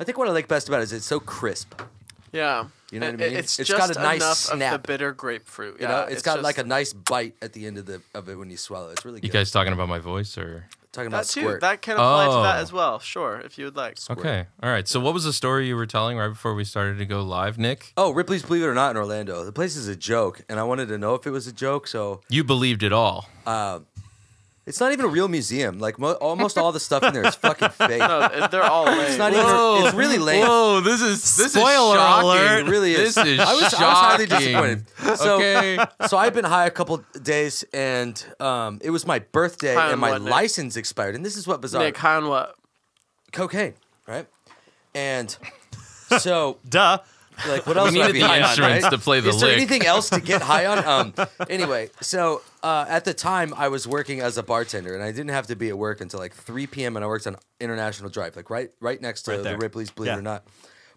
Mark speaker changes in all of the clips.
Speaker 1: I think what I like best about it is it's so crisp.
Speaker 2: Yeah.
Speaker 1: You know
Speaker 2: It-
Speaker 1: what I mean?
Speaker 2: It's,
Speaker 1: It's
Speaker 2: just
Speaker 1: got a nice
Speaker 2: enough of
Speaker 1: snap.
Speaker 2: the bitter grapefruit.
Speaker 1: You
Speaker 2: yeah,
Speaker 1: know, it's got
Speaker 2: just-
Speaker 1: like a nice bite at the end of the of it when you swallow. It's really
Speaker 3: You
Speaker 1: good.
Speaker 3: guys talking about my voice or?
Speaker 1: talking
Speaker 2: that
Speaker 1: about
Speaker 2: too.
Speaker 1: squirt?
Speaker 2: That can apply to that
Speaker 3: Oh.
Speaker 2: as well. Sure, if you would like.
Speaker 3: Okay. All right. So, what was the story you were telling right before we started to go live, Nick?
Speaker 1: oh, Ripley's Believe It or Not in Orlando. The place is a joke, and I wanted to know if it was a joke. So
Speaker 3: You believed it all.
Speaker 1: it's not even a real museum. Like mo- almost all the stuff in there is fucking fake.
Speaker 2: No, they're all.
Speaker 1: It's
Speaker 2: lame.
Speaker 1: not even. It's really lame.
Speaker 3: Whoa! This is this
Speaker 1: Spoiler
Speaker 3: is shocking.
Speaker 1: alert. It really is.
Speaker 3: This is
Speaker 1: I was- I was highly
Speaker 3: shocking.
Speaker 1: disappointed. So-
Speaker 3: okay.
Speaker 1: so I've been high a couple days, and um, it was my birthday,
Speaker 2: High on
Speaker 1: and my
Speaker 2: what, Nick?
Speaker 1: license expired. And this is what bizarre
Speaker 2: Nick, high on what?
Speaker 1: cocaine, right? And so,
Speaker 4: Duh.
Speaker 1: like, what else?
Speaker 3: We
Speaker 1: would I
Speaker 3: needed
Speaker 1: be
Speaker 3: the
Speaker 1: high on,
Speaker 3: instruments
Speaker 1: right?
Speaker 3: to play the
Speaker 1: Is there
Speaker 3: lick.
Speaker 1: anything else to get high on? Um, anyway, so uh, at the time, I was working as a bartender, and I didn't have to be at work until like 3 p.m. And I worked on International Drive, like right, right next to
Speaker 4: Right
Speaker 1: the
Speaker 4: there.
Speaker 1: Ripley's, believe it
Speaker 4: Yeah.
Speaker 1: or not.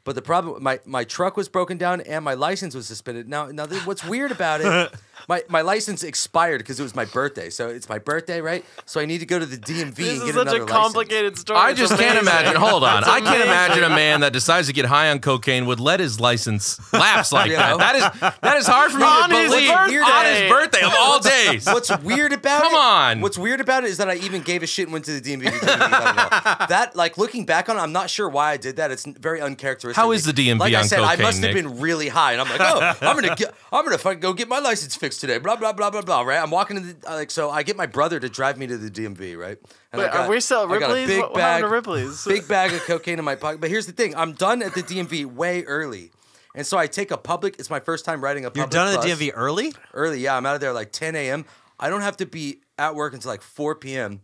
Speaker 1: But the problem, my my truck was broken down, and my license was suspended. Now, now, th- what's weird about it? My, my license expired because it was my birthday, so it's my birthday, right? So I need to go to the DMV
Speaker 2: This
Speaker 1: and get
Speaker 2: is
Speaker 1: another
Speaker 2: such a
Speaker 1: license.
Speaker 2: complicated story.
Speaker 3: I
Speaker 2: It's
Speaker 3: just can't
Speaker 2: amazing.
Speaker 3: imagine. Hold on.
Speaker 2: It's
Speaker 3: I can't
Speaker 2: amazing.
Speaker 3: imagine a man that decides to get high on cocaine would let his license lapse like that. That is that is hard for me
Speaker 2: On
Speaker 3: to
Speaker 2: his
Speaker 3: believe on his
Speaker 2: birthday.
Speaker 3: birthday of all days.
Speaker 1: What's weird about
Speaker 3: Come
Speaker 1: it?
Speaker 3: on.
Speaker 1: What's weird about it is that I even gave a shit and went to the DMV. To do these, I don't know. That like looking back on, it, I'm not sure why I did that. It's n- very uncharacteristic.
Speaker 3: How is the DMV
Speaker 1: Like I
Speaker 3: on
Speaker 1: said, I
Speaker 3: cocaine,
Speaker 1: must have
Speaker 3: Nick?
Speaker 1: been really high, and I'm like, oh, I'm gonna get, I'm gonna fucking go get my license fixed today. Blah blah blah blah blah. Right? I'm walking to the uh, like, so I get my brother to drive me to the DMV. Right? And
Speaker 2: Wait,
Speaker 1: I got-
Speaker 2: are we still at
Speaker 1: I got a
Speaker 2: Ripley's?
Speaker 1: big
Speaker 2: What- what happened to
Speaker 1: bag-
Speaker 2: Ripley's?
Speaker 1: Big bag of cocaine in my pocket. But here's the thing: I'm done at the DMV way early. And so I take a public. It's my first time riding a public.
Speaker 4: You're done at
Speaker 1: bus
Speaker 4: the DMV early?
Speaker 1: early. Yeah, I'm out of there like 10 a.m. I don't have to be at work until like 4 p.m.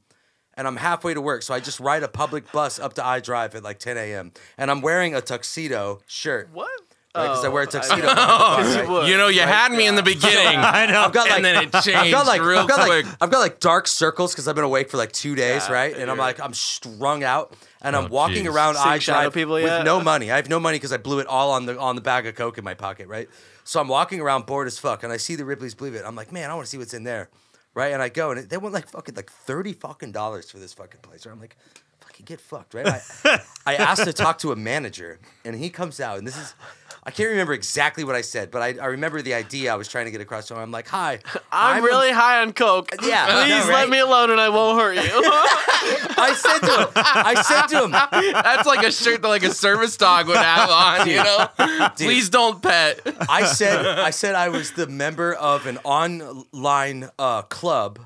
Speaker 1: And I'm halfway to work, so I just ride a public bus up to I Drive at like 10 a.m. And I'm wearing a tuxedo shirt.
Speaker 2: What? Oh,
Speaker 1: Because I wear a tuxedo.
Speaker 2: you would.
Speaker 3: You know, you had me in the beginning.
Speaker 4: I know.
Speaker 1: I've got like,
Speaker 3: and then it changed
Speaker 1: I've got like,
Speaker 3: real
Speaker 1: I've got
Speaker 3: quick.
Speaker 1: like, I've got like dark circles because I've been awake for like two days,
Speaker 2: Yeah,
Speaker 1: right? And I'm
Speaker 2: you're-
Speaker 1: like, I'm strung out, and I'm
Speaker 3: Oh,
Speaker 1: walking
Speaker 3: geez.
Speaker 1: around
Speaker 2: Seen
Speaker 1: I
Speaker 2: shadow
Speaker 1: Drive
Speaker 2: people
Speaker 1: with
Speaker 2: yet?
Speaker 1: no money. I have no money because I blew it all on the on the bag of coke in my pocket, right? So I'm walking around bored as fuck, and I see the Ripley's Believe It. I'm like, man, I want to see what's in there, right? And I go, and it, they want like fucking like thirty fucking dollars for this fucking place. Right? I'm like. Fucking get fucked, right? I, I asked to talk to a manager, and he comes out, and this is, I can't remember exactly what I said, but I, I remember the idea I was trying to get across to him. I'm like, "Hi,
Speaker 2: I'm,
Speaker 1: a-
Speaker 2: really high on coke.
Speaker 1: Yeah, I know,
Speaker 2: Please
Speaker 1: right?
Speaker 2: let me alone and I won't hurt you.
Speaker 1: I said to him, I said to him,
Speaker 3: That's like a shirt that like a service dog would have on, you know? Please don't pet.
Speaker 1: I said, I said I was the member of an online uh, club,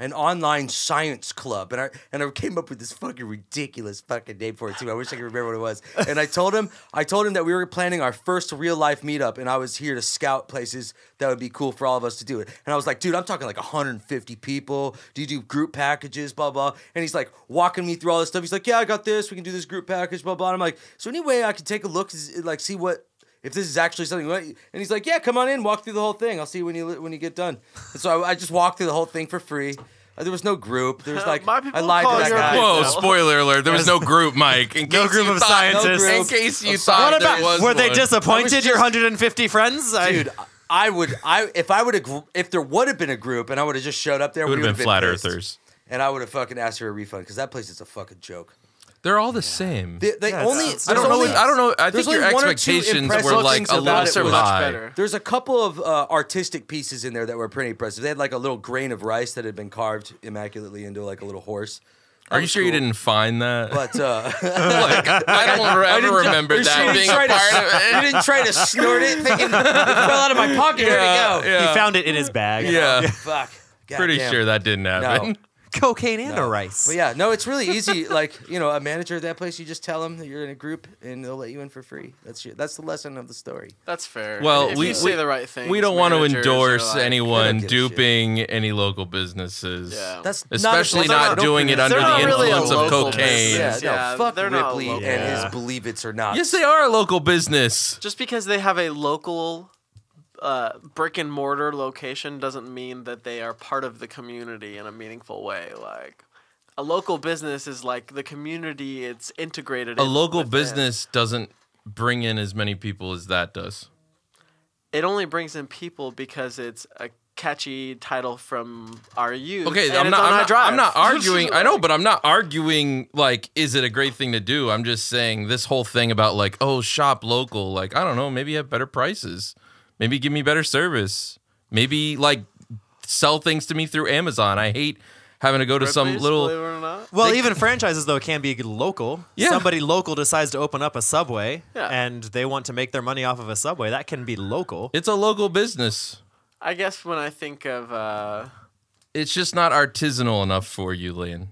Speaker 1: an online science club, and I and I came up with this fucking ridiculous fucking name for it too. I wish I could remember what it was. And I told him, I told him that we were planning our first real life meetup, and I was here to scout places that would be cool for all of us to do it. And I was like, dude, I'm talking like 150 people. Do you do group packages, blah blah? And he's like walking me through all this stuff. He's like, yeah, I got this. We can do this group package, blah blah. And I'm like, so anyway, I can take a look, like see what if this is actually something. what- And he's like, yeah, come on in, walk through the whole thing. I'll see you when you li- when you get done. And so I, I just walked through the whole thing for free. Uh, There was no group. There was like
Speaker 2: My
Speaker 1: I
Speaker 2: people
Speaker 1: lied to
Speaker 2: call
Speaker 1: that
Speaker 2: your
Speaker 1: guy.
Speaker 2: people.
Speaker 3: Whoa, spoiler alert. There was no group, Mike. In
Speaker 4: No
Speaker 3: case
Speaker 4: group
Speaker 3: you
Speaker 4: of
Speaker 3: thought-
Speaker 4: scientists.
Speaker 3: In case you
Speaker 1: Of
Speaker 3: thought
Speaker 1: scientists.
Speaker 3: there was
Speaker 4: Were they
Speaker 3: one.
Speaker 4: disappointed?
Speaker 1: just-
Speaker 4: Your 150 friends? I-
Speaker 1: dude. I- I would I if I would have gr- if there would have been a group and I would have just showed up there,
Speaker 3: It
Speaker 1: we
Speaker 3: would have been flat
Speaker 1: pissed.
Speaker 3: earthers.
Speaker 1: and I would have fucking asked for a refund because that place is a fucking joke.
Speaker 3: They're all the same.
Speaker 1: They, they
Speaker 4: Yeah, it's-
Speaker 1: only
Speaker 4: it's-
Speaker 3: I don't
Speaker 1: there's
Speaker 3: know.
Speaker 1: Only,
Speaker 3: I don't know. I
Speaker 1: there's
Speaker 3: think your
Speaker 1: only one or two
Speaker 3: expectations
Speaker 1: impressive
Speaker 3: were like
Speaker 1: things
Speaker 3: a
Speaker 1: about
Speaker 3: little
Speaker 1: it
Speaker 2: Those are
Speaker 3: too
Speaker 1: was-
Speaker 2: much
Speaker 3: high.
Speaker 2: better.
Speaker 1: There's a couple of uh, artistic pieces in there that were pretty impressive. They had like a little grain of rice that had been carved immaculately into like a little horse. That
Speaker 3: Are you
Speaker 1: was
Speaker 3: sure you
Speaker 1: cool.
Speaker 3: didn't find that?
Speaker 1: But uh,
Speaker 3: Like, I don't ever remember that being a part of it.
Speaker 1: You didn't try to snort it, thinking it fell out of my pocket. Here we go.
Speaker 3: Yeah.
Speaker 4: He found it in his bag.
Speaker 3: Yeah.
Speaker 1: Fuck. God
Speaker 3: Pretty
Speaker 1: damn.
Speaker 3: sure that didn't happen.
Speaker 1: No.
Speaker 4: Cocaine and a rice.
Speaker 1: But yeah, no, it's really easy. Like you know, a manager at that place, you just tell them that you're in a group, and they'll let you in for free. That's your, that's the lesson of the story.
Speaker 2: That's fair.
Speaker 3: Well,
Speaker 2: if
Speaker 3: we
Speaker 2: you
Speaker 3: we-
Speaker 2: say the right thing.
Speaker 3: We don't want to endorse anyone
Speaker 1: They don't give a
Speaker 3: duping any local businesses.
Speaker 2: Yeah.
Speaker 1: That's
Speaker 3: Especially
Speaker 1: not,
Speaker 3: not,
Speaker 1: don't
Speaker 3: doing it
Speaker 1: pronounce
Speaker 3: under
Speaker 2: They're
Speaker 3: the
Speaker 2: not really a
Speaker 3: influence of
Speaker 2: local
Speaker 3: cocaine.
Speaker 1: Yeah,
Speaker 2: business. Yeah,
Speaker 1: no, fuck
Speaker 2: they're not
Speaker 1: Ripley
Speaker 2: local.
Speaker 1: and his
Speaker 4: Yeah.
Speaker 1: believe it's or not.
Speaker 3: Yes, they are a local business.
Speaker 2: Just because they have a local uh, brick and mortar location doesn't mean that they are part of the community in a meaningful way. Like a local business is like the community; it's integrated.
Speaker 3: A
Speaker 2: in
Speaker 3: local
Speaker 2: with it.
Speaker 3: business doesn't bring in as many people as that does.
Speaker 2: It only brings in people because it's a catchy title from our youth.
Speaker 3: Okay,
Speaker 2: and
Speaker 3: I'm
Speaker 2: it's
Speaker 3: not,
Speaker 2: on
Speaker 3: I'm
Speaker 2: our
Speaker 3: not.
Speaker 2: drive.
Speaker 3: I'm not arguing. I know, but I'm not arguing. Like, is it a great thing to do? I'm just saying this whole thing about like, oh, shop local. Like, I don't know. Maybe have better prices. Maybe give me better service. Maybe like sell things to me through Amazon. I hate having to go to some
Speaker 2: Ripley's,
Speaker 3: little.
Speaker 2: believe it or not.
Speaker 4: Well, even franchises though can be local.
Speaker 3: Yeah.
Speaker 4: Somebody local decides to open up a subway,
Speaker 2: Yeah.
Speaker 4: and they want to make their money off of a subway. That can be local.
Speaker 3: It's a local business.
Speaker 2: I guess when I think of, uh,
Speaker 3: It's just not artisanal enough for you, Lynn.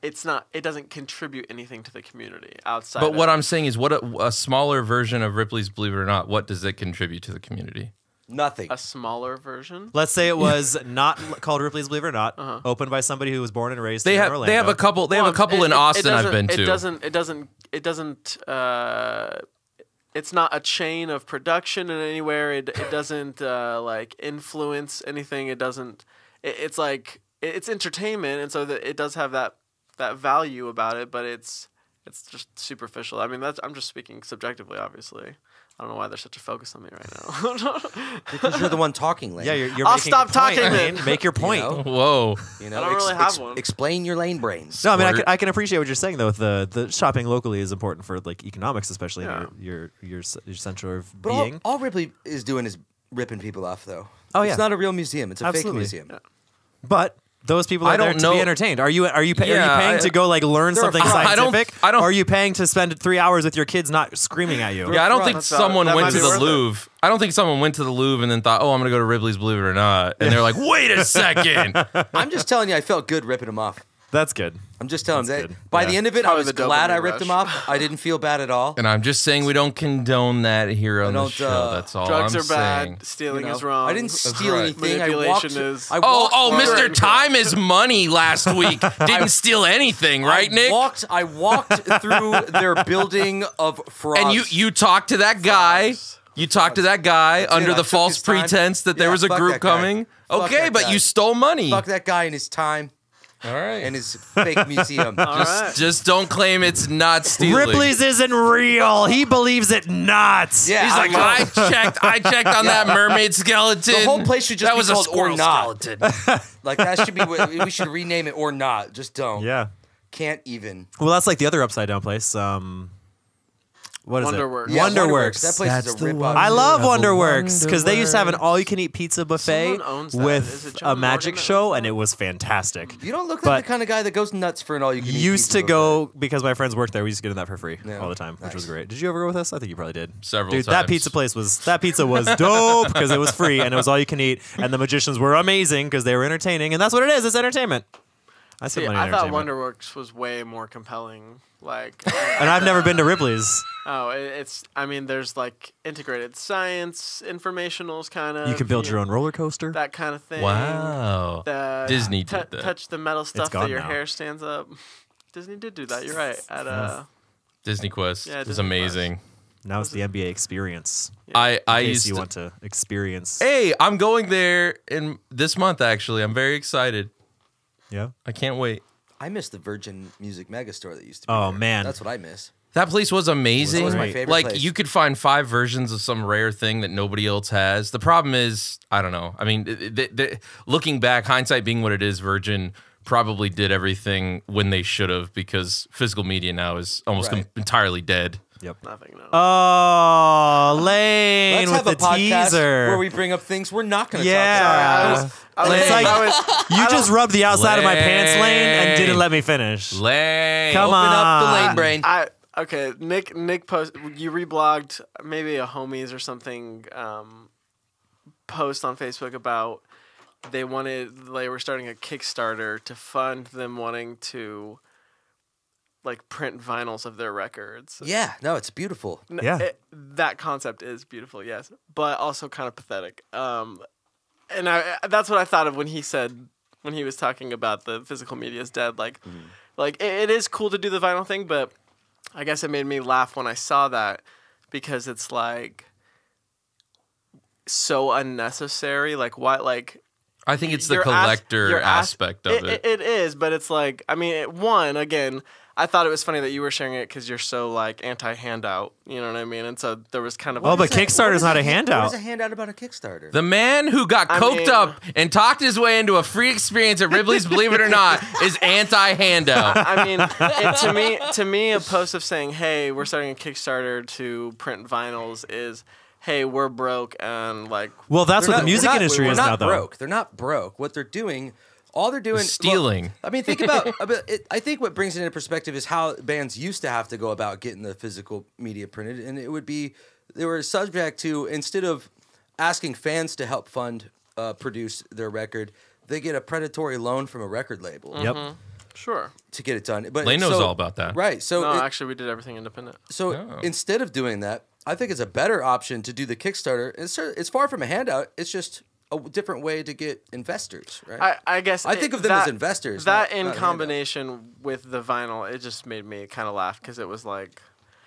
Speaker 2: it's not. It doesn't contribute anything to the community outside.
Speaker 3: But
Speaker 2: of
Speaker 3: what I'm saying is, what a, a smaller version of Ripley's Believe It or Not. What does it contribute to the community?
Speaker 1: Nothing.
Speaker 2: a smaller version.
Speaker 4: Let's say it was not l- called Ripley's Believe It or Not, opened by somebody who was born and raised
Speaker 3: They
Speaker 4: in
Speaker 3: have
Speaker 4: Orlando.
Speaker 3: they have a couple they
Speaker 2: Well,
Speaker 3: have a couple
Speaker 2: it-
Speaker 3: in
Speaker 2: it- it
Speaker 3: Austin I've
Speaker 2: doesn't-
Speaker 3: been to.
Speaker 2: It doesn't. It doesn't. It doesn't. Uh, it's not a chain of production in anywhere. It it doesn't uh, like influence anything. It doesn't. It, it's like it, it's entertainment, and so that it does have that that value about it. But it's it's just superficial. I mean, that's I'm just speaking subjectively, obviously. I don't know why there's such a focus on me right now.
Speaker 1: Because you're the one talking, Lane.
Speaker 4: Yeah, you're, you're
Speaker 2: I'll
Speaker 4: making
Speaker 2: stop
Speaker 4: a point,
Speaker 2: talking
Speaker 4: Lane.
Speaker 2: then.
Speaker 4: Make your point.
Speaker 1: know?
Speaker 3: Whoa.
Speaker 1: You know,
Speaker 2: I don't really have one.
Speaker 1: Explain your lane brains.
Speaker 4: No, I mean I can,
Speaker 3: Word.
Speaker 4: I can appreciate what you're saying though. With the the shopping locally is important for like economics, especially
Speaker 2: Yeah.
Speaker 4: in your your your, c- your center of
Speaker 1: But all-
Speaker 4: being.
Speaker 1: all, Ripley is doing is ripping people off, though.
Speaker 4: Oh, yeah.
Speaker 1: it's not a real museum. It's a
Speaker 4: Absolutely.
Speaker 1: fake museum.
Speaker 4: But those people are
Speaker 3: I
Speaker 4: there
Speaker 3: don't
Speaker 4: to be
Speaker 3: know-
Speaker 4: entertained. Are you are you, pa-
Speaker 3: Yeah,
Speaker 4: are you paying
Speaker 3: I-
Speaker 4: to go like learn
Speaker 1: They're a
Speaker 4: something
Speaker 1: fraud.
Speaker 3: I don't-
Speaker 4: scientific?
Speaker 3: I don't-
Speaker 4: Or are you paying to spend three hours with your kids not screaming at you?
Speaker 3: Yeah, I don't think
Speaker 2: That's valid.
Speaker 3: someone
Speaker 2: That
Speaker 3: went
Speaker 2: might
Speaker 3: to
Speaker 2: be
Speaker 3: the
Speaker 2: worth it.
Speaker 3: Louvre. I don't think someone went to the Louvre and then thought, "Oh, I'm going to go to Ripley's Believe It or Not," and they're like, "Wait a second.
Speaker 1: I'm just telling you, I felt good ripping them off.
Speaker 4: That's good.
Speaker 1: I'm just telling
Speaker 4: That's
Speaker 1: you.
Speaker 4: good.
Speaker 1: By
Speaker 4: Yeah.
Speaker 1: the end of it, I
Speaker 2: Probably
Speaker 1: was
Speaker 2: the dopamine
Speaker 1: glad I ripped them
Speaker 2: rush.
Speaker 1: off. I didn't feel bad at all.
Speaker 3: and I'm just saying we don't condone that here on the
Speaker 1: don't,
Speaker 3: show.
Speaker 1: uh,
Speaker 3: That's all
Speaker 2: Drugs
Speaker 3: I'm
Speaker 2: are bad.
Speaker 3: saying.
Speaker 2: Stealing
Speaker 1: you know?
Speaker 2: is wrong.
Speaker 1: I didn't steal
Speaker 3: right.
Speaker 1: anything. I
Speaker 2: Manipulation
Speaker 1: walked.
Speaker 2: is-
Speaker 1: I
Speaker 3: Oh,
Speaker 1: walked
Speaker 3: oh,
Speaker 1: through
Speaker 3: Mr.
Speaker 1: it.
Speaker 3: Time is money last week. Didn't steal anything, right,
Speaker 1: I
Speaker 3: Nick?
Speaker 1: Walked. I walked through their building of frauds.
Speaker 3: and you you talked to that guy.
Speaker 2: Frogs.
Speaker 3: You talked to that guy under
Speaker 1: I
Speaker 3: the
Speaker 1: took
Speaker 3: false
Speaker 1: his time.
Speaker 3: pretense that there
Speaker 1: Yeah,
Speaker 3: was a
Speaker 1: fuck
Speaker 3: group
Speaker 1: that guy.
Speaker 3: coming.
Speaker 1: Fuck
Speaker 3: Okay,
Speaker 1: that
Speaker 3: but
Speaker 1: guy.
Speaker 3: you stole money.
Speaker 1: fuck that guy and his time
Speaker 3: All right.
Speaker 1: and his fake museum.
Speaker 2: All right.
Speaker 3: Just don't claim it's not stealing.
Speaker 4: Ripley's isn't real. He believes it not.
Speaker 1: Yeah,
Speaker 3: He's
Speaker 1: I
Speaker 3: like,
Speaker 1: know.
Speaker 3: I checked, I checked on that mermaid skeleton.
Speaker 1: The whole place should just
Speaker 3: that
Speaker 1: be
Speaker 3: was
Speaker 1: called
Speaker 3: a
Speaker 1: or
Speaker 3: squirrel
Speaker 1: not.
Speaker 3: skeleton.
Speaker 1: Like that should be. what- We should rename it or not. Just don't.
Speaker 4: Yeah.
Speaker 1: Can't even.
Speaker 4: Well, that's like the other upside down place. Um, what is
Speaker 2: Wonderworks.
Speaker 4: it?
Speaker 1: Yeah,
Speaker 4: Wonderworks.
Speaker 1: That place is a rip
Speaker 4: I love
Speaker 3: Wonderworks.
Speaker 4: Wonderworks because they used to have an
Speaker 3: Wonderworks.
Speaker 4: all-you-can-eat pizza buffet
Speaker 2: Someone owns that. Is it
Speaker 4: with
Speaker 2: John
Speaker 4: a
Speaker 2: Morgan
Speaker 4: magic
Speaker 2: that
Speaker 4: show,
Speaker 2: owns
Speaker 4: and it was fantastic.
Speaker 1: You don't look
Speaker 4: But-
Speaker 1: like the kind of guy that goes nuts for an all you can eat.
Speaker 4: Used to go because my friends worked there. We used to get in that for free
Speaker 1: Yeah.
Speaker 4: all the time, which was
Speaker 1: Nice.
Speaker 4: great. Did you ever go with us? I think you probably did.
Speaker 3: Several
Speaker 4: Dude, that
Speaker 3: times.
Speaker 4: pizza place was that pizza was dope because it was free and it was all you can eat, and the magicians were amazing because they were entertaining, and that's what it is. It's entertainment. I said
Speaker 2: See,
Speaker 4: money on
Speaker 2: I thought
Speaker 4: entertainment.
Speaker 2: Wonderworks was way more compelling. Like,
Speaker 4: and I've never been to Ripley's.
Speaker 2: oh, it, it's. I mean, there's like integrated science, informationals, kind of.
Speaker 4: You can build your own roller coaster.
Speaker 2: That kind of thing.
Speaker 3: Wow.
Speaker 2: The
Speaker 3: Disney
Speaker 2: tou-
Speaker 3: did that.
Speaker 2: Touch the metal stuff
Speaker 4: gone
Speaker 2: that your
Speaker 4: now.
Speaker 2: hair stands up. Disney did do that. You're right. At uh,
Speaker 3: Disney Quest
Speaker 2: Yeah,
Speaker 3: is
Speaker 2: Disney
Speaker 3: amazing.
Speaker 4: Now it's the NBA experience.
Speaker 3: I I
Speaker 4: In case
Speaker 3: used
Speaker 4: you
Speaker 3: to,
Speaker 4: want to experience.
Speaker 3: Hey, I'm going there in this month actually. I'm very excited.
Speaker 4: Yeah.
Speaker 3: I can't wait.
Speaker 1: I miss the Virgin Music Megastore that used to be.
Speaker 4: Oh,
Speaker 1: there.
Speaker 4: man.
Speaker 1: that's what I miss.
Speaker 3: That place was amazing.
Speaker 1: That was my favorite
Speaker 3: like
Speaker 1: place.
Speaker 3: you could find five versions of some rare thing that nobody else has. The problem is, I don't know. I mean, th- th- th- looking back, hindsight being what it is, Virgin probably did everything when they should have because physical media now is almost
Speaker 1: Right.
Speaker 3: com- entirely dead.
Speaker 4: Yep.
Speaker 2: nothing. No.
Speaker 4: Uh, Oh, Lane
Speaker 1: Let's
Speaker 4: with
Speaker 1: have a
Speaker 4: the
Speaker 1: podcast
Speaker 4: teaser.
Speaker 1: where we bring up things we're not going to
Speaker 4: Yeah.
Speaker 1: talk
Speaker 2: I
Speaker 1: about.
Speaker 2: was. I was,
Speaker 4: It's like-
Speaker 2: I was
Speaker 4: you just rubbed the outside of my pants, Lane, and didn't
Speaker 3: Lane.
Speaker 4: let me finish.
Speaker 3: Lane,
Speaker 4: Come
Speaker 3: open
Speaker 1: Open up the
Speaker 4: on.
Speaker 1: lane brain.
Speaker 2: I okay. Nick Nick post you reblogged maybe a homies or something um, post on Facebook about they wanted they were starting a Kickstarter to fund them wanting to like print vinyls of their records.
Speaker 1: yeah, no, it's beautiful.
Speaker 2: N-
Speaker 4: Yeah.
Speaker 2: it- that concept is beautiful, yes, but also kind of pathetic. Um, and I that's what I thought of when he said when he was talking about the physical media is dead. Like, like it, it is cool to do the vinyl thing, but I guess it made me laugh when I saw that because it's like so unnecessary. Like why? Like
Speaker 3: I think it's the
Speaker 2: you're ask-
Speaker 3: collector
Speaker 2: you're ask-
Speaker 3: aspect of it.
Speaker 2: It is, but it's like I mean, it, one again, I thought it was funny that you were sharing it because you're so like anti handout. You know what I mean? And so there was kind of
Speaker 4: Well,
Speaker 2: like,
Speaker 4: Oh, but Kickstarter's not a
Speaker 1: What
Speaker 4: handout.
Speaker 1: is a handout about a Kickstarter?
Speaker 3: The man who got
Speaker 2: I
Speaker 3: coked
Speaker 2: mean-
Speaker 3: up and talked his way into a free experience at Ripley's Believe It or Not is anti handout.
Speaker 2: I mean, it, to me, to me, a post of saying, "Hey, we're starting a Kickstarter to print vinyls," is, "Hey, we're broke and like
Speaker 4: Well, that's
Speaker 1: They're
Speaker 4: what
Speaker 1: not-
Speaker 4: the music
Speaker 1: we're not-
Speaker 4: industry
Speaker 1: we're
Speaker 4: is
Speaker 1: not
Speaker 4: now, though.
Speaker 1: Broke. They're not broke. What they're doing, all they're doing,
Speaker 3: Stealing.
Speaker 1: well, I mean, think about. I mean, it- I think what brings it into perspective is how bands used to have to go about getting the physical media printed, and it would be they were subject to instead of asking fans to help fund uh, produce their record, they get a predatory loan from a record label
Speaker 4: Yep.
Speaker 2: Mm-hmm. sure."
Speaker 1: to get it done. But
Speaker 3: Lane knows
Speaker 1: so-
Speaker 3: all about that.
Speaker 1: right? So
Speaker 2: No,
Speaker 1: it-
Speaker 2: actually, we did everything independent.
Speaker 1: so instead of doing that, I think it's a better option to do the Kickstarter. It's cer- it's far from a handout. It's just a w- different way to get investors, right?
Speaker 2: I, I guess
Speaker 1: I
Speaker 2: it-
Speaker 1: think of them as investors, not-
Speaker 2: That
Speaker 1: not
Speaker 2: in
Speaker 1: handouts.
Speaker 2: combination with the vinyl, it just made me kind of laugh because it was like,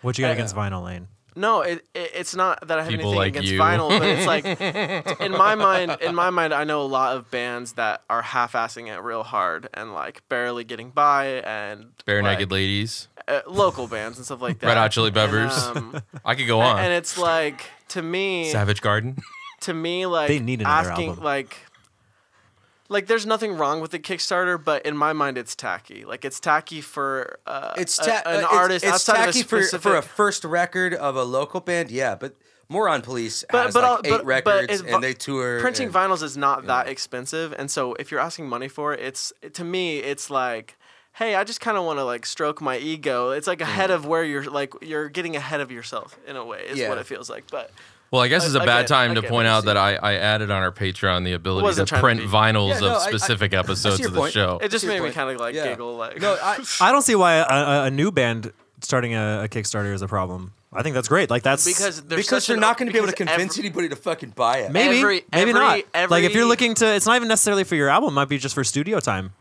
Speaker 4: What you got against vinyl, Lane?
Speaker 2: no, it, it it's not that I have anything
Speaker 3: People like
Speaker 2: against
Speaker 3: you.
Speaker 2: vinyl, but it's like in my mind, in my mind, I know a lot of bands that are half-assing it real hard and like barely getting by and
Speaker 3: Bare
Speaker 2: like,
Speaker 3: Naked Ladies,
Speaker 2: uh, local bands and stuff like that.
Speaker 3: Red Hot Chili Peppers.
Speaker 2: And, um,
Speaker 3: I could go on.
Speaker 2: and it's like to me,
Speaker 3: Savage Garden.
Speaker 2: to me like
Speaker 4: They need another
Speaker 2: asking
Speaker 4: album.
Speaker 2: like like there's nothing wrong with the Kickstarter, but in my mind it's tacky. Like it's tacky for uh,
Speaker 1: it's
Speaker 2: a-
Speaker 1: ta- uh,
Speaker 2: an
Speaker 1: it's-
Speaker 2: artist
Speaker 1: It's,
Speaker 2: outside
Speaker 1: tacky
Speaker 2: of a specific.
Speaker 1: for for a first record of a local band, yeah. But Moron Police
Speaker 2: But-
Speaker 1: has
Speaker 2: but all-
Speaker 1: like eight
Speaker 2: but- but
Speaker 1: records,
Speaker 2: it's vi-
Speaker 1: and they tour.
Speaker 2: printing
Speaker 1: and-
Speaker 2: vinyls is not that expensive, and so if you're asking money for it, it's to me it's like. Hey, I just kind of want to like stroke my ego. It's like ahead of where you're like you're getting ahead of yourself in a way is
Speaker 1: Mm-hmm. Yeah.
Speaker 2: what it feels like. But
Speaker 3: Well, I guess it's a
Speaker 2: I
Speaker 3: bad
Speaker 2: get-
Speaker 3: time
Speaker 2: I
Speaker 3: to
Speaker 2: get
Speaker 3: point
Speaker 2: what
Speaker 3: out
Speaker 2: you're
Speaker 3: that I, I added on our Patreon the ability to
Speaker 2: wasn't trying to
Speaker 3: print
Speaker 2: be-
Speaker 3: vinyls
Speaker 1: Yeah, no, I- I-
Speaker 3: of specific
Speaker 1: I see
Speaker 3: episodes
Speaker 1: your
Speaker 3: of the
Speaker 1: point.
Speaker 3: show.
Speaker 2: it just
Speaker 1: your
Speaker 2: made me
Speaker 1: point.
Speaker 2: kind of like
Speaker 1: Yeah.
Speaker 2: giggle. Like
Speaker 1: no, I,
Speaker 4: I don't see why a, a, a new band starting a, a Kickstarter is a problem. I think that's great. Like that's
Speaker 2: because there's
Speaker 1: because
Speaker 2: such
Speaker 1: they're
Speaker 2: an-
Speaker 1: not going to be able to
Speaker 2: because
Speaker 1: convince
Speaker 2: every-
Speaker 1: anybody to fucking buy it.
Speaker 4: maybe
Speaker 2: every-
Speaker 4: maybe
Speaker 2: every-
Speaker 4: not. like if
Speaker 2: every-
Speaker 4: you're looking to, it's not even necessarily for your album. It might be just for studio time.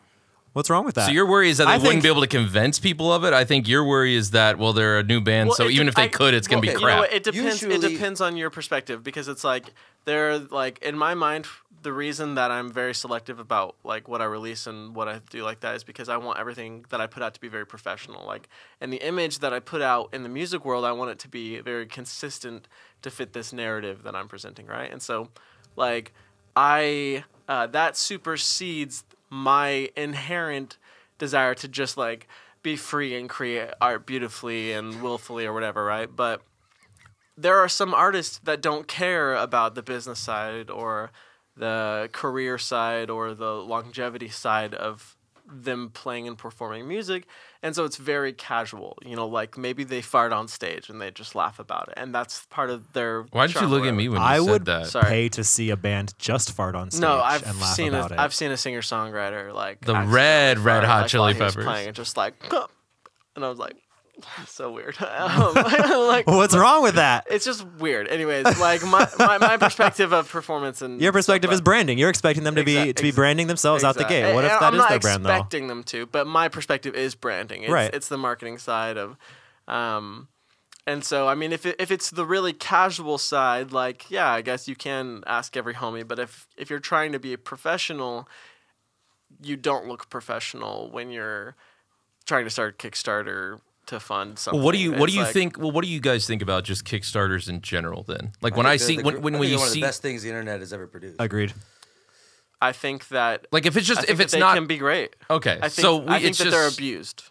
Speaker 4: What's wrong with that?
Speaker 3: So your worry is that they
Speaker 4: I
Speaker 3: wouldn't
Speaker 4: think-
Speaker 3: be able to convince people of it. I think your worry is that well, they're a new band,
Speaker 2: Well,
Speaker 3: so
Speaker 2: it
Speaker 3: even
Speaker 2: de-
Speaker 3: if they
Speaker 2: I-
Speaker 3: could, it's gonna
Speaker 1: well,
Speaker 3: be
Speaker 1: okay,
Speaker 2: You know
Speaker 3: crap.
Speaker 2: what? It depends. It
Speaker 1: Usually-
Speaker 2: depends on your perspective because it's like there, like in my mind, the reason that I'm very selective about like what I release and what I do like that is because I want everything that I put out to be very professional. Like, and the image that I put out in the music world, I want it to be very consistent to fit this narrative that I'm presenting, right? And so, like, I uh, that supersedes my inherent desire to just like be free and create art beautifully and willfully or whatever, right? But there are some artists that don't care about the business side or the career side or the longevity side of them playing and performing music and so it's very casual you know like maybe they fart on stage and they just laugh about it and that's part of their
Speaker 3: Why did you
Speaker 2: charm or
Speaker 3: look at
Speaker 2: whatever.
Speaker 3: me when you
Speaker 4: I
Speaker 3: said
Speaker 4: would
Speaker 3: that?
Speaker 2: Sorry.
Speaker 4: pay to see a band just fart on stage
Speaker 2: no i've
Speaker 4: and laugh
Speaker 2: seen a,
Speaker 4: about it.
Speaker 2: i've seen a singer songwriter like
Speaker 3: The
Speaker 2: accidentally
Speaker 3: red Red
Speaker 2: fart,
Speaker 3: Hot
Speaker 2: like,
Speaker 3: Chili
Speaker 2: while he was
Speaker 3: Peppers.
Speaker 2: playing and just like and i was like so weird um, like
Speaker 4: What's wrong with that?
Speaker 2: it's just weird. Anyways, like my, my, my perspective of performance and
Speaker 4: Your perspective is branding. You're expecting them to be
Speaker 2: Exact-
Speaker 4: to be
Speaker 2: ex-
Speaker 4: branding themselves out the
Speaker 2: Exact-
Speaker 4: gate. What if
Speaker 2: and
Speaker 4: that
Speaker 2: I'm
Speaker 4: is
Speaker 2: not
Speaker 4: their brand though?
Speaker 2: expecting them to, but my perspective is branding. It's,
Speaker 4: Right.
Speaker 2: It's the marketing side of, um, and so I mean, if it, if it's the really casual side, like yeah, I guess you can ask every homie. But if if you're trying to be a professional, you don't look professional when you're trying to start Kickstarter to fund something.
Speaker 3: Well, what do you what
Speaker 2: It's
Speaker 3: do you
Speaker 2: like-
Speaker 3: think? Well, what do you guys think about just Kickstarters in general? Then, like when
Speaker 1: think
Speaker 3: I
Speaker 1: they're
Speaker 3: see
Speaker 1: the
Speaker 3: when
Speaker 1: gr-
Speaker 3: when
Speaker 1: I
Speaker 3: when
Speaker 1: think
Speaker 3: you
Speaker 1: one of
Speaker 3: see
Speaker 1: the best things the internet has ever produced.
Speaker 4: Agreed.
Speaker 2: I think that
Speaker 3: like if it's
Speaker 2: I
Speaker 3: just
Speaker 2: think
Speaker 3: if
Speaker 2: that
Speaker 3: it's
Speaker 2: they
Speaker 3: not
Speaker 2: can be great.
Speaker 3: okay,
Speaker 2: I think,
Speaker 3: so we,
Speaker 2: I think
Speaker 3: it's
Speaker 2: that
Speaker 3: just
Speaker 2: they're abused.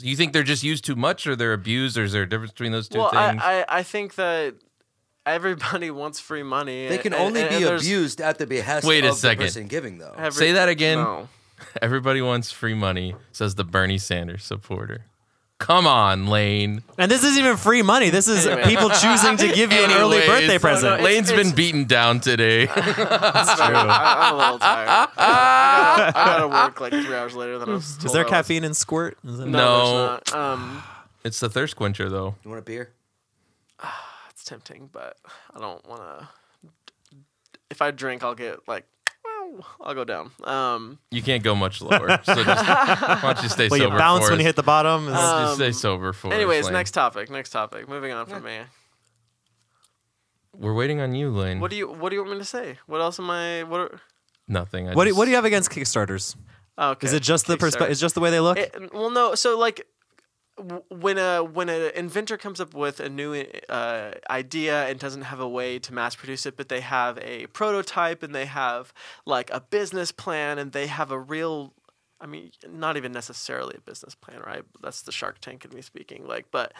Speaker 3: you think they're just used too much, or they're abused, or is there a difference between those two
Speaker 2: Well,
Speaker 3: things?
Speaker 2: I, I, I think that everybody wants free money.
Speaker 1: They can
Speaker 2: and-
Speaker 1: only
Speaker 2: and-
Speaker 1: be
Speaker 2: and there's-
Speaker 1: abused at the behest
Speaker 3: Wait a
Speaker 1: of the
Speaker 3: second.
Speaker 1: person giving, though.
Speaker 2: every-
Speaker 3: Say that again.
Speaker 2: No.
Speaker 3: Everybody wants free money, says the Bernie Sanders supporter. Come on, Lane.
Speaker 4: And this isn't even free money. This is
Speaker 2: Anyway.
Speaker 4: people choosing to give you an early
Speaker 3: Anyways,
Speaker 4: birthday
Speaker 2: No,
Speaker 4: present.
Speaker 2: no,
Speaker 3: Lane's
Speaker 2: it's-
Speaker 3: been beaten down today.
Speaker 4: That's true.
Speaker 2: I, I'm a little tired. I gotta, I gotta work like three hours later than I was.
Speaker 4: Is
Speaker 2: told
Speaker 4: there
Speaker 2: I was.
Speaker 4: caffeine in squirt? Is that-
Speaker 2: No.
Speaker 3: No.
Speaker 2: there's not. Um,
Speaker 3: it's the thirst quencher, though.
Speaker 1: You want a beer?
Speaker 2: it's tempting, but I don't want to. If I drink, I'll get like, I'll go down. Um,
Speaker 3: You can't go much lower. So just, why don't you stay
Speaker 4: Well, you
Speaker 3: sober?
Speaker 4: bounce
Speaker 3: for
Speaker 4: when you
Speaker 3: us?
Speaker 4: hit the um, bottom. Is-
Speaker 2: Um,
Speaker 3: just stay sober for us,
Speaker 2: anyways,
Speaker 3: Lane.
Speaker 2: next topic. Next topic. Moving on from me.
Speaker 3: We're waiting on you, Lane.
Speaker 2: What do you What do you want me to say? What else am I? What? Are, oh,
Speaker 3: Nothing. I
Speaker 4: what do,
Speaker 3: just-
Speaker 4: what do you have against Kickstarters?
Speaker 2: Okay.
Speaker 4: Is it just the
Speaker 2: Kickstarter.
Speaker 4: perspective? Is just the way they look?
Speaker 2: It- well, no. So like, w- when a when an inventor comes up with a new uh, idea and doesn't have a way to mass produce it, but they have a prototype and they have like a business plan and they have a real. I mean, not even necessarily a business plan, right? That's the Shark Tank in me speaking. Like, but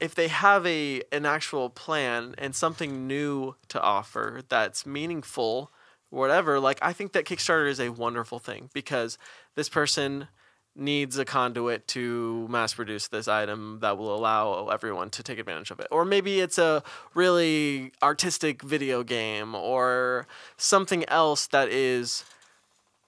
Speaker 2: if they have a an actual plan and something new to offer that's meaningful whatever like i think that kickstarter is a wonderful thing because this person needs a conduit to mass produce this item that will allow everyone to take advantage of it or maybe it's a really artistic video game or something else that is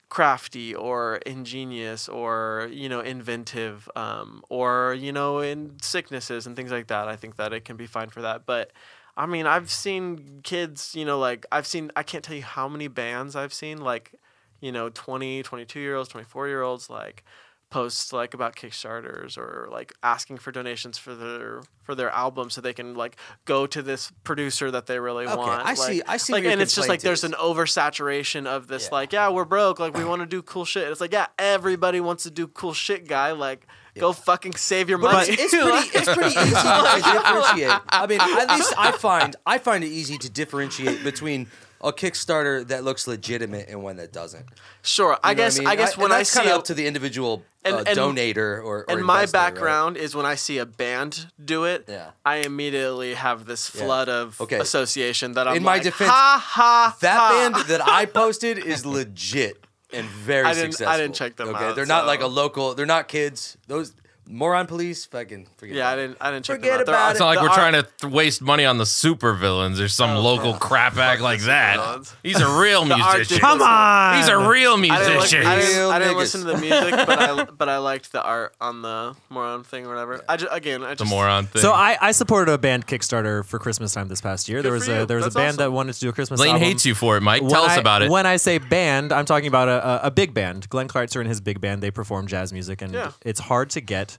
Speaker 2: crafty or ingenious or you know inventive um, or you know in sicknesses and things like that i think that it can be fine for that but i mean i've seen kids you know like i've seen i can't tell you how many bands i've seen like you know 20 22 year olds 24 year olds like posts like about kickstarters or like asking for donations for their for their album so they can like go to this producer that they really
Speaker 1: Okay,
Speaker 2: want
Speaker 1: I see-
Speaker 2: Like-
Speaker 1: I see
Speaker 2: like
Speaker 1: where your
Speaker 2: and it's just
Speaker 1: complaint
Speaker 2: like there's
Speaker 1: is.
Speaker 2: an oversaturation of this
Speaker 1: Yeah.
Speaker 2: like yeah we're broke like we want to do cool shit it's like yeah everybody wants to do cool shit guy like go fucking save your
Speaker 1: But
Speaker 2: money
Speaker 1: it's, it's pretty it's pretty easy to differentiate. I mean, at least I find I find it easy to differentiate between a Kickstarter that looks legitimate and one that doesn't.
Speaker 2: sure i
Speaker 1: You know what
Speaker 2: guess i,
Speaker 1: mean?
Speaker 2: guess
Speaker 1: and
Speaker 2: when i
Speaker 1: that's
Speaker 2: see
Speaker 1: kinda
Speaker 2: a,
Speaker 1: up to the individual
Speaker 2: And-
Speaker 1: uh,
Speaker 2: and-
Speaker 1: donator or, or
Speaker 2: and my
Speaker 1: investor, right?
Speaker 2: background is when i see a band do it
Speaker 1: Yeah.
Speaker 2: i immediately have this
Speaker 1: Yeah.
Speaker 2: flood of
Speaker 1: Okay.
Speaker 2: association that i'm
Speaker 1: In my
Speaker 2: like,
Speaker 1: defense,
Speaker 2: ha ha ha.
Speaker 1: That band that I posted is legit and very
Speaker 2: I didn't- I
Speaker 1: successful.
Speaker 2: didn't check them
Speaker 1: okay?
Speaker 2: out,
Speaker 1: They're not
Speaker 2: so-
Speaker 1: like a local. They're not kids. Those moron police. Fucking forget.
Speaker 2: yeah i
Speaker 1: about it.
Speaker 2: didn't i didn't check
Speaker 1: Forget
Speaker 2: them
Speaker 1: about
Speaker 2: out.
Speaker 1: it.
Speaker 3: It's not like we're trying to th- waste money on the supervillains or
Speaker 4: Oh,
Speaker 3: some local crap act like that.
Speaker 2: supervillains.
Speaker 3: He's a real
Speaker 2: The art
Speaker 3: musician.
Speaker 4: Come on.
Speaker 3: He's a real
Speaker 2: I didn't, look, I
Speaker 3: musician.
Speaker 2: didn't, I didn't
Speaker 1: Real
Speaker 2: listen to the music, but I but I liked the art on the moron thing or whatever. I ju- again, I just
Speaker 3: The moron thing.
Speaker 4: So uh, I, I supported a band Kickstarter for Christmas time this past year. there
Speaker 2: for
Speaker 4: was a
Speaker 2: you.
Speaker 4: there was
Speaker 2: That's
Speaker 4: a band
Speaker 2: awesome.
Speaker 4: that wanted to do a Christmas.
Speaker 3: Lane
Speaker 4: album.
Speaker 3: hates you for it, Mike. Tell
Speaker 4: When
Speaker 3: us
Speaker 4: I-
Speaker 3: about it.
Speaker 4: When I say band, I'm talking about a, a, a big band. Glenn Clartzer and his big band, they perform jazz music, and
Speaker 2: Yeah.
Speaker 4: it's hard to get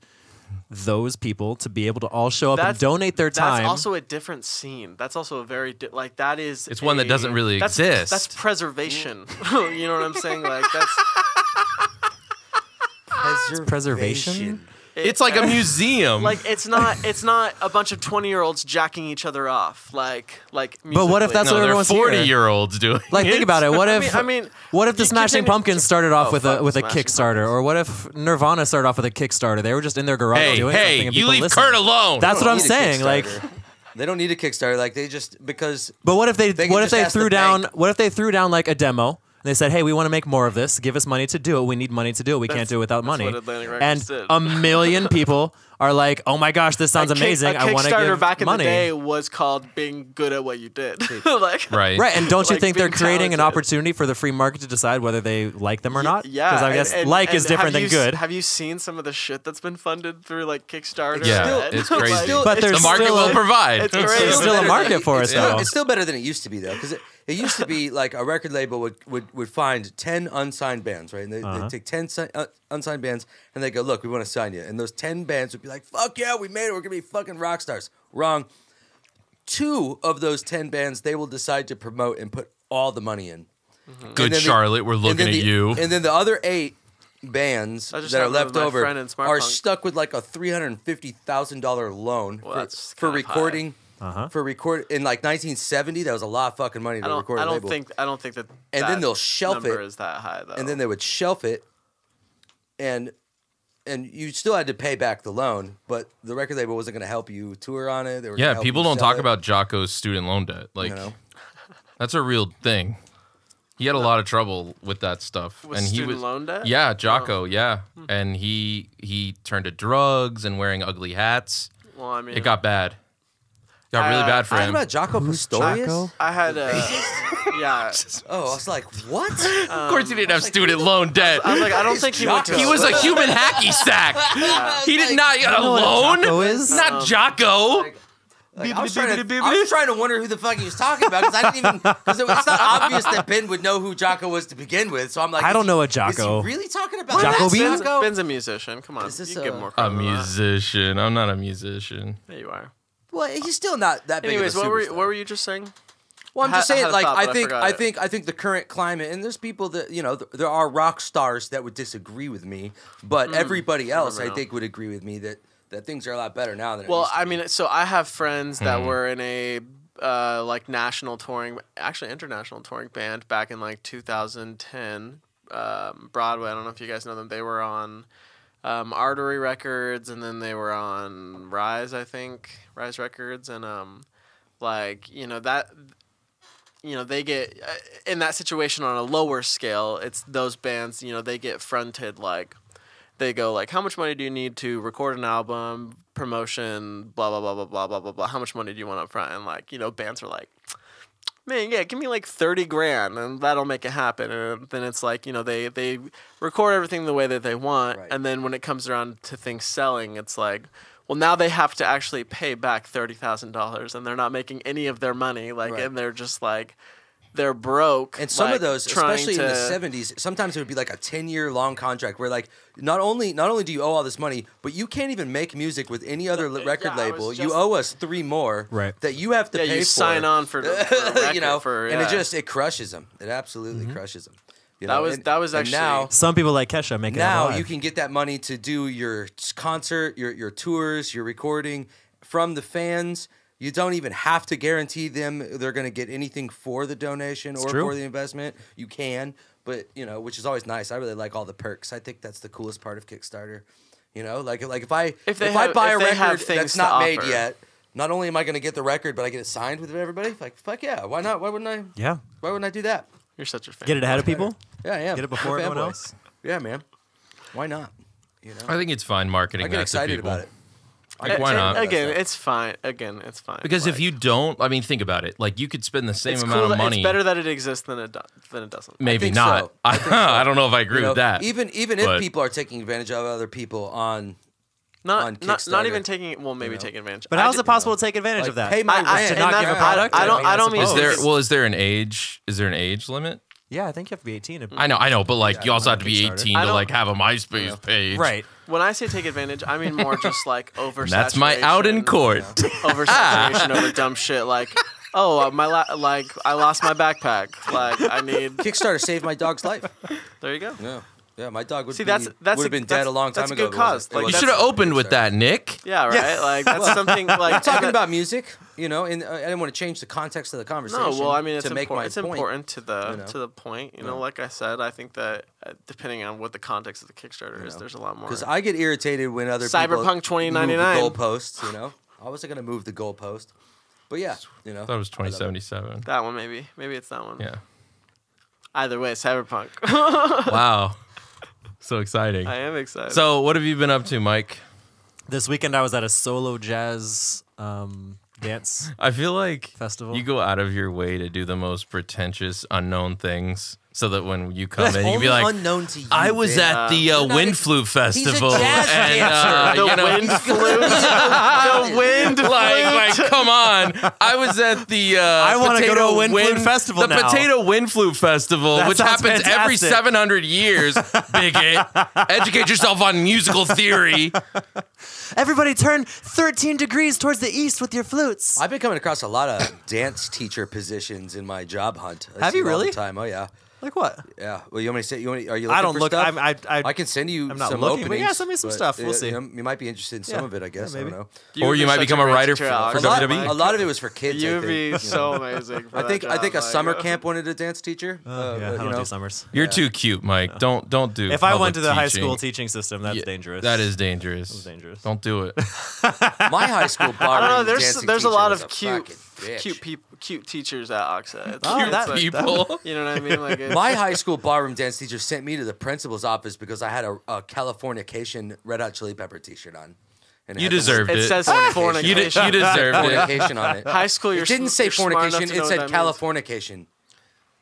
Speaker 4: those people to be able to all show up
Speaker 2: That's-
Speaker 4: and donate their time.
Speaker 2: That's also a different scene. That's also a very di- like that is.
Speaker 3: It's one that
Speaker 2: a-
Speaker 3: doesn't really
Speaker 2: that's,
Speaker 3: exist.
Speaker 2: That's preservation. you know what I'm saying? Like that's.
Speaker 1: Preservation.
Speaker 4: preservation?
Speaker 3: it's like a museum.
Speaker 2: Like it's not. It's not a bunch of twenty year olds jacking each other off. Like like.
Speaker 4: But what if
Speaker 2: musically.
Speaker 4: that's
Speaker 3: no,
Speaker 4: what
Speaker 3: they're
Speaker 4: everyone's here.
Speaker 3: forty year olds doing.
Speaker 4: like think about it. What
Speaker 2: I
Speaker 4: if
Speaker 2: mean- I mean,
Speaker 4: what if the
Speaker 2: you
Speaker 4: Smashing
Speaker 2: continue-
Speaker 4: Pumpkins started off
Speaker 2: Oh,
Speaker 4: with
Speaker 2: fuck
Speaker 4: a
Speaker 2: the
Speaker 4: with a
Speaker 2: Smashing
Speaker 4: Kickstarter, or what if Nirvana started off with a Kickstarter? They were just in their garage
Speaker 3: Hey,
Speaker 4: doing something,
Speaker 3: hey,
Speaker 4: and
Speaker 3: you
Speaker 4: people
Speaker 3: leave
Speaker 4: listened.
Speaker 3: Kurt alone.
Speaker 4: That's what
Speaker 1: They
Speaker 4: I'm
Speaker 1: need a
Speaker 4: saying. Like.
Speaker 1: Kickstarter. they don't need a Kickstarter. Like they just because
Speaker 4: But what if they,
Speaker 1: They can
Speaker 4: what if
Speaker 1: just
Speaker 4: they
Speaker 1: ask
Speaker 4: threw
Speaker 1: the
Speaker 4: down
Speaker 1: bank.
Speaker 4: what if they threw down like a demo and they said, "Hey, we want to make more of this. Give us money to do it. We need money to do it. We can't do it without money."
Speaker 2: what Atlantic Records
Speaker 4: and
Speaker 2: did.
Speaker 4: a million people are like, "Oh my gosh, this sounds
Speaker 2: a kick-
Speaker 4: amazing.
Speaker 2: A
Speaker 4: I want to
Speaker 2: Kickstarter
Speaker 4: give
Speaker 2: back in
Speaker 4: money."
Speaker 2: the day was called being good at what you did. like
Speaker 3: right.
Speaker 4: Right, and don't you
Speaker 2: Like
Speaker 4: think they're
Speaker 2: being
Speaker 4: creating an
Speaker 2: talented.
Speaker 4: opportunity for the free market to decide whether they like them or not?
Speaker 2: Yeah,
Speaker 4: because I
Speaker 2: and-
Speaker 4: guess
Speaker 2: and-
Speaker 4: like
Speaker 2: and
Speaker 4: is different
Speaker 2: have
Speaker 4: than
Speaker 2: you s-
Speaker 4: good.
Speaker 2: Have you seen some of the shit that's been funded through like Kickstarter?
Speaker 3: Yeah,
Speaker 2: and-
Speaker 3: it's
Speaker 2: like,
Speaker 3: crazy.
Speaker 4: But
Speaker 2: it's
Speaker 4: there's
Speaker 3: the market
Speaker 4: still
Speaker 3: will
Speaker 4: a-
Speaker 3: provide.
Speaker 2: it's great.
Speaker 4: There's still a
Speaker 1: better
Speaker 4: market
Speaker 1: than-
Speaker 4: for
Speaker 1: it's
Speaker 4: us,
Speaker 1: still-
Speaker 4: though.
Speaker 1: It's still better than it used to be, though, because it, it used to be like a record label would, would, would find 10 unsigned bands, right? And they,
Speaker 4: Uh-huh.
Speaker 1: they'd take 10 si- uh, unsigned bands and they go, look, we want to sign you. And those 10 bands would be like, fuck yeah, we made it. We're going to be fucking rock stars. Wrong. Two of those 10 bands, they will decide to promote and put all the money in.
Speaker 3: Good
Speaker 1: And then the-
Speaker 3: Charlotte, we're
Speaker 1: and then
Speaker 3: looking at
Speaker 1: the-
Speaker 3: you.
Speaker 1: And then the other eight bands
Speaker 2: I just
Speaker 1: that are
Speaker 2: happened to have
Speaker 1: left
Speaker 2: my
Speaker 1: over
Speaker 2: friend in Smart
Speaker 1: are
Speaker 2: Punk.
Speaker 1: stuck with like a three hundred and fifty thousand dollar loan
Speaker 2: Well,
Speaker 1: for,
Speaker 2: that's
Speaker 1: for
Speaker 2: kinda
Speaker 1: recording.
Speaker 4: Uh-huh.
Speaker 1: For record in like 1970, that was a lot of fucking money to
Speaker 2: I don't.
Speaker 1: record a
Speaker 2: I don't
Speaker 1: label.
Speaker 2: think. I don't think that.
Speaker 1: And
Speaker 2: that
Speaker 1: then they'll shelf
Speaker 2: number
Speaker 1: it,
Speaker 2: is that high though.
Speaker 1: and then they would shelf it, and and you still had to pay back the loan, but the record label wasn't going to help you tour on it. They were gonna
Speaker 3: yeah,
Speaker 1: help
Speaker 3: people
Speaker 1: you
Speaker 3: don't
Speaker 1: sell
Speaker 3: talk
Speaker 1: it,
Speaker 3: about Jocko's student loan debt. Like,
Speaker 1: you know?
Speaker 3: that's a real thing. He had a lot of trouble with that stuff,
Speaker 2: With
Speaker 3: and he
Speaker 2: student
Speaker 3: was
Speaker 2: loan debt? Oh. Hmm.
Speaker 3: Yeah, Jocko. Yeah, and he he turned to drugs and wearing ugly hats.
Speaker 2: well, I mean,
Speaker 3: It got bad. Got really
Speaker 2: Uh,
Speaker 3: bad for
Speaker 1: Talking
Speaker 3: him.
Speaker 1: about Jaco Pastorius.
Speaker 4: Jaco?
Speaker 2: I had a. yeah.
Speaker 1: Oh, I was like, what?
Speaker 2: Uh, Um,
Speaker 3: of course, he didn't have student loan debt.
Speaker 2: I'm like, I don't
Speaker 1: He's
Speaker 2: think he went to.
Speaker 1: Jocko.
Speaker 3: He was a human hacky sack. He did not get a
Speaker 1: Oh,
Speaker 4: know
Speaker 3: loan.
Speaker 4: what a Jocko is?
Speaker 3: Not Jocko.
Speaker 1: Like, I, was trying to, I was trying to wonder who the fuck he was talking about because I didn't even because it, it's not obvious that Ben would know who Jocko was to begin with. So I'm like,
Speaker 4: I
Speaker 1: is
Speaker 4: don't
Speaker 1: he-
Speaker 4: know a
Speaker 1: Is he
Speaker 4: Jocko.
Speaker 1: really talking about
Speaker 4: Jocko
Speaker 1: Jocko?
Speaker 4: Bean?
Speaker 2: Ben's,
Speaker 1: Jocko?
Speaker 2: Ben's a musician. Come on,
Speaker 1: Is this
Speaker 2: you give
Speaker 1: a-
Speaker 2: more
Speaker 3: A
Speaker 2: credit than that.
Speaker 3: musician. I'm not a musician.
Speaker 2: There you are.
Speaker 1: Well, he's still not that big.
Speaker 2: Anyways,
Speaker 1: of a
Speaker 2: what were you,
Speaker 1: superstar.
Speaker 2: what were you just saying?
Speaker 1: Well, I'm just
Speaker 2: Ha- I
Speaker 1: saying,
Speaker 2: had a
Speaker 1: like,
Speaker 2: thought,
Speaker 1: I
Speaker 2: but I
Speaker 1: think,
Speaker 2: forgot
Speaker 1: I,
Speaker 2: it.
Speaker 1: think, I think the current climate, and there's people that you know, th- there are rock stars that would disagree with me, but everybody else, I
Speaker 2: Hmm. know.
Speaker 1: think, would agree with me that that things are a lot better now than. it
Speaker 2: Well,
Speaker 1: used to
Speaker 2: I
Speaker 1: be.
Speaker 2: mean, so I have friends that were in a uh, like national touring, actually international touring band back in like 2010, um, Broadway. I don't know if you guys know them. They were on um, Artery Records, and then they were on Rise, I think, Rise Records, and um, like you know that you know they get uh, in that situation on a lower scale it's those bands you know they get fronted like they go like how much money do you need to record an album promotion blah blah blah blah blah blah blah blah how much money do you want up front and like you know bands are like man yeah give me like 30 grand and that'll make it happen and then it's like you know they they record everything the way that they want
Speaker 1: Right.
Speaker 2: and then when it comes around to things selling it's like well now they have to actually pay back $30000 and they're not making any of their money like
Speaker 1: Right.
Speaker 2: and they're just like they're broke
Speaker 1: And some
Speaker 2: like,
Speaker 1: of those,
Speaker 2: trying
Speaker 1: especially in
Speaker 2: to-
Speaker 1: the 70s, sometimes it would be like a 10-year long contract where like not only not only do you owe all this money, but you can't even make music with any other li- record
Speaker 2: uh, yeah, I was
Speaker 1: label. you
Speaker 2: just-
Speaker 1: owe us three more
Speaker 4: Right.
Speaker 1: that you have to
Speaker 2: Yeah,
Speaker 1: pay
Speaker 2: you
Speaker 1: for.
Speaker 2: sign on for, the- for a record
Speaker 1: you know,
Speaker 2: for,
Speaker 1: and it
Speaker 2: yeah.
Speaker 1: just it crushes them. It absolutely crushes them. You
Speaker 2: That
Speaker 1: know?
Speaker 2: was-
Speaker 1: and,
Speaker 2: that was
Speaker 1: and
Speaker 2: actually-
Speaker 1: now
Speaker 4: Some people like Kesha make it out
Speaker 1: now
Speaker 4: alive.
Speaker 1: you can get that money to do your s- concert, your your tours, your recording from the fans. You don't even have to guarantee them they're going to get anything for the donation or
Speaker 4: true.
Speaker 1: for the investment. You can, but you know, which is always nice. I really like all the perks. I think that's the coolest part of Kickstarter. You know, like like if I
Speaker 2: If they
Speaker 1: I
Speaker 2: have-
Speaker 1: buy
Speaker 2: if
Speaker 1: a
Speaker 2: they
Speaker 1: record
Speaker 2: have things
Speaker 1: that's
Speaker 2: to
Speaker 1: not made
Speaker 2: offer.
Speaker 1: yet, not only am I going to get the record, but I get it signed with everybody. Like fuck yeah, why not? Why wouldn't I?
Speaker 4: yeah.
Speaker 1: Why wouldn't I do that?
Speaker 2: you're such a fan
Speaker 4: Get it ahead of people.
Speaker 1: Yeah, yeah.
Speaker 4: Get it before everyone else.
Speaker 1: Yeah, man. Why not? You know.
Speaker 3: I think it's fine marketing
Speaker 1: I get
Speaker 3: that to
Speaker 1: excited
Speaker 3: people.
Speaker 1: about it. I
Speaker 3: Like,
Speaker 1: get
Speaker 3: why
Speaker 1: excited
Speaker 3: not?
Speaker 1: about
Speaker 2: again
Speaker 1: stuff.
Speaker 2: it's fine again it's fine
Speaker 3: Because if
Speaker 2: Like,
Speaker 3: you don't, I mean, think about it. Like you could spend the same
Speaker 2: it's
Speaker 3: amount
Speaker 2: cool
Speaker 3: of
Speaker 2: that-
Speaker 3: money.
Speaker 2: it's better that it exists than it do- than it doesn't
Speaker 3: maybe
Speaker 1: think
Speaker 3: not.
Speaker 1: so. I
Speaker 3: I,
Speaker 1: think so.
Speaker 3: don't know if I agree
Speaker 1: You know,
Speaker 3: with that.
Speaker 1: Even even if
Speaker 3: but-
Speaker 1: people are taking advantage of other people on on
Speaker 2: not not, not
Speaker 1: Kickstarter,
Speaker 2: even taking it well maybe
Speaker 1: know.
Speaker 2: taking advantage
Speaker 4: But
Speaker 2: I
Speaker 4: how is
Speaker 2: ju-
Speaker 4: it possible to take advantage
Speaker 1: like,
Speaker 4: of that?
Speaker 1: pay my
Speaker 2: I- I-
Speaker 1: rent.
Speaker 2: and
Speaker 4: not
Speaker 2: that's-
Speaker 4: give a product?
Speaker 2: I, I
Speaker 4: I
Speaker 2: don't
Speaker 4: mean,
Speaker 2: I
Speaker 4: I
Speaker 2: don't mean
Speaker 3: is
Speaker 4: suppose.
Speaker 3: there
Speaker 2: it's-
Speaker 3: well is there an age is there an age limit?
Speaker 4: yeah, I think you have to be 18. to-
Speaker 3: I know, I know, but like you also have to be
Speaker 4: Kickstarter.
Speaker 3: eighteen
Speaker 2: I
Speaker 3: to
Speaker 2: don't-
Speaker 3: like have a MySpace page.
Speaker 4: Right.
Speaker 2: When I say take advantage, I mean more just like over.
Speaker 3: That's my out in court.
Speaker 2: Oversaturation over dumb shit like, oh uh, my la- like I lost my backpack. Like I need.
Speaker 1: Kickstarter saved my dog's life.
Speaker 2: There you go.
Speaker 1: Yeah, yeah. My dog would
Speaker 2: See,
Speaker 1: be,
Speaker 2: that's- that's
Speaker 1: would
Speaker 2: a-
Speaker 1: have been
Speaker 2: that's-
Speaker 1: dead a long time
Speaker 2: that's a
Speaker 1: ago.
Speaker 2: good
Speaker 1: if it wasn't-
Speaker 2: cause.
Speaker 1: it
Speaker 2: Like,
Speaker 3: You
Speaker 1: wasn't
Speaker 2: that's-
Speaker 3: should have
Speaker 1: for
Speaker 3: opened
Speaker 1: Kickstarter.
Speaker 3: with that, Nick.
Speaker 2: Yeah, right. Like that's something like
Speaker 1: Talking about music, you know, and uh, I didn't want to change the context of the conversation.
Speaker 2: No, well, I mean, it's,
Speaker 1: to make
Speaker 2: impor-
Speaker 1: my
Speaker 2: it's
Speaker 1: point.
Speaker 2: important to the
Speaker 1: you know?
Speaker 2: to the point. You know, like I said, I think that uh, depending on what the context of the Kickstarter is, there's a lot more.
Speaker 1: Because I get irritated when other people
Speaker 2: Cyberpunk
Speaker 1: move the
Speaker 2: 2099.
Speaker 1: goalposts. You know, I wasn't gonna move the goalpost, but yeah, you know,
Speaker 3: I thought it was twenty seventy seven.
Speaker 2: that one maybe, maybe it's that one.
Speaker 3: Yeah.
Speaker 2: Either way, Cyberpunk.
Speaker 3: Wow. so exciting.
Speaker 2: I am excited.
Speaker 3: So what have you been up to, Mike?
Speaker 4: This weekend I was at a solo jazz um, dance.
Speaker 3: I feel like
Speaker 4: Festival.
Speaker 3: You go out of your way to do the most pretentious, unknown things, so that when you come in, you
Speaker 1: only
Speaker 3: be like,
Speaker 1: unknown to you.
Speaker 3: "I was
Speaker 1: bitch.
Speaker 3: at the uh,
Speaker 1: You're not
Speaker 3: wind
Speaker 1: ex-
Speaker 3: flute festival,"
Speaker 1: jazz
Speaker 3: and uh,
Speaker 1: dancer.
Speaker 2: the
Speaker 3: you know,
Speaker 2: wind flute. the wind flute.
Speaker 3: like, like, come on! I was at the. Uh, I
Speaker 4: wanna go to a wind flute festival
Speaker 3: The
Speaker 4: now.
Speaker 3: potato wind flute festival,
Speaker 4: That
Speaker 3: which
Speaker 4: sounds
Speaker 3: happens every
Speaker 4: fantastic.
Speaker 3: seven hundred years. Bigot, educate yourself on musical theory.
Speaker 4: Everybody turn 13 degrees towards the east with your flutes.
Speaker 1: I've been coming across a lot of dance teacher positions in my job hunt. I
Speaker 4: Have
Speaker 1: see
Speaker 4: you
Speaker 1: it all the
Speaker 4: really?
Speaker 1: time. Oh yeah,
Speaker 4: like what?
Speaker 1: yeah. Well, you want me to say? You want me, are you? Looking
Speaker 4: I don't
Speaker 1: for
Speaker 4: look.
Speaker 1: Stuff?
Speaker 4: I'm, I, I,
Speaker 1: I can send you
Speaker 4: I'm not
Speaker 1: some
Speaker 4: looking, but
Speaker 1: openings.
Speaker 4: yeah, send me some
Speaker 1: but,
Speaker 4: stuff. We'll
Speaker 1: uh,
Speaker 4: see.
Speaker 1: You, know, you might be interested in some
Speaker 4: Yeah.
Speaker 1: of it, I guess.
Speaker 4: Yeah,
Speaker 1: I
Speaker 4: maybe.
Speaker 1: don't know.
Speaker 3: Or
Speaker 2: would
Speaker 3: you
Speaker 2: be
Speaker 3: might
Speaker 2: such
Speaker 3: become a
Speaker 2: great
Speaker 3: writer
Speaker 2: teacher,
Speaker 3: for E.
Speaker 1: A
Speaker 2: Alex.
Speaker 1: lot,
Speaker 3: WWE.
Speaker 1: a lot of it was for kids. I
Speaker 2: You'd
Speaker 1: think.
Speaker 2: be
Speaker 1: you
Speaker 2: so
Speaker 1: know.
Speaker 2: amazing. for
Speaker 1: I
Speaker 2: that
Speaker 1: think I
Speaker 2: job,
Speaker 1: think a
Speaker 2: like,
Speaker 1: summer
Speaker 2: uh,
Speaker 1: camp wanted a dance teacher. uh,
Speaker 4: Oh, yeah, I
Speaker 1: but,
Speaker 4: don't
Speaker 1: you know,
Speaker 4: do summers.
Speaker 3: You're too cute, Mike. Don't don't do.
Speaker 4: If I
Speaker 3: public
Speaker 4: went to the high
Speaker 3: teaching.
Speaker 4: school teaching system, that's
Speaker 3: Yeah,
Speaker 4: dangerous.
Speaker 3: That is dangerous.
Speaker 4: dangerous.
Speaker 3: Don't do it.
Speaker 1: my high school
Speaker 2: I
Speaker 1: bar.
Speaker 2: don't know. There's
Speaker 1: dancing
Speaker 2: there's a
Speaker 1: teacher
Speaker 2: lot
Speaker 1: was
Speaker 2: of cute
Speaker 1: fucking bitch.
Speaker 2: cute people cute teachers at Oxa. It's,
Speaker 4: Oh,
Speaker 2: it's
Speaker 4: that-
Speaker 2: like-
Speaker 3: people.
Speaker 2: you know what I mean? Like it's,
Speaker 1: My high school ballroom dance teacher sent me to the principal's office because I had a, a Californication Red Hot Chili Pepper T-shirt on. And it
Speaker 3: You
Speaker 1: had the
Speaker 3: deserved
Speaker 2: it
Speaker 3: it.
Speaker 2: says
Speaker 1: Ah!
Speaker 3: you,
Speaker 2: fornication.
Speaker 3: de- you deserved it.
Speaker 1: fornication on it.
Speaker 2: High school, you're
Speaker 1: It didn't
Speaker 2: sm-
Speaker 1: say
Speaker 2: you're smart enough
Speaker 1: fornication.
Speaker 2: to know
Speaker 1: It
Speaker 2: what
Speaker 1: said
Speaker 2: that means.
Speaker 1: Californication.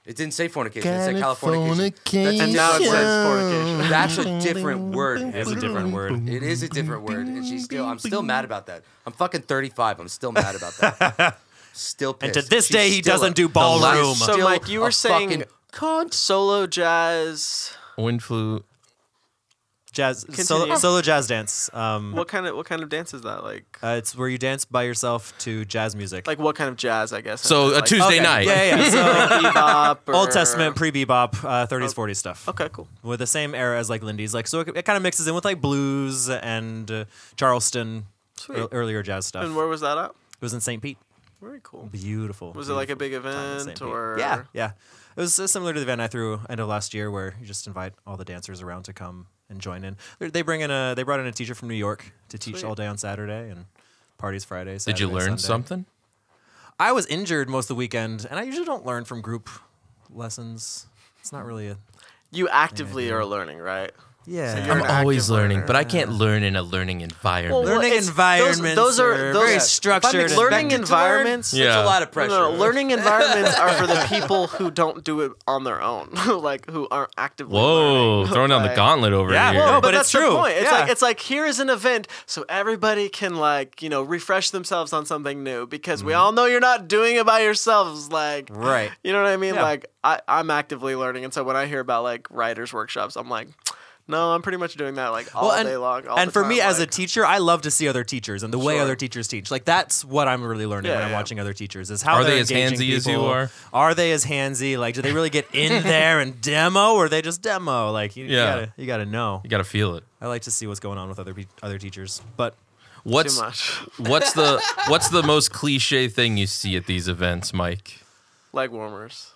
Speaker 1: It didn't say fornication. It said Californication.
Speaker 2: And now it
Speaker 1: Californication.
Speaker 2: says fornication.
Speaker 1: That's a different word.
Speaker 4: It's a different word.
Speaker 1: It is a different word, and she's still. I'm still mad about that. I'm fucking 35. I'm still mad about that. Still
Speaker 4: And
Speaker 1: pissed.
Speaker 4: to this
Speaker 1: She's
Speaker 4: day, he
Speaker 1: still
Speaker 4: doesn't
Speaker 1: a-
Speaker 4: do ballroom.
Speaker 2: So,
Speaker 1: still
Speaker 2: Mike, you
Speaker 1: a
Speaker 2: were saying
Speaker 1: fucking cunt.
Speaker 2: solo jazz.
Speaker 3: Wind flute.
Speaker 4: jazz solo,
Speaker 2: Continue.
Speaker 4: solo jazz dance. Um,
Speaker 2: What kind of what kind of dance is that? Like
Speaker 4: uh, it's where you dance by yourself to jazz music.
Speaker 2: like what kind of jazz? I guess.
Speaker 3: So, a
Speaker 2: Like
Speaker 3: Tuesday
Speaker 4: Okay.
Speaker 3: night.
Speaker 4: Yeah, yeah. So
Speaker 2: bebop or-
Speaker 4: Old Testament, pre bebop, uh, 30s, 40s stuff.
Speaker 2: Okay, cool.
Speaker 4: With the same era as like Lindy's, like so it, it kind of mixes in with like blues and uh, Charleston,
Speaker 2: Sweet.
Speaker 4: ear earlier jazz stuff.
Speaker 2: And where was that at?
Speaker 4: it was in St. Pete.
Speaker 2: Very cool.
Speaker 4: Beautiful.
Speaker 2: Was it like a
Speaker 4: beautiful
Speaker 2: big
Speaker 4: time in St.
Speaker 2: event
Speaker 4: Pete.
Speaker 2: or?
Speaker 4: Yeah, yeah. It was uh, similar to the event I threw end of last year, where you just invite all the dancers around to come and join in. They're- They bring in a they brought in a teacher from New York to teach
Speaker 2: Sweet.
Speaker 4: all day on Saturday and parties Friday.
Speaker 3: Did you
Speaker 4: Saturday,
Speaker 3: learn
Speaker 4: Sunday.
Speaker 3: something?
Speaker 4: I was injured most of the weekend, and I usually don't learn from group lessons. It's not really a
Speaker 2: You actively are learning, right?
Speaker 4: yeah.
Speaker 2: you're- an active learner.
Speaker 3: I can't learn in a learning environment.
Speaker 4: Learning
Speaker 2: it's-
Speaker 4: environments
Speaker 2: Those, those are,
Speaker 4: are
Speaker 2: those,
Speaker 4: very
Speaker 2: if I'm
Speaker 4: structured and
Speaker 2: Learning
Speaker 1: expected to
Speaker 2: environments.
Speaker 3: learn. Yeah.
Speaker 1: It's a lot of
Speaker 2: No,
Speaker 1: pressure.
Speaker 2: No, no, learning environments are for the people who don't do it on their own, like who aren't actively.
Speaker 3: Whoa,
Speaker 2: learning.
Speaker 3: throwing down the
Speaker 2: Like-
Speaker 3: gauntlet over
Speaker 4: Yeah,
Speaker 3: here.
Speaker 4: whoa,
Speaker 2: But,
Speaker 4: Oh, but
Speaker 2: that's
Speaker 4: it's
Speaker 2: the
Speaker 4: true.
Speaker 2: point. It's
Speaker 4: Yeah.
Speaker 2: like it's like here is an event, so everybody can like you know refresh themselves on something new because we all know you're not doing it by yourselves. Like
Speaker 4: Mm-hmm. Right.
Speaker 2: you know what I mean?
Speaker 4: Yeah.
Speaker 2: Like I, I'm actively learning, and so when I hear about like writers workshops, I'm like, no, I'm pretty much doing that like all
Speaker 4: Well, and,
Speaker 2: day long. all
Speaker 4: and
Speaker 2: the
Speaker 4: for
Speaker 2: time,
Speaker 4: me as a
Speaker 2: like-
Speaker 4: teacher, I love to see other teachers and the way
Speaker 2: Sure.
Speaker 4: other teachers teach. Like that's what I'm really learning
Speaker 2: Yeah,
Speaker 4: when I'm
Speaker 2: yeah.
Speaker 4: watching other teachers is how
Speaker 3: Are they
Speaker 4: they're
Speaker 3: as
Speaker 4: engaging
Speaker 3: handsy as you
Speaker 4: people.
Speaker 3: are?
Speaker 4: Are they as handsy? Like do they really get in there and demo or they just demo? Like you, you
Speaker 3: Yeah.
Speaker 4: gotta you gotta know.
Speaker 3: You got to feel it.
Speaker 4: I like to see what's going on with other pe- other teachers. But
Speaker 3: What's
Speaker 2: too much
Speaker 3: what's the what's the most cliche thing you see at these events, Mike?
Speaker 2: leg warmers.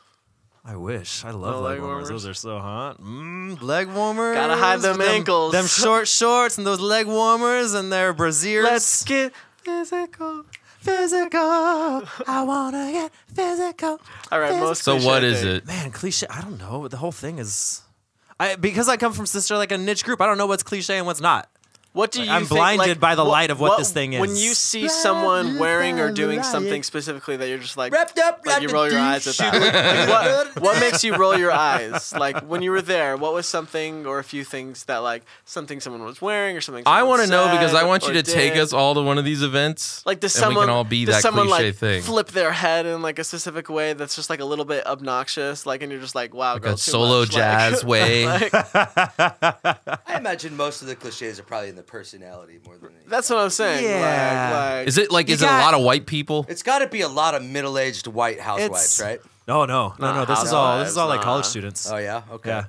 Speaker 4: I wish. I love
Speaker 2: No
Speaker 4: leg,
Speaker 2: leg warmers?
Speaker 4: warmers. Those are so hot. Mm, leg warmers.
Speaker 2: Gotta hide them ankles.
Speaker 4: Them short shorts and those leg warmers and their brasiers.
Speaker 2: Let's get physical.
Speaker 4: physical. I wanna get physical.
Speaker 2: All right, most.
Speaker 3: So
Speaker 2: cliche
Speaker 3: what is
Speaker 2: thing.
Speaker 3: it?
Speaker 4: Man, cliche. I don't know. The whole thing is, I because I come from sister like a niche group. I don't know what's cliche and what's not.
Speaker 2: What do you?
Speaker 4: I'm
Speaker 2: think,
Speaker 4: blinded
Speaker 2: like,
Speaker 4: by the light of what this thing
Speaker 2: When
Speaker 4: is.
Speaker 2: you see someone wearing or doing something specifically that you're just like,
Speaker 1: Wrapped up
Speaker 2: like
Speaker 1: like
Speaker 2: you
Speaker 1: a
Speaker 2: roll your eyes at that. Like, what, what makes you roll your eyes? Like when you were there, what was something or a few things that like something someone was wearing or something?
Speaker 3: I
Speaker 2: want to
Speaker 3: know because I want you to take us all to one of these events.
Speaker 2: Like does
Speaker 3: and
Speaker 2: someone
Speaker 3: we can all be
Speaker 2: does
Speaker 3: that
Speaker 2: someone
Speaker 3: cliche
Speaker 2: like
Speaker 3: thing,
Speaker 2: flip their head in like a specific way that's just like a little bit obnoxious, like and you're just like wow, girl,
Speaker 3: a
Speaker 2: too
Speaker 3: solo
Speaker 2: much. Like-
Speaker 3: jazz way.
Speaker 2: like,
Speaker 1: I imagine most of the cliches are probably in the personality more than anything.
Speaker 2: that's what I'm saying.
Speaker 4: Yeah.
Speaker 2: Like, like,
Speaker 3: Is it like
Speaker 4: You
Speaker 3: is it
Speaker 4: got-
Speaker 3: a lot of white people?
Speaker 1: It's got to be a lot of middle-aged white housewives,
Speaker 4: It's-
Speaker 1: right?
Speaker 4: No, no, no, no.
Speaker 2: Nah,
Speaker 4: This is all. This is all like
Speaker 2: nah.
Speaker 4: college students.
Speaker 1: Oh yeah. Okay.
Speaker 4: yeah.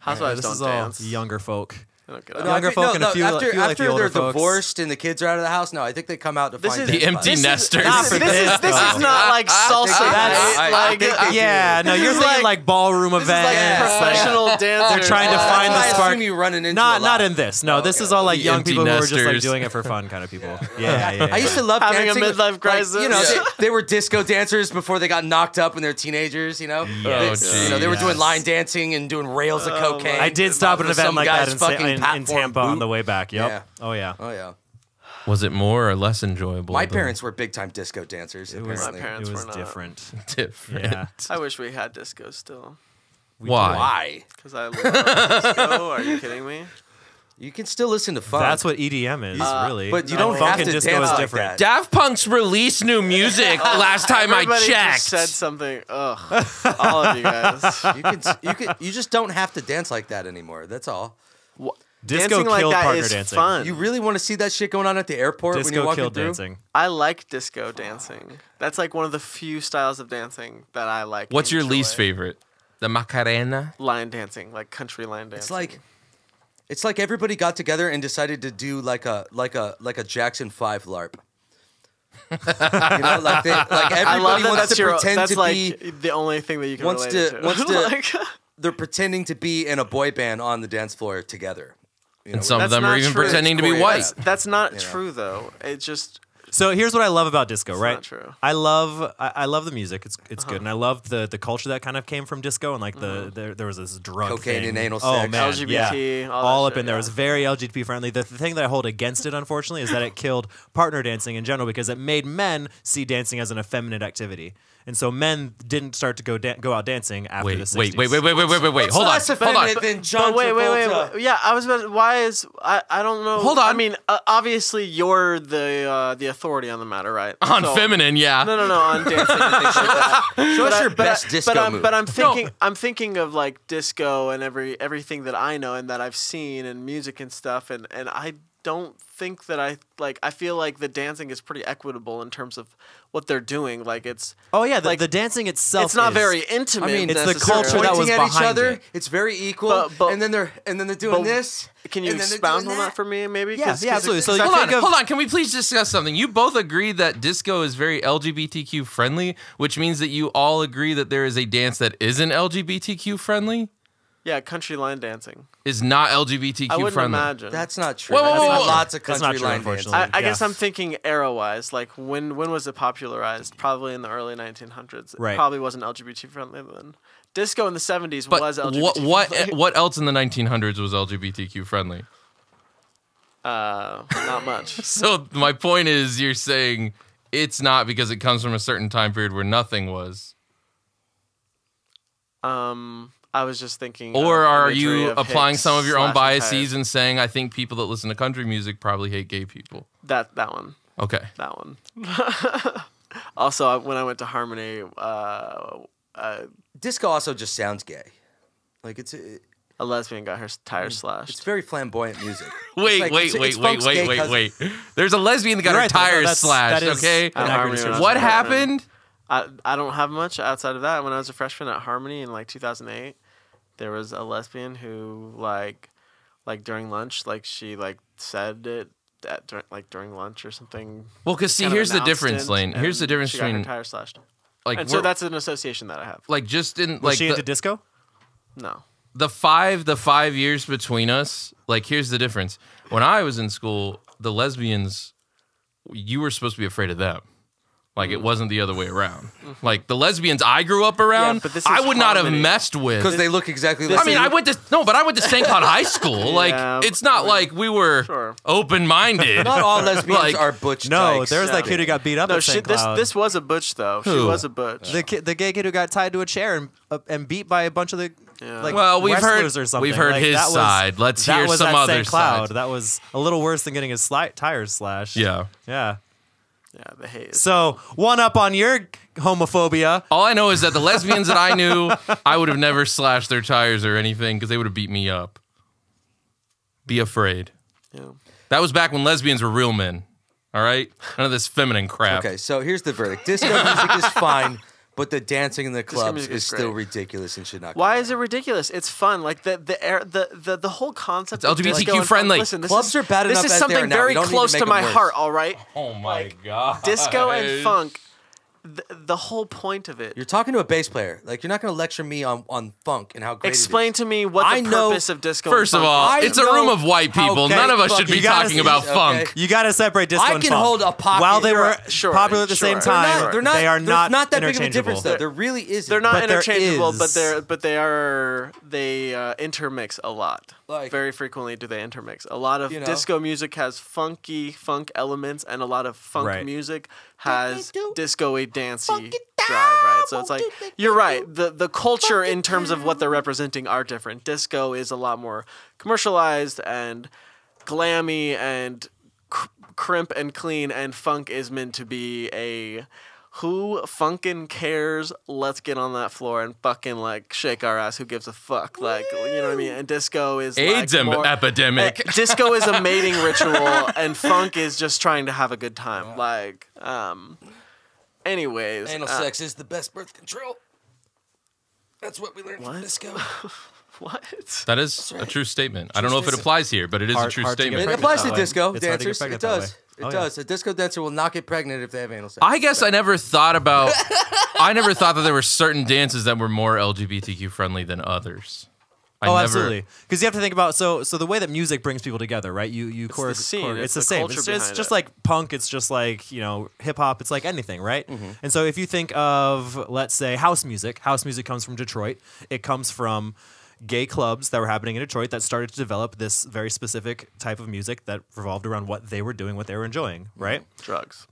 Speaker 2: housewives
Speaker 4: this
Speaker 2: don't
Speaker 4: is all
Speaker 2: dance?
Speaker 4: younger folk.
Speaker 2: They don't get
Speaker 1: No,
Speaker 2: up.
Speaker 1: I
Speaker 4: Younger
Speaker 1: think-
Speaker 4: folk and a few-
Speaker 1: after,
Speaker 4: few like
Speaker 1: after
Speaker 4: the older
Speaker 1: they're
Speaker 4: folks.
Speaker 1: divorced and the kids are out of the house. No, I think they come out to
Speaker 2: This
Speaker 1: find
Speaker 2: is-
Speaker 1: their
Speaker 3: The empty
Speaker 1: spots.
Speaker 2: This is-
Speaker 3: nesters.
Speaker 2: This is, this is, this is not like salsa.
Speaker 1: I-
Speaker 2: night,
Speaker 3: I-
Speaker 2: like,
Speaker 3: I-
Speaker 2: uh,
Speaker 4: Yeah, no, you're
Speaker 2: is
Speaker 4: thinking like,
Speaker 2: like-
Speaker 4: ballroom
Speaker 2: This is like
Speaker 1: Yeah.
Speaker 4: events. like-
Speaker 2: professional dancers.
Speaker 4: They're trying to
Speaker 1: That's
Speaker 4: find
Speaker 1: what
Speaker 4: the
Speaker 1: Uh, I
Speaker 4: spark.
Speaker 1: assume you running into
Speaker 4: Not
Speaker 1: a lot.
Speaker 4: not in this. No,
Speaker 1: Oh,
Speaker 4: this
Speaker 1: okay.
Speaker 4: is all like
Speaker 3: The
Speaker 4: young
Speaker 3: empty
Speaker 4: people who are just like
Speaker 3: nesters.
Speaker 4: doing it for fun kind of people. Yeah, yeah. yeah,
Speaker 1: I used to love
Speaker 2: Having a
Speaker 1: dancing with-
Speaker 2: midlife
Speaker 1: like,
Speaker 2: crisis.
Speaker 1: you know,
Speaker 2: Yeah.
Speaker 1: they, they were disco dancers before they got knocked up when they were teenagers. You know,
Speaker 4: Oh,
Speaker 3: Yeah.
Speaker 1: they, you know, they were doing line dancing and doing rails of
Speaker 2: Oh, my-
Speaker 1: cocaine.
Speaker 4: I did stop at an
Speaker 1: with
Speaker 4: event
Speaker 1: some
Speaker 4: like that
Speaker 1: guy's
Speaker 4: in, Sa-
Speaker 1: fucking
Speaker 4: in, in
Speaker 1: platform
Speaker 4: Tampa on
Speaker 1: boot.
Speaker 4: the way back. Yep.
Speaker 1: Yeah.
Speaker 4: Oh yeah.
Speaker 1: Oh yeah,
Speaker 3: Was it more or less enjoyable?
Speaker 1: my
Speaker 3: than-
Speaker 1: parents were big time disco dancers.
Speaker 4: It was,
Speaker 2: My
Speaker 1: apparently.
Speaker 2: parents
Speaker 4: it was
Speaker 2: were not.
Speaker 4: different.
Speaker 3: different.
Speaker 4: Yeah.
Speaker 2: I wish we had disco still.
Speaker 3: Why?
Speaker 1: Why?
Speaker 2: Because I love disco. Are you kidding me?
Speaker 1: You can still listen to funk.
Speaker 4: That's what EDM is,
Speaker 2: Uh,
Speaker 4: really.
Speaker 1: But you
Speaker 2: No,
Speaker 1: don't
Speaker 2: funk
Speaker 1: have
Speaker 4: and
Speaker 1: to
Speaker 4: Oh, disco
Speaker 1: dance
Speaker 4: is
Speaker 1: like
Speaker 4: different.
Speaker 1: that.
Speaker 3: Daft Punk's released new music last time I
Speaker 2: Everybody
Speaker 3: checked.
Speaker 2: Just said something. Ugh. All of you guys.
Speaker 1: You can, you can, you just don't have to dance like that anymore. That's all.
Speaker 2: Wha-
Speaker 4: Disco
Speaker 2: dancing like
Speaker 4: killed
Speaker 2: that
Speaker 4: partner
Speaker 2: is
Speaker 4: dancing.
Speaker 2: fun.
Speaker 1: You really want to see that shit going on at the airport when you're
Speaker 4: Disco
Speaker 1: walking
Speaker 4: killed
Speaker 1: through?
Speaker 4: dancing.
Speaker 2: I like disco dancing. That's like one of the few styles of dancing that I like.
Speaker 3: What's your
Speaker 2: enjoy.
Speaker 3: least favorite? The Macarena.
Speaker 2: Line dancing, like country line dancing.
Speaker 1: It's like it's like everybody got together and decided to do like a like a like a Jackson 5 LARP. you know, like they, like everybody
Speaker 2: I love that
Speaker 1: wants
Speaker 2: that's
Speaker 1: to
Speaker 2: your.
Speaker 1: pretend
Speaker 2: That's
Speaker 1: to
Speaker 2: like
Speaker 1: be
Speaker 2: the only thing that you can
Speaker 1: wants
Speaker 2: relate
Speaker 1: to-
Speaker 2: it
Speaker 1: wants to-
Speaker 2: Like-
Speaker 1: they're pretending to be in a boy band on the dance floor together. You know,
Speaker 3: And some of
Speaker 2: That's
Speaker 3: them are
Speaker 2: not
Speaker 3: even
Speaker 2: true.
Speaker 3: pretending to be
Speaker 1: It's
Speaker 3: white.
Speaker 2: That's, that's not
Speaker 1: You know.
Speaker 2: true though. It just
Speaker 4: So here's what I love about disco, right?
Speaker 2: not true. Uh-huh.
Speaker 4: I love I, I love the music. It's it's good, and I love the the culture that kind of came from disco, and like
Speaker 2: Mm-hmm.
Speaker 4: the there, there was this drug
Speaker 1: Cocaine
Speaker 4: thing.
Speaker 1: and anal
Speaker 4: Oh
Speaker 1: sex.
Speaker 4: man,
Speaker 2: LGBT,
Speaker 4: yeah.
Speaker 2: all that
Speaker 4: up
Speaker 2: shit,
Speaker 4: in there.
Speaker 2: yeah.
Speaker 4: It was very LGBT friendly. The, the thing that I hold against it, unfortunately, is that it killed partner dancing in general because it made men see dancing as an effeminate activity. and so men didn't start to go dan- go out dancing after
Speaker 3: Wait,
Speaker 4: the 60s.
Speaker 3: wait, wait, wait, wait, wait, wait, wait, wait. Hold on,
Speaker 1: Less
Speaker 3: hold on.
Speaker 1: effeminate than John
Speaker 2: But wait, wait, wait,
Speaker 1: Travolta.
Speaker 2: wait. Yeah, I was about. To, why is I? I don't know.
Speaker 3: Hold on.
Speaker 2: I mean, uh, obviously you're the uh, the authority on the matter, right?
Speaker 3: On
Speaker 2: So-
Speaker 3: feminine, yeah.
Speaker 2: No, no, no. On dancing. and things like that.
Speaker 1: Show
Speaker 2: But
Speaker 1: us
Speaker 2: I-
Speaker 1: your
Speaker 2: but I-
Speaker 1: best disco
Speaker 2: but I'm,
Speaker 1: move.
Speaker 2: But I'm thinking. I'm thinking of like disco and every everything that I know and that I've seen and music and stuff and and I don't think that I like. I feel like the dancing is pretty equitable in terms of what they're doing. Like it's.
Speaker 4: Oh yeah, the,
Speaker 2: Like,
Speaker 4: the dancing itself.
Speaker 2: It's not
Speaker 4: is-
Speaker 2: very intimate.
Speaker 1: I mean,
Speaker 4: It's the
Speaker 2: necessarily.
Speaker 4: culture that was
Speaker 1: pointing at each
Speaker 4: behind
Speaker 1: other.
Speaker 4: it.
Speaker 1: It's very equal.
Speaker 2: But- but-
Speaker 1: and then they're and then they're doing
Speaker 2: but
Speaker 1: this.
Speaker 2: Can you
Speaker 1: and then they're
Speaker 2: expound
Speaker 1: doing
Speaker 2: on that for me, maybe?
Speaker 4: Yeah,
Speaker 2: 'Cause-
Speaker 4: yeah,
Speaker 2: 'cause
Speaker 4: absolutely.
Speaker 2: it-
Speaker 4: So
Speaker 2: 'cause I
Speaker 4: you
Speaker 3: Hold on,
Speaker 4: think of-
Speaker 3: hold on. Can we please discuss something? You both agree that disco is very LGBTQ friendly, which means that you all agree that there is a dance that isn't LGBTQ friendly,
Speaker 2: Yeah, country line dancing.
Speaker 3: is not LGBTQ
Speaker 2: I wouldn't
Speaker 3: friendly.
Speaker 2: imagine.
Speaker 1: That's not true.
Speaker 3: Whoa, whoa,
Speaker 1: I've seen
Speaker 3: whoa, whoa.
Speaker 1: lots of
Speaker 4: That's
Speaker 1: country
Speaker 4: not true,
Speaker 1: line
Speaker 4: unfortunately.
Speaker 1: dancing.
Speaker 2: I, I guess
Speaker 4: yeah.
Speaker 2: I'm thinking era wise. Like when when was it popularized? Probably in the early 1900s. It
Speaker 4: Right.
Speaker 2: probably wasn't LGBT friendly then. Disco in the 70s
Speaker 3: But
Speaker 2: was LGBT.
Speaker 3: what what
Speaker 2: friendly.
Speaker 3: what else in the 1900s was LGBTQ friendly?
Speaker 2: Uh, not much.
Speaker 3: So my point is, you're saying it's not because it comes from a certain time period where nothing was.
Speaker 2: um, I was just thinking.
Speaker 3: Or
Speaker 2: of
Speaker 3: are
Speaker 2: imagery
Speaker 3: you
Speaker 2: of
Speaker 3: applying
Speaker 2: Hicks
Speaker 3: some of your own
Speaker 2: slash
Speaker 3: biases
Speaker 2: Matthias.
Speaker 3: and saying I think people that listen to country music probably hate gay people?
Speaker 2: That that one.
Speaker 3: Okay.
Speaker 2: That one. also, I, when I went to Harmony, uh, uh,
Speaker 1: Disco also just sounds gay. Like it's it,
Speaker 2: a lesbian got her s-
Speaker 3: Mm.
Speaker 2: tires
Speaker 1: it's
Speaker 2: slashed.
Speaker 1: very flamboyant music.
Speaker 3: Wait,
Speaker 1: like-
Speaker 3: wait,
Speaker 1: it's-
Speaker 3: wait,
Speaker 1: it's
Speaker 3: wait,
Speaker 1: folks'
Speaker 3: wait,
Speaker 1: gay
Speaker 3: wait,
Speaker 1: cousin.
Speaker 3: wait. There's a lesbian that got
Speaker 4: You're
Speaker 3: her
Speaker 4: right, though.
Speaker 3: tire
Speaker 4: That's- that
Speaker 3: slashed.
Speaker 4: is
Speaker 3: Okay.
Speaker 4: an accurate
Speaker 2: Harmony
Speaker 4: description.
Speaker 2: was
Speaker 3: What
Speaker 2: a freshman.
Speaker 3: happened?
Speaker 2: I, I don't have much outside of that. When I was a freshman at Harmony in like 2008, there was a lesbian who like like during lunch, like she like said it at dur- like during lunch or something.
Speaker 3: Well, because see,
Speaker 2: kind of
Speaker 3: here's the
Speaker 2: announced
Speaker 3: difference,
Speaker 2: it,
Speaker 3: Lane. Here's the
Speaker 2: and
Speaker 3: difference
Speaker 2: she got her
Speaker 3: between
Speaker 2: tire slashed.
Speaker 3: like
Speaker 2: And so
Speaker 3: we're-
Speaker 2: that's an association that I have.
Speaker 3: like just in
Speaker 4: Was
Speaker 3: like
Speaker 4: she
Speaker 3: the-
Speaker 4: into disco?
Speaker 2: No.
Speaker 3: the five the five years between us like here's the difference when i was in school the lesbians you were supposed to be afraid of them like it wasn't the other way around like the lesbians i grew up around
Speaker 2: but this
Speaker 3: i
Speaker 2: is
Speaker 3: would not have
Speaker 2: harmony.
Speaker 3: messed with
Speaker 1: Because they look exactly like
Speaker 3: I mean, I went to no, but I went to St. Cloud High School. Like,
Speaker 2: Yeah,
Speaker 3: it's not like we were
Speaker 2: Sure.
Speaker 3: open-minded.
Speaker 1: not all lesbians
Speaker 3: Like-
Speaker 1: are butch
Speaker 4: No,
Speaker 1: dykes.
Speaker 4: there was that kid who got beat up.
Speaker 2: No,
Speaker 4: at
Speaker 2: she,
Speaker 4: St.
Speaker 2: this
Speaker 4: Cloud.
Speaker 2: this was a butch though. She
Speaker 3: Who?
Speaker 2: was a butch.
Speaker 4: the kid, the gay kid who got tied to a chair and uh, and beat by a bunch of the
Speaker 2: Yeah.
Speaker 4: like
Speaker 3: Well, we've heard-
Speaker 4: wrestlers or something.
Speaker 3: we've heard
Speaker 4: Like,
Speaker 3: his
Speaker 4: that was-
Speaker 3: side. Let's
Speaker 4: that
Speaker 3: hear
Speaker 4: was
Speaker 3: some
Speaker 4: at
Speaker 3: other
Speaker 4: St. Cloud.
Speaker 3: side.
Speaker 4: That was a little worse than getting his sli- tires slashed.
Speaker 3: yeah.
Speaker 4: yeah.
Speaker 2: yeah, the hate. is-
Speaker 4: So one up on your homophobia.
Speaker 3: All I know is that the lesbians that I knew, I would have never slashed their tires or anything because they would have beat me up. Be afraid.
Speaker 2: yeah.
Speaker 3: That was back when lesbians were real men. All right, none of this feminine crap.
Speaker 1: Okay, so here's the verdict: disco music is fine, but the dancing in the clubs
Speaker 2: music
Speaker 1: is,
Speaker 2: is
Speaker 1: still
Speaker 2: great.
Speaker 1: ridiculous and should not.
Speaker 2: Why is it ridiculous? It's fun. Like the the air, the, the the whole concept.
Speaker 3: It's
Speaker 2: of disco and
Speaker 3: LGBTQ
Speaker 2: fun-
Speaker 3: friendly.
Speaker 2: Listen, this
Speaker 1: Clubs
Speaker 2: is,
Speaker 1: are bad
Speaker 2: This
Speaker 1: enough
Speaker 2: is
Speaker 1: as they are
Speaker 2: something
Speaker 1: now. We
Speaker 2: very
Speaker 1: don't need to
Speaker 2: close to,
Speaker 1: make 'em
Speaker 2: my
Speaker 1: worse.
Speaker 2: heart. All right,
Speaker 3: Oh my god.
Speaker 2: disco and funk. The, the whole point of it.
Speaker 1: You're talking to a bass player. Like you're not going to lecture me on, on funk and how great. it is.
Speaker 2: Explain to me what the
Speaker 1: I know-
Speaker 2: purpose of disco.
Speaker 3: First
Speaker 2: and
Speaker 3: of
Speaker 2: funk
Speaker 3: all,
Speaker 1: I
Speaker 2: is.
Speaker 3: it's a room
Speaker 1: know
Speaker 3: of white
Speaker 1: how
Speaker 3: people.
Speaker 1: gay
Speaker 3: None of us should
Speaker 1: fucking
Speaker 3: be
Speaker 4: you guys
Speaker 3: talking
Speaker 4: is,
Speaker 3: about
Speaker 1: okay?
Speaker 3: funk.
Speaker 4: You got to separate disco
Speaker 1: I
Speaker 4: and
Speaker 1: can
Speaker 4: funk.
Speaker 1: hold a pocket-
Speaker 4: While they were
Speaker 2: Sure,
Speaker 4: popular at the same
Speaker 1: They're
Speaker 2: sure.
Speaker 4: time,
Speaker 1: not. They're not.
Speaker 4: they are
Speaker 1: there's
Speaker 4: not,
Speaker 1: that big of a
Speaker 4: interchangeable.
Speaker 1: difference, though. There really isn't.
Speaker 2: They're not
Speaker 4: but there
Speaker 2: interchangeable, but
Speaker 4: is-
Speaker 2: they're but they are they uh, intermix a lot.
Speaker 1: Like-
Speaker 2: Very frequently do they intermix. A lot of
Speaker 1: You know?
Speaker 2: disco music has funky funk elements, and a lot of funk
Speaker 4: Right.
Speaker 2: music has
Speaker 1: do,
Speaker 2: disco-y, dancey
Speaker 1: funk it
Speaker 2: drive. Right, so
Speaker 1: down,
Speaker 2: it's like
Speaker 1: won't you think
Speaker 2: you're
Speaker 1: you
Speaker 2: right.
Speaker 1: do?
Speaker 2: The the culture
Speaker 1: Funk it
Speaker 2: in terms of what they're representing are different. Disco is a lot more commercialized and glammy and cr- crimp and clean and funk is meant to be a who funkin cares let's get on that floor and fucking like shake our ass who gives a fuck like you know what i mean and disco is
Speaker 3: AIDS
Speaker 2: like
Speaker 3: em-
Speaker 2: more-
Speaker 3: epidemic.
Speaker 2: Eh, disco is a mating ritual and funk is just trying to have a good time like um anyways
Speaker 1: Anal
Speaker 2: uh,
Speaker 1: sex is the best birth control. That's what we learned from disco.
Speaker 2: what
Speaker 3: That is a true statement. I don't know if it
Speaker 1: statement.
Speaker 3: applies here, but it is
Speaker 4: Hard-
Speaker 3: a true
Speaker 4: hard to get
Speaker 1: It
Speaker 3: statement.
Speaker 4: pregnant
Speaker 1: applies
Speaker 4: that
Speaker 1: to
Speaker 4: way.
Speaker 1: disco
Speaker 4: It's hard to get
Speaker 1: dancers. it
Speaker 4: pregnant that
Speaker 1: does.
Speaker 4: way. Oh,
Speaker 1: it
Speaker 4: yeah.
Speaker 1: does. A disco dancer will not get pregnant if they have anal sex.
Speaker 3: I guess I never thought about. I never thought that there were certain dances that were more LGBTQ friendly than others. I
Speaker 4: oh,
Speaker 3: never,
Speaker 4: absolutely. Because you have to think about so so the way that music brings people together, right? You you chore- chore- it's
Speaker 2: scene, it's
Speaker 4: the,
Speaker 2: the
Speaker 4: same.
Speaker 2: culture
Speaker 4: It's, it's
Speaker 2: behind
Speaker 4: just
Speaker 2: it.
Speaker 4: like punk. It's just like you know hip hop. It's like anything, right? And so if you think of let's say house music, house music comes from Detroit. It comes from gay clubs that were happening in Detroit that started to develop this very specific type of music that revolved around what they were doing, what they were enjoying, right?
Speaker 2: drugs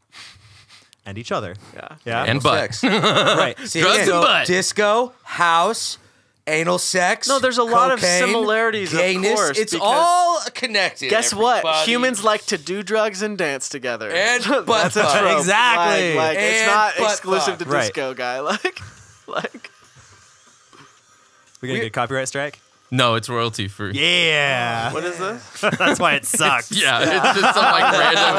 Speaker 4: and each other.
Speaker 2: Yeah.
Speaker 4: Yeah.
Speaker 3: and butt.
Speaker 1: Sex. Drugs
Speaker 4: right.
Speaker 3: and butt.
Speaker 1: Disco, house, anal sex.
Speaker 2: No, there's a lot of
Speaker 1: cocaine,
Speaker 2: similarities, of
Speaker 1: Gayness.
Speaker 2: course,
Speaker 1: it's
Speaker 2: because-
Speaker 1: all connected.
Speaker 2: Guess what?
Speaker 1: everybody.
Speaker 2: Humans like to do drugs and dance together.
Speaker 1: And butt
Speaker 2: That's a
Speaker 1: fuck.
Speaker 2: trope.
Speaker 4: Exactly.
Speaker 2: Like, like, it's
Speaker 1: And
Speaker 2: not
Speaker 1: butt
Speaker 2: exclusive to
Speaker 4: fuck. Right.
Speaker 2: disco guy. Like, like
Speaker 4: We're gonna
Speaker 1: We-
Speaker 4: get a copyright strike.
Speaker 3: No, it's royalty free.
Speaker 4: Yeah.
Speaker 2: what is this?
Speaker 4: That's why it sucks.
Speaker 3: Yeah, it's just some like random.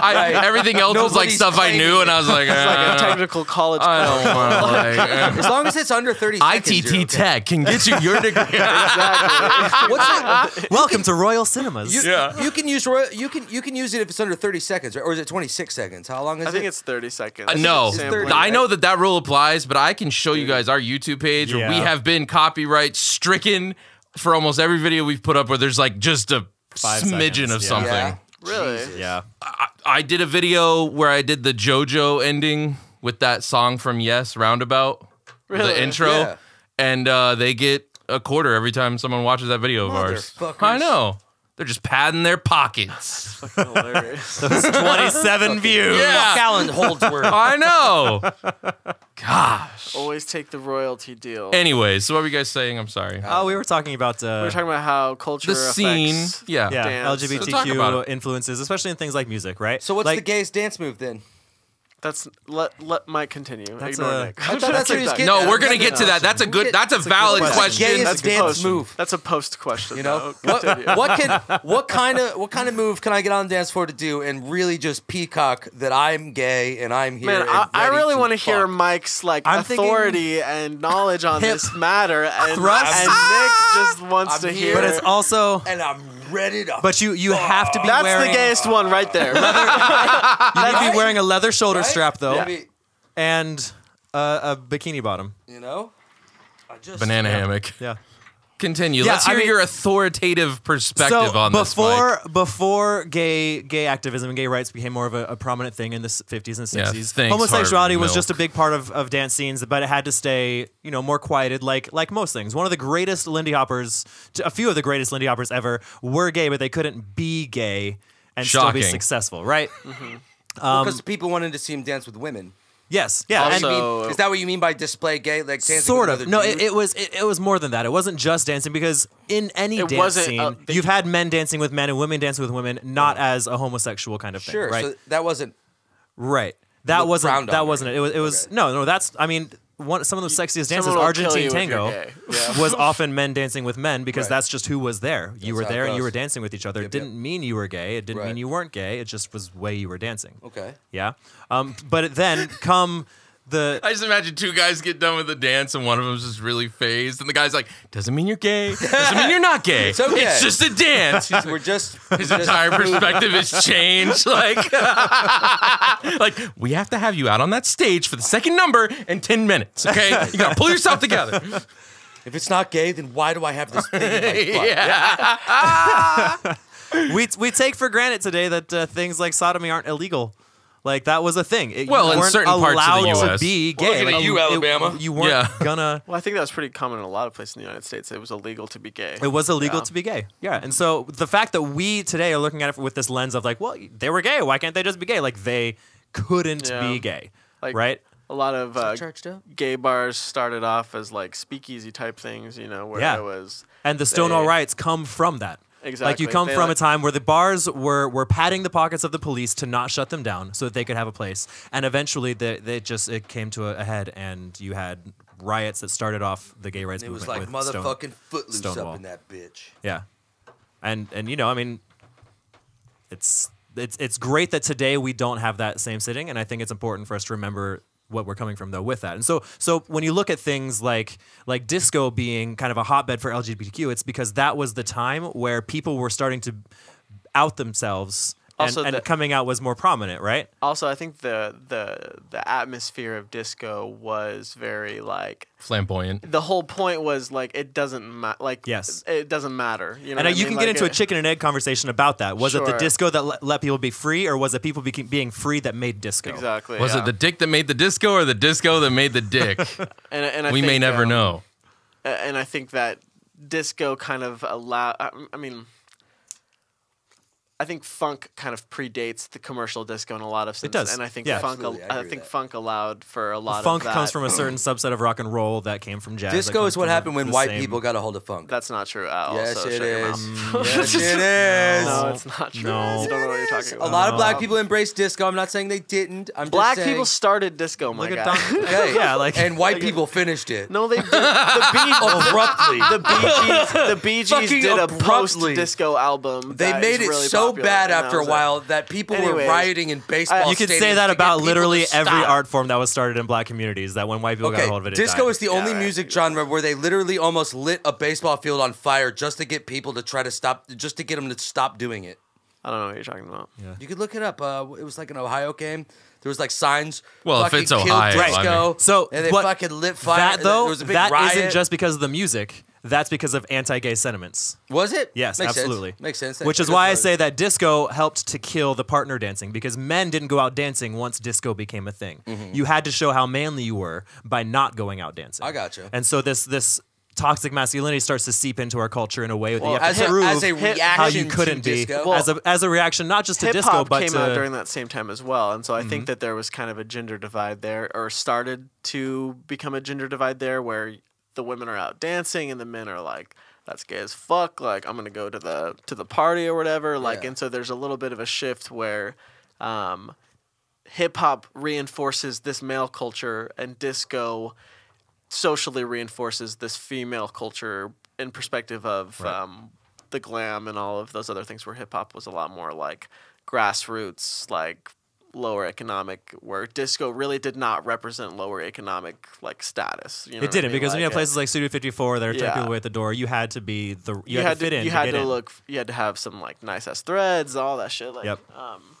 Speaker 3: I, Everything else was like
Speaker 1: Nobody's
Speaker 3: stuff I
Speaker 1: claiming
Speaker 3: knew, and I was like,
Speaker 2: like a
Speaker 3: uh,
Speaker 2: technical college.
Speaker 3: I don't want to like.
Speaker 1: As long as it's under 30
Speaker 3: uh,
Speaker 1: seconds.
Speaker 3: ITT
Speaker 1: you're okay.
Speaker 3: Tech can get you your degree.
Speaker 1: What's that?
Speaker 4: Welcome to Royal Cinemas.
Speaker 1: You,
Speaker 3: Yeah.
Speaker 1: you can use ro- you can you can use it if it's under 30 seconds, right? Or is it 26 seconds? How long is
Speaker 2: I think
Speaker 1: it?
Speaker 2: it's 30 seconds.
Speaker 3: Uh, no,
Speaker 2: It's
Speaker 1: It's
Speaker 2: sampling.
Speaker 1: 30,
Speaker 3: I know that that rule applies, but I can show you guys our YouTube page where we
Speaker 4: Yeah.
Speaker 3: have been copyright stricken for almost every video we've put up where there's like just a
Speaker 4: Five
Speaker 3: smidgen
Speaker 4: seconds,
Speaker 3: of
Speaker 4: yeah.
Speaker 3: something.
Speaker 1: Yeah.
Speaker 2: Really?
Speaker 4: Yeah.
Speaker 3: I, I did a video where I did the JoJo ending with that song from Yes, Roundabout,
Speaker 2: Really?
Speaker 3: the intro,
Speaker 1: Yeah.
Speaker 3: and uh, they get a quarter every time someone watches that video of ours.
Speaker 1: Motherfuckers.
Speaker 3: I know. They're just padding their pockets.
Speaker 2: Hilarious.
Speaker 4: Twenty-seven views.
Speaker 3: Yeah.
Speaker 1: Alan Holdsworth.
Speaker 3: I know. Gosh.
Speaker 2: Always take the royalty deal.
Speaker 3: Anyways, so what were you guys saying? I'm
Speaker 1: Uh,
Speaker 3: sorry.
Speaker 4: Oh, we were talking about uh,
Speaker 2: we are talking about how culture
Speaker 3: the
Speaker 2: affects
Speaker 3: scene. Yeah.
Speaker 4: yeah
Speaker 2: dance.
Speaker 3: So talk about
Speaker 4: LGBTQ
Speaker 3: it.
Speaker 4: influences, especially in things like music, right?
Speaker 1: So what's
Speaker 4: like,
Speaker 1: the gayest dance move then?
Speaker 2: That's let let Mike continue.
Speaker 4: That's
Speaker 2: Ignore
Speaker 4: a-
Speaker 2: Nick.
Speaker 1: I thought that's what he was getting
Speaker 3: No,
Speaker 1: at.
Speaker 3: we're gonna get to that. That's a good. That's a valid
Speaker 1: What's
Speaker 3: question.
Speaker 1: The
Speaker 2: That's
Speaker 1: gayest
Speaker 2: a good
Speaker 1: dance
Speaker 2: question.
Speaker 1: move.
Speaker 2: That's a post question.
Speaker 1: You know
Speaker 2: though.
Speaker 1: what? What can
Speaker 2: Continue.
Speaker 1: what kind of what kind of move can I get on the dance floor to do and really just peacock that I'm gay and I'm here?
Speaker 2: Man, I, I really
Speaker 1: want to
Speaker 2: hear Mike's like
Speaker 4: I'm thinking-
Speaker 2: authority and knowledge on
Speaker 4: Hip
Speaker 2: this matter, and,
Speaker 4: thrust.
Speaker 2: and Nick just wants
Speaker 1: I'm
Speaker 2: to
Speaker 1: here.
Speaker 2: hear.
Speaker 4: But it's also,
Speaker 1: and I'm ready to.
Speaker 4: but you you have to be
Speaker 2: that's
Speaker 4: wearing
Speaker 2: the gayest one right there.
Speaker 4: you need to be wearing a leather shoulder
Speaker 1: Right?
Speaker 4: strap though,
Speaker 1: I mean,
Speaker 4: and uh, a bikini bottom.
Speaker 1: you know, I just
Speaker 3: Banana hammock.
Speaker 4: Yeah.
Speaker 3: Continue.
Speaker 4: Yeah,
Speaker 3: Let's hear
Speaker 4: I mean-
Speaker 3: your authoritative perspective
Speaker 4: so
Speaker 3: on this.
Speaker 4: before
Speaker 3: Mike.
Speaker 4: before gay gay activism and gay rights became more of a, a prominent thing in the s- 50s and 60s,
Speaker 3: thanks,
Speaker 4: homosexuality
Speaker 3: Harvey
Speaker 4: was just a
Speaker 3: Milk.
Speaker 4: big part of, of dance scenes, but it had to stay you know more quieted, like like most things. One of the greatest Lindy Hoppers, t- a few of the greatest Lindy Hoppers ever, were gay, but they couldn't be gay and still be
Speaker 3: Shocking.
Speaker 4: successful, right?
Speaker 1: because people wanted to see him dance with women.
Speaker 4: yes, yeah, and-
Speaker 1: I mean,
Speaker 2: So-
Speaker 1: is that what you mean by display gay? Like dancing
Speaker 4: sort
Speaker 1: with
Speaker 4: of.
Speaker 1: another
Speaker 4: No,
Speaker 1: dude?
Speaker 4: it, it was it, it was more than that. It wasn't just dancing because in any
Speaker 2: It
Speaker 4: dance
Speaker 2: wasn't,
Speaker 4: scene,
Speaker 2: uh, they-
Speaker 4: you've had men dancing with men and women dancing with women, not as a homosexual kind of thing,
Speaker 1: sure.
Speaker 4: right?
Speaker 1: So that wasn't.
Speaker 4: Right. That
Speaker 1: Look
Speaker 4: wasn't
Speaker 1: frowned
Speaker 4: that
Speaker 1: on,
Speaker 4: wasn't it. It was it was
Speaker 1: Okay.
Speaker 4: no no. That's I mean one some of the sexiest dances,
Speaker 2: Someone will kill you
Speaker 4: Argentine
Speaker 2: if
Speaker 4: tango,
Speaker 2: you're gay. Yeah.
Speaker 4: was often men dancing with men because
Speaker 1: Right.
Speaker 4: that's just who was there. You were
Speaker 1: how it
Speaker 4: there and you
Speaker 1: goes.
Speaker 4: were dancing with each other.
Speaker 1: Yep,
Speaker 4: it didn't mean you were gay. It didn't mean
Speaker 1: Right.
Speaker 4: you weren't gay. It just was the way you were dancing.
Speaker 1: Okay.
Speaker 4: Yeah. Um. But then come the
Speaker 3: I just imagine two guys get done with the dance, and one of them's just really phased, and the guy's like, "Doesn't mean you're gay. Doesn't mean you're not gay. It's,
Speaker 1: okay.
Speaker 3: just a dance." He's
Speaker 1: We're
Speaker 3: like,
Speaker 1: just
Speaker 3: His
Speaker 1: just-
Speaker 3: entire perspective has changed. Like, like we have to have you out on that stage for the second number in ten minutes. Okay, you gotta pull yourself together.
Speaker 1: If it's not gay, then why do I have this thing? In my butt?
Speaker 3: yeah.
Speaker 4: we we take for granted today that uh, things like sodomy aren't illegal. Like that was a thing. It,
Speaker 3: Well,
Speaker 4: you
Speaker 3: in
Speaker 4: weren't
Speaker 3: certain parts of the
Speaker 4: allowed to
Speaker 3: US.
Speaker 4: be
Speaker 1: Well,
Speaker 4: gay.
Speaker 1: look at
Speaker 4: Like,
Speaker 1: you,
Speaker 4: it-
Speaker 1: Alabama.
Speaker 4: you weren't
Speaker 3: Yeah.
Speaker 4: gonna.
Speaker 2: well, I think that was pretty common in a lot of places in the United States. It was illegal to be gay.
Speaker 4: It was illegal
Speaker 2: Yeah.
Speaker 4: to be gay. Yeah. And so the fact that we today are looking at it with this lens of like, well, they were gay. Why can't they just be gay? Like they couldn't
Speaker 2: Yeah.
Speaker 4: be gay.
Speaker 2: Like,
Speaker 4: right?
Speaker 2: A lot of uh,
Speaker 1: charged up?
Speaker 2: gay bars started off as like speakeasy type things, you know, where
Speaker 4: Yeah.
Speaker 2: it was
Speaker 4: And the Stonewall
Speaker 2: they-
Speaker 4: riots come from that. Like
Speaker 2: Exactly.
Speaker 4: you come
Speaker 2: They,
Speaker 4: from
Speaker 2: like-
Speaker 4: a time where the bars were were padding the pockets of the police to not shut them down so that they could have a place. And eventually they, they just it came to a, a head and you had riots that started off the gay rights
Speaker 1: It was
Speaker 4: movement.
Speaker 1: like
Speaker 4: with Stone-
Speaker 1: motherfucking footloose
Speaker 4: Stonewall.
Speaker 1: up in that bitch.
Speaker 4: Yeah. And and you know, I mean it's it's it's great that today we don't have that same sitting and I think it's important for us to remember what we're coming from though with that. And so so when you look at things like like disco being kind of a hotbed for LGBTQ, it's because that was the time where people were starting to out themselves and-
Speaker 2: Also
Speaker 4: and,
Speaker 2: the-
Speaker 4: coming out was more prominent, right?
Speaker 2: also I think the the the atmosphere of disco was very like
Speaker 3: Flamboyant.
Speaker 2: the whole point was like it doesn't ma- like
Speaker 4: Yes.
Speaker 2: it doesn't matter you know
Speaker 4: And uh,
Speaker 2: what I mean?
Speaker 4: you can
Speaker 2: Like,
Speaker 4: get into a
Speaker 2: it-
Speaker 4: chicken and egg conversation about that. Was it the
Speaker 2: Sure.
Speaker 4: disco that let, let people be free, or was it people beca- being free that made disco?
Speaker 2: exactly
Speaker 3: Was
Speaker 2: yeah.
Speaker 3: it the dick that made the disco or the disco that made the dick?
Speaker 2: and, and I
Speaker 3: we may
Speaker 2: think,
Speaker 3: never
Speaker 2: um,
Speaker 3: know.
Speaker 2: a- and I think that disco kind of allow I, I mean I think funk kind of predates the commercial disco in a lot of senses.
Speaker 4: does.
Speaker 2: and I think
Speaker 4: Yeah.
Speaker 2: funk. al-
Speaker 1: Absolutely, I
Speaker 2: I,
Speaker 1: agree with
Speaker 2: think
Speaker 1: that.
Speaker 2: funk allowed for a lot
Speaker 4: Funk
Speaker 2: of that.
Speaker 4: comes from a certain subset of rock and roll that came from jazz. that
Speaker 1: Disco
Speaker 4: comes
Speaker 1: is what
Speaker 4: from the-
Speaker 1: happened when
Speaker 4: the
Speaker 1: white
Speaker 4: same-
Speaker 1: people got a hold of funk.
Speaker 2: That's not true at all.
Speaker 1: yes,
Speaker 2: so
Speaker 1: it
Speaker 2: shut your mouth.
Speaker 1: is. Mm, yes, it is.
Speaker 2: No, it's not true.
Speaker 4: No.
Speaker 2: You don't know what you're talking
Speaker 1: A
Speaker 2: about.
Speaker 1: lot of black people embraced disco. I'm not saying they didn't. I'm
Speaker 2: Black
Speaker 1: just saying,
Speaker 2: people started disco, my
Speaker 4: Look
Speaker 2: guy.
Speaker 4: at Don.
Speaker 1: Okay.
Speaker 4: Yeah, like
Speaker 1: and white people finished it
Speaker 2: No, they did. The Bee,
Speaker 1: abruptly.
Speaker 2: the Bee Gees, the Bee Gees
Speaker 1: Fucking
Speaker 2: did a
Speaker 1: abruptly.
Speaker 2: post disco album.
Speaker 1: they
Speaker 2: that
Speaker 1: made
Speaker 2: is
Speaker 1: it
Speaker 2: really
Speaker 1: so
Speaker 2: popular,
Speaker 1: bad
Speaker 2: and that
Speaker 1: after a
Speaker 2: was
Speaker 1: while that people were
Speaker 2: Anyways,
Speaker 1: rioting in baseball.
Speaker 2: I-
Speaker 4: you could
Speaker 1: stadiums
Speaker 4: say
Speaker 1: to
Speaker 4: that
Speaker 1: get
Speaker 4: about
Speaker 1: people
Speaker 4: literally
Speaker 1: to
Speaker 4: every
Speaker 1: stop.
Speaker 4: art form that was started in black communities. That when white people got
Speaker 1: Okay,
Speaker 4: a hold of it, it
Speaker 1: disco
Speaker 4: died.
Speaker 1: is the only
Speaker 2: right.
Speaker 1: music genre where they literally almost lit a baseball field on fire just to get people to try to stop, just to get them to stop doing it.
Speaker 2: I don't know what you're talking about.
Speaker 1: You could look it up. Uh, it was like an Ohio game. There was like signs.
Speaker 3: Well, if
Speaker 1: fucking
Speaker 3: it's
Speaker 1: kill
Speaker 3: Ohio, I
Speaker 1: disco,
Speaker 3: mean-
Speaker 4: So
Speaker 1: and they
Speaker 4: what-
Speaker 1: fucking lit fire.
Speaker 4: That though,
Speaker 1: there was a big
Speaker 4: that
Speaker 1: riot.
Speaker 4: not just because of the music. That's because of anti-gay sentiments.
Speaker 1: was it?
Speaker 4: Yes,
Speaker 1: Makes sense.
Speaker 4: absolutely.
Speaker 1: Makes sense.
Speaker 4: Which
Speaker 1: That-
Speaker 4: is why I
Speaker 1: that's
Speaker 4: say that disco helped to kill the partner dancing because men didn't go out dancing once disco became a thing. You had to show how manly you were by not going out dancing.
Speaker 1: Mm-hmm. I gotcha.
Speaker 4: And so this this toxic masculinity starts to seep into our culture in a way that
Speaker 2: Well,
Speaker 4: you have
Speaker 1: as
Speaker 4: to
Speaker 1: a,
Speaker 4: prove
Speaker 1: as a
Speaker 2: hip-
Speaker 1: reaction
Speaker 4: how you
Speaker 1: to
Speaker 4: couldn't be
Speaker 1: disco.
Speaker 2: Well,
Speaker 4: as a as a reaction not just to
Speaker 2: Hip
Speaker 4: disco
Speaker 2: hop
Speaker 4: but
Speaker 2: came
Speaker 4: to Mm-hmm.
Speaker 2: out during that same time as well, and so I think that there was kind of a gender divide there, or started to become a gender divide there, where the women are out dancing and the men are like, "That's gay as fuck." Like, I'm gonna go to the to the party or whatever. Like,
Speaker 1: Yeah.
Speaker 2: and so there's a little bit of a shift where, um, hip hop reinforces this male culture and disco socially reinforces this female culture in perspective of um, the glam and all of those other things where hip hop was a lot more like grassroots, like lower economic, where disco really did not represent lower economic like status. You know what I
Speaker 4: it didn't
Speaker 2: mean?
Speaker 4: because when you
Speaker 2: Like,
Speaker 4: had places like Studio 54 that are turning
Speaker 2: Yeah.
Speaker 4: people away at the door, you had to be the you,
Speaker 2: you, had
Speaker 4: to fit in.
Speaker 2: you
Speaker 4: to
Speaker 2: had
Speaker 4: get
Speaker 2: to
Speaker 4: in.
Speaker 2: look, you had to have some like nice ass threads, all that shit. Like,
Speaker 4: Yep.
Speaker 2: Um,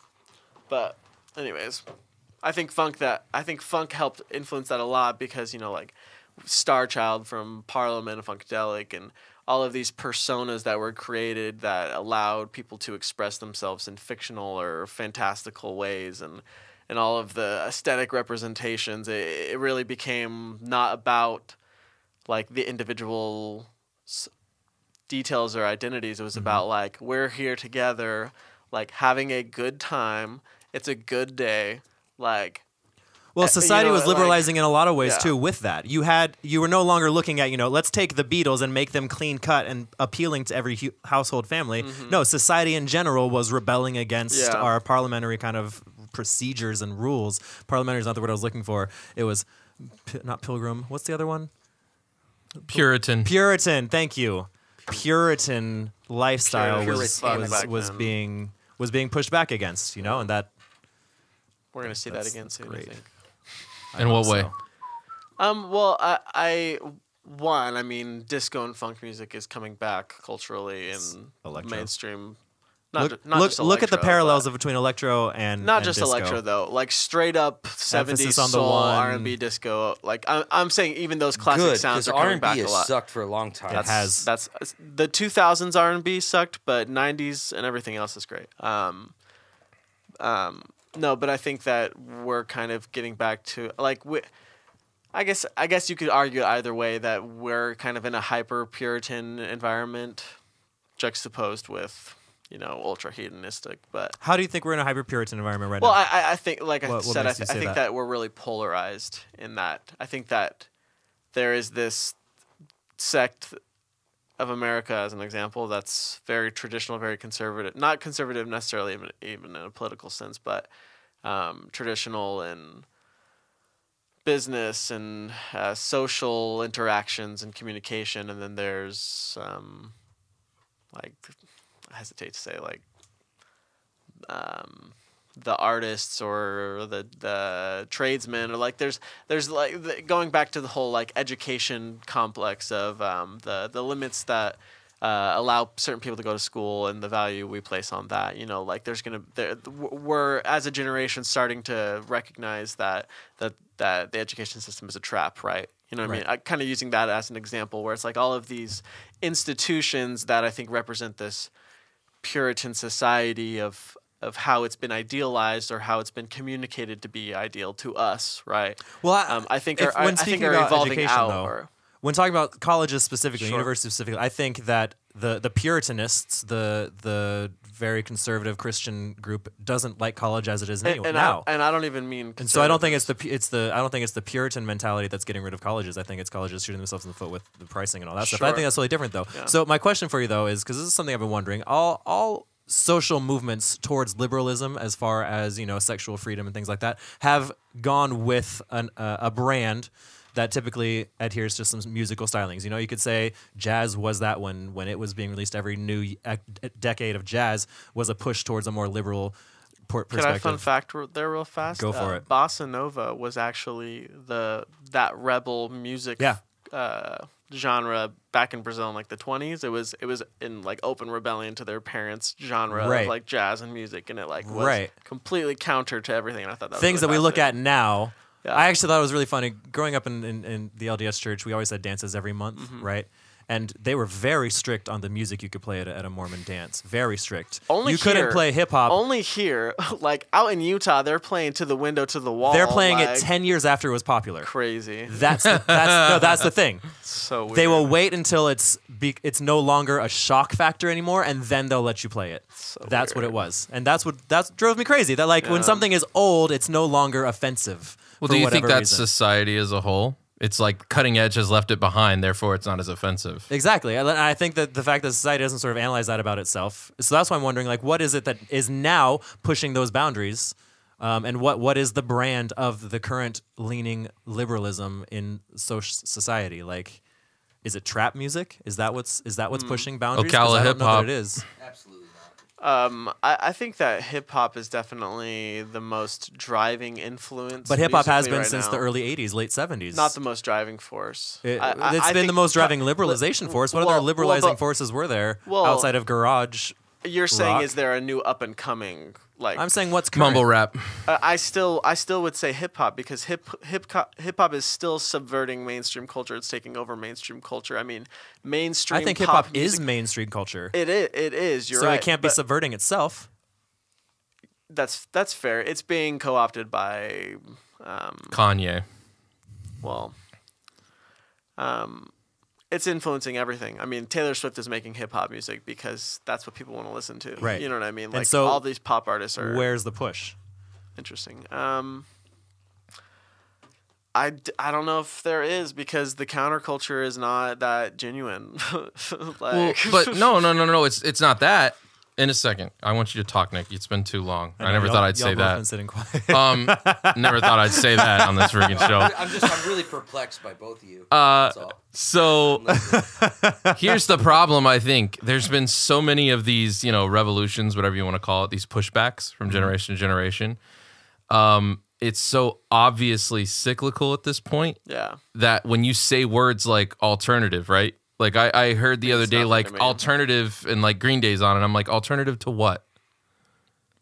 Speaker 2: but anyways, I think funk that I think funk helped influence that a lot because you know like Star Child from Parliament and Funkadelic and all of these personas that were created that allowed people to express themselves in fictional or fantastical ways and and all of the aesthetic representations it, it really became not about like the individual s- details or identities it was
Speaker 4: Mm-hmm.
Speaker 2: about like we're here together like having a good time it's a good day like
Speaker 4: Well,
Speaker 2: Uh, you
Speaker 4: society
Speaker 2: know,
Speaker 4: was
Speaker 2: like-
Speaker 4: liberalizing in a lot of ways
Speaker 2: Yeah.
Speaker 4: too. With that, you had you were no longer looking at you know let's take the Beatles and make them clean cut and appealing to every hu- household family. No, society in general was rebelling against
Speaker 2: Mm-hmm. Yeah.
Speaker 4: our parliamentary kind of procedures and rules. Parliamentary is not the word I was looking for. It was pi- not pilgrim. What's the other one?
Speaker 3: Puritan.
Speaker 4: Puritan. Thank you. Puritan lifestyle was
Speaker 2: Puritan
Speaker 4: was,
Speaker 2: back
Speaker 4: was
Speaker 2: then.
Speaker 4: being was being pushed back against. You know, and that
Speaker 2: we're gonna see that
Speaker 4: That's
Speaker 2: again soon
Speaker 4: great.
Speaker 2: I think.
Speaker 3: In what way?
Speaker 4: so.
Speaker 2: um well I, I one i mean disco and funk music is coming back culturally in
Speaker 4: electro.
Speaker 2: mainstream not,
Speaker 4: look
Speaker 2: ju- not
Speaker 4: look,
Speaker 2: just
Speaker 4: look at the
Speaker 2: electro,
Speaker 4: parallels
Speaker 2: but-
Speaker 4: of between electro and
Speaker 2: not
Speaker 4: and
Speaker 2: just
Speaker 4: disco.
Speaker 2: electro though like straight up 70s
Speaker 4: on the
Speaker 2: soul
Speaker 4: one.
Speaker 2: r&b disco like I'm, I'm saying even those classic
Speaker 1: Good,
Speaker 2: sounds
Speaker 1: because
Speaker 2: are coming
Speaker 1: R&B
Speaker 2: back a
Speaker 1: has
Speaker 2: lot
Speaker 1: sucked for a long time.
Speaker 4: It has.
Speaker 2: that's uh, the 2000s R&B sucked, but 90s and everything else is great. Um, um, no, but I think that we're kind of getting back to like we, I guess I guess you could argue either way that we're kind of in a hyper Puritan environment, juxtaposed with you know ultra hedonistic. But
Speaker 4: How do you think we're in a hyper Puritan environment right
Speaker 2: well,
Speaker 4: now?
Speaker 2: I I- I think like I
Speaker 4: What- what
Speaker 2: said, I,
Speaker 4: makes you
Speaker 2: th- I
Speaker 4: say
Speaker 2: think
Speaker 4: that?
Speaker 2: that? we're really polarized in that. I think that there is this sect of America, as an example, that's very traditional, very conservative. Not conservative necessarily, even, even in a political sense, but um, traditional and business and uh, social interactions and communication. And then there's um, like I hesitate to say like um, the artists or the the tradesmen or like there's there's like the, going back to the whole like education complex of um, the the limits that uh, allow certain people to go to school and the value we place on that you know like there's gonna there we're as a generation starting to recognize that that that the education system is a trap right you know what I mean? I kind of using that as an example where it's like all of these institutions that I think represent this Puritan society of of how it's been idealized or how it's been communicated to be ideal to us, right?
Speaker 4: Well, I-
Speaker 2: um, I think
Speaker 4: if-
Speaker 2: are, I-
Speaker 4: when
Speaker 2: I think
Speaker 4: speaking
Speaker 2: are
Speaker 4: about
Speaker 2: evolving
Speaker 4: education,
Speaker 2: out.
Speaker 4: though,
Speaker 2: or,
Speaker 4: when talking about colleges specifically,
Speaker 2: Sure.
Speaker 4: universities specifically, I think that the the Puritanists, the the very conservative Christian group, doesn't like college as it is
Speaker 2: And,
Speaker 4: anyway
Speaker 2: and
Speaker 4: now.
Speaker 2: I, and I don't even mean.
Speaker 4: and so I don't think it's the pu- it's the I don't think it's the Puritan mentality that's getting rid of colleges. I think it's colleges shooting themselves in the foot with the pricing and all that stuff. I
Speaker 2: Sure.
Speaker 4: think that's totally different though. So my question for you though is because this is something I've been wondering. All all social movements towards liberalism, as far as you know, sexual freedom and things like that, have gone with an, uh, a brand. That typically adheres to some musical stylings. You know, you could say jazz was that when when it was being released. Every new y- ac- decade of jazz was a push towards a more liberal por-
Speaker 2: Can I
Speaker 4: perspective.
Speaker 2: fun fact r- there real fast?
Speaker 4: Go for
Speaker 2: Uh,
Speaker 4: it.
Speaker 2: Bossa Nova was actually the that rebel music
Speaker 4: Yeah.
Speaker 2: uh, genre back in Brazil in like the twenties. It was it was in like open rebellion to their parents' genre
Speaker 4: Right.
Speaker 2: of like jazz and music, and it like was
Speaker 4: Right.
Speaker 2: completely counter to everything. And I thought that
Speaker 4: things
Speaker 2: was
Speaker 4: that
Speaker 2: really
Speaker 4: we look at
Speaker 2: fascinating.
Speaker 4: now.
Speaker 2: Yeah.
Speaker 4: I actually thought it was really funny. Growing up in, in, in the LDS church, we always had dances every month,
Speaker 2: Mm-hmm.
Speaker 4: right? And they were very strict on the music you could play at a, at a Mormon dance. Very strict.
Speaker 2: Only
Speaker 4: you
Speaker 2: here-
Speaker 4: couldn't play hip hop.
Speaker 2: Only here, like out in Utah, they're playing to the window to the wall.
Speaker 4: They're playing
Speaker 2: like,
Speaker 4: it ten years after it was popular.
Speaker 2: Crazy.
Speaker 4: That's the, that's no, that's the thing.
Speaker 2: So weird.
Speaker 4: They will wait until it's be, it's no longer a shock factor anymore, and then they'll let you play it. that's what
Speaker 2: weird.
Speaker 4: it was, and that's what that drove me crazy. That like when something is old, it's no longer offensive.
Speaker 3: Well,
Speaker 4: for
Speaker 3: do you think
Speaker 4: whatever
Speaker 3: that's
Speaker 4: reason.
Speaker 3: society as a whole? It's like cutting edge has left it behind, therefore it's not as offensive.
Speaker 4: Exactly. And I think that the fact that society doesn't sort of analyze that about itself. So that's why I'm wondering, like, what is it that is now pushing those boundaries? Um, and what, what is the brand of the current leaning liberalism in social society? Like, is it trap music? Is that what's is
Speaker 2: Hmm.
Speaker 4: that what's
Speaker 2: Oh,
Speaker 4: pushing boundaries? 'Cause
Speaker 3: Ocala
Speaker 4: I don't know
Speaker 3: hip-hop.
Speaker 4: that it is.
Speaker 1: Absolutely not.
Speaker 2: Um, I, I think that hip hop is definitely the most driving influence.
Speaker 4: But hip hop has
Speaker 2: musically
Speaker 4: been
Speaker 2: right
Speaker 4: since
Speaker 2: now.
Speaker 4: the early '80s, late '70s.
Speaker 2: Not the most driving force.
Speaker 4: It,
Speaker 2: I- I-
Speaker 4: has
Speaker 2: I
Speaker 4: been the
Speaker 2: think
Speaker 4: most
Speaker 2: cut-
Speaker 4: driving liberalization force. What
Speaker 2: well-
Speaker 4: other
Speaker 2: well,
Speaker 4: liberalizing
Speaker 2: but-
Speaker 4: forces were there
Speaker 2: Well-
Speaker 4: outside of garage?
Speaker 2: You're saying
Speaker 4: rock.
Speaker 2: is there a new up and coming? Like
Speaker 4: I'm saying what's current?
Speaker 3: Mumble rap.
Speaker 2: I- I still I still would say hip hop because hip hip hip hop is still subverting mainstream culture. It's taking over mainstream culture. I mean, mainstream.
Speaker 4: I think hip hop is
Speaker 2: music-
Speaker 4: mainstream culture.
Speaker 2: It is. It is. You're
Speaker 4: so
Speaker 2: right.
Speaker 4: it can't be
Speaker 2: but
Speaker 4: subverting itself.
Speaker 2: that's that's fair. It's being co opted by um,
Speaker 3: Kanye.
Speaker 2: well, um, it's influencing everything. I mean, Taylor Swift is making hip hop music because that's what people want to listen to.
Speaker 4: Right.
Speaker 2: You know what I mean?
Speaker 4: And
Speaker 2: Like
Speaker 4: so
Speaker 2: all these pop artists are
Speaker 4: Where's the push?
Speaker 2: interesting. Um, I, d- I don't know if there is because the counterculture is not that genuine. like,
Speaker 3: Well, but no, no, no, no. It's it's not that. In a second, I want you to talk, Nick. It's been too long. I, never
Speaker 4: Y'all-
Speaker 3: thought I'd
Speaker 4: y'all
Speaker 3: say
Speaker 4: both Been
Speaker 3: that.
Speaker 4: sitting quiet.
Speaker 3: Um, never thought I'd say that on this freaking show.
Speaker 1: I'm just, I'm really perplexed by both of you.
Speaker 3: Uh,
Speaker 1: That's all.
Speaker 3: so here's the problem i think there's been so many of these you know revolutions whatever you want to call it these pushbacks from generation to generation um, it's so obviously cyclical at this point
Speaker 2: yeah.
Speaker 3: that when you say words like alternative right like i, I heard the other day
Speaker 2: nothing
Speaker 3: like
Speaker 2: to me.
Speaker 3: alternative and like green days on and i'm like alternative to what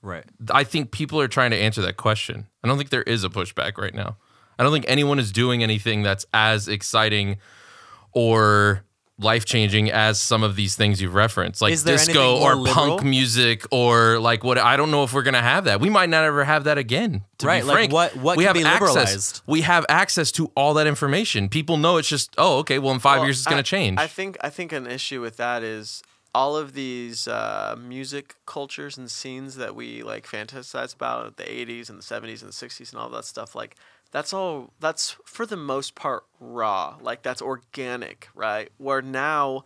Speaker 4: right.
Speaker 3: I think people are trying to answer that question. I don't think there is a pushback right now. I don't think anyone is doing anything that's as exciting or life changing as some of these things you've referenced, like
Speaker 4: Is there
Speaker 3: disco
Speaker 4: anything more
Speaker 3: or
Speaker 4: liberal?
Speaker 3: punk music or like what. I don't know if we're gonna have that. We might not ever have that again. To
Speaker 4: Right,
Speaker 3: be
Speaker 4: like,
Speaker 3: frank,
Speaker 4: what- what
Speaker 3: we
Speaker 4: can
Speaker 3: have
Speaker 4: be
Speaker 3: access-
Speaker 4: liberalized?
Speaker 3: We have access to all that information. People know it's just oh okay. Well, in five
Speaker 2: Well,
Speaker 3: years it's
Speaker 2: I-
Speaker 3: gonna change.
Speaker 2: I think I think an issue with that is all of these uh, music cultures and scenes that we like fantasize about the 80s and the 70s and the 60s and all that stuff like that's all that's for the most part raw like that's organic right where now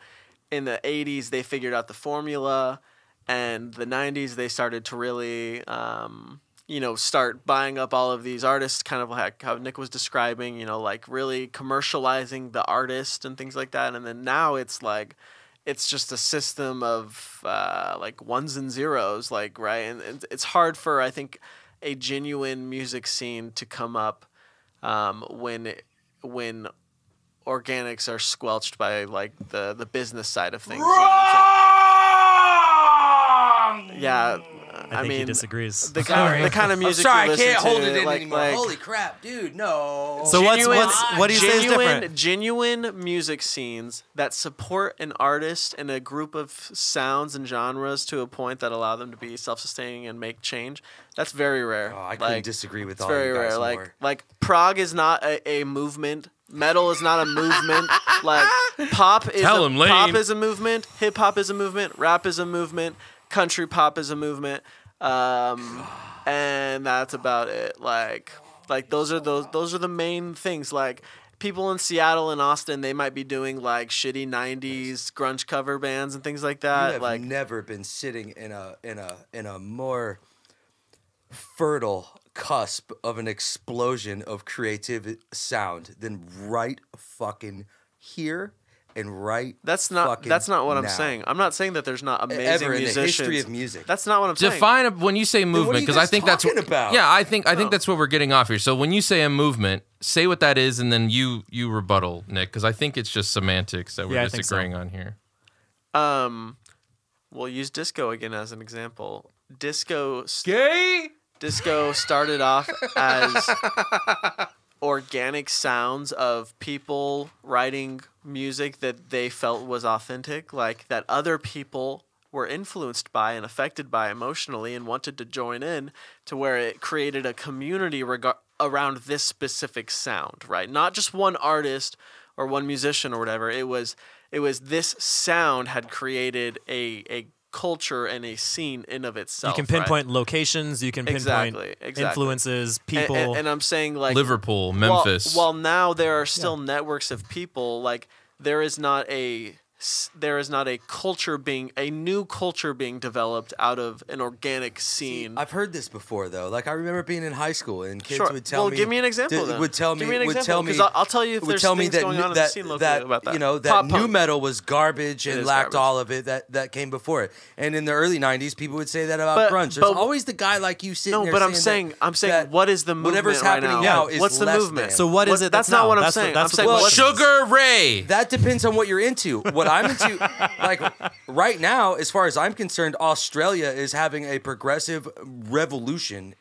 Speaker 2: in the 80s they figured out the formula and the 90s they started to really um, you know start buying up all of these artists kind of like how nick was describing you know like really commercializing the artist and things like that and then now it's like it's just a system of uh, like ones and zeros like right and, and it's hard for i think a genuine music scene to come up um, when it- when organics are squelched by like the the business side of things you know what I'm saying? yeah
Speaker 4: I, think he
Speaker 2: mean,
Speaker 4: disagrees.
Speaker 2: The kind, the kind of
Speaker 1: I'm
Speaker 2: music.
Speaker 1: sorry,
Speaker 2: you
Speaker 1: I
Speaker 2: listen
Speaker 1: can't
Speaker 2: to,
Speaker 1: hold it in
Speaker 2: like,
Speaker 1: anymore.
Speaker 2: like,
Speaker 1: Holy crap, dude, no.
Speaker 4: So what's-
Speaker 2: genuine-
Speaker 4: what's- what do you say is
Speaker 2: genuine,
Speaker 4: different?
Speaker 2: Genuine music scenes that support an artist and a group of sounds and genres to a point that allow them to be self-sustaining and make change. That's very rare.
Speaker 1: Oh, I couldn't
Speaker 2: like,
Speaker 1: disagree with
Speaker 2: It's
Speaker 1: all
Speaker 2: very
Speaker 1: you guys
Speaker 2: rare. Like
Speaker 1: more.
Speaker 2: like prog is not a, a movement. Metal is not a movement. like pop is
Speaker 3: Tell
Speaker 2: a,
Speaker 3: 'em,
Speaker 2: pop
Speaker 3: Lane.
Speaker 2: is a movement. Hip hop is a movement. Rap is a movement. Country pop is a movement. Um, and that's about it. Like like those are those those are the main things. Like people in Seattle and Austin, they might be doing like shitty '90s grunge cover bands and things like
Speaker 1: I
Speaker 2: that.
Speaker 1: have
Speaker 2: Like
Speaker 1: never been sitting in a in a in a more fertile cusp of an explosion of creative sound than right fucking here and right.
Speaker 2: that's not
Speaker 1: fucking
Speaker 2: that's not what I'm
Speaker 1: now.
Speaker 2: saying. I'm not saying that there's not amazing
Speaker 1: Ever in the
Speaker 2: musicians.
Speaker 1: history of music.
Speaker 2: That's not what I'm saying.
Speaker 3: Define a, when you say
Speaker 1: are
Speaker 3: movement,
Speaker 1: you
Speaker 3: because I
Speaker 1: guys
Speaker 3: think that's
Speaker 1: talking about? Oh.
Speaker 3: yeah. I think I think that's what we're getting off here. So when you say a movement, say what that is, and then you you rebuttal, Nick, because I think it's just semantics that we're
Speaker 4: Yeah, I think so.
Speaker 3: disagreeing on here.
Speaker 2: Um, we'll use disco again as an example. Disco,
Speaker 3: Gay.
Speaker 2: disco started off as organic sounds of people writing music that they felt was authentic, like that other people were influenced by and affected by emotionally and wanted to join in to where it created a community rega- around this specific sound, right? Not just one artist or one musician or whatever. It was it was this sound had created a a culture and a scene in of itself.
Speaker 4: you can
Speaker 2: right?
Speaker 4: pinpoint locations. You can pinpoint
Speaker 2: Exactly, exactly.
Speaker 4: influences,
Speaker 2: And-
Speaker 4: people.
Speaker 2: and, and I'm saying like
Speaker 3: Liverpool,
Speaker 2: while-
Speaker 3: Memphis.
Speaker 2: While, now there are still networks of people, like there is not a s- there is not a culture being a new culture being developed out of an organic scene.
Speaker 1: I've heard this before though. Like I remember being in high school and kids
Speaker 2: Sure.
Speaker 1: would tell
Speaker 2: well,
Speaker 1: me.
Speaker 2: give me an example.
Speaker 1: did-
Speaker 2: then.
Speaker 1: Would tell
Speaker 2: give
Speaker 1: me.
Speaker 2: me an
Speaker 1: would
Speaker 2: example,
Speaker 1: tell me.
Speaker 2: 'cause I'll, I'll tell you if
Speaker 1: would
Speaker 2: there's
Speaker 1: tell me
Speaker 2: things
Speaker 1: that
Speaker 2: going
Speaker 1: nu-
Speaker 2: on in the
Speaker 1: that-
Speaker 2: scene locally
Speaker 1: that,
Speaker 2: about that.
Speaker 1: You know that
Speaker 2: Pop
Speaker 1: new
Speaker 2: punk.
Speaker 1: metal was garbage and
Speaker 2: is
Speaker 1: lacked
Speaker 2: garbage.
Speaker 1: all of it that that came before it. And in the early '90s, people would say that about
Speaker 2: But-
Speaker 1: grunge. There's
Speaker 2: but-
Speaker 1: always the guy like you sitting
Speaker 2: No,
Speaker 1: there.
Speaker 2: but I'm
Speaker 1: saying
Speaker 2: saying
Speaker 1: that-
Speaker 2: I'm saying
Speaker 1: that
Speaker 2: what is the movement
Speaker 1: whatever's
Speaker 2: right
Speaker 1: happening
Speaker 2: now?
Speaker 1: now is
Speaker 2: what's the
Speaker 1: less
Speaker 2: movement?
Speaker 1: than.
Speaker 4: so what is
Speaker 2: What-
Speaker 4: it?
Speaker 2: That's,
Speaker 4: now?
Speaker 2: not what I'm
Speaker 4: That's
Speaker 2: saying. I'm
Speaker 4: that's
Speaker 2: saying
Speaker 4: what
Speaker 3: well,
Speaker 2: what's-
Speaker 3: Sugar Ray.
Speaker 1: That depends on what you're into. What I'm into, like right now, as far as I'm concerned, Australia is having a progressive revolution.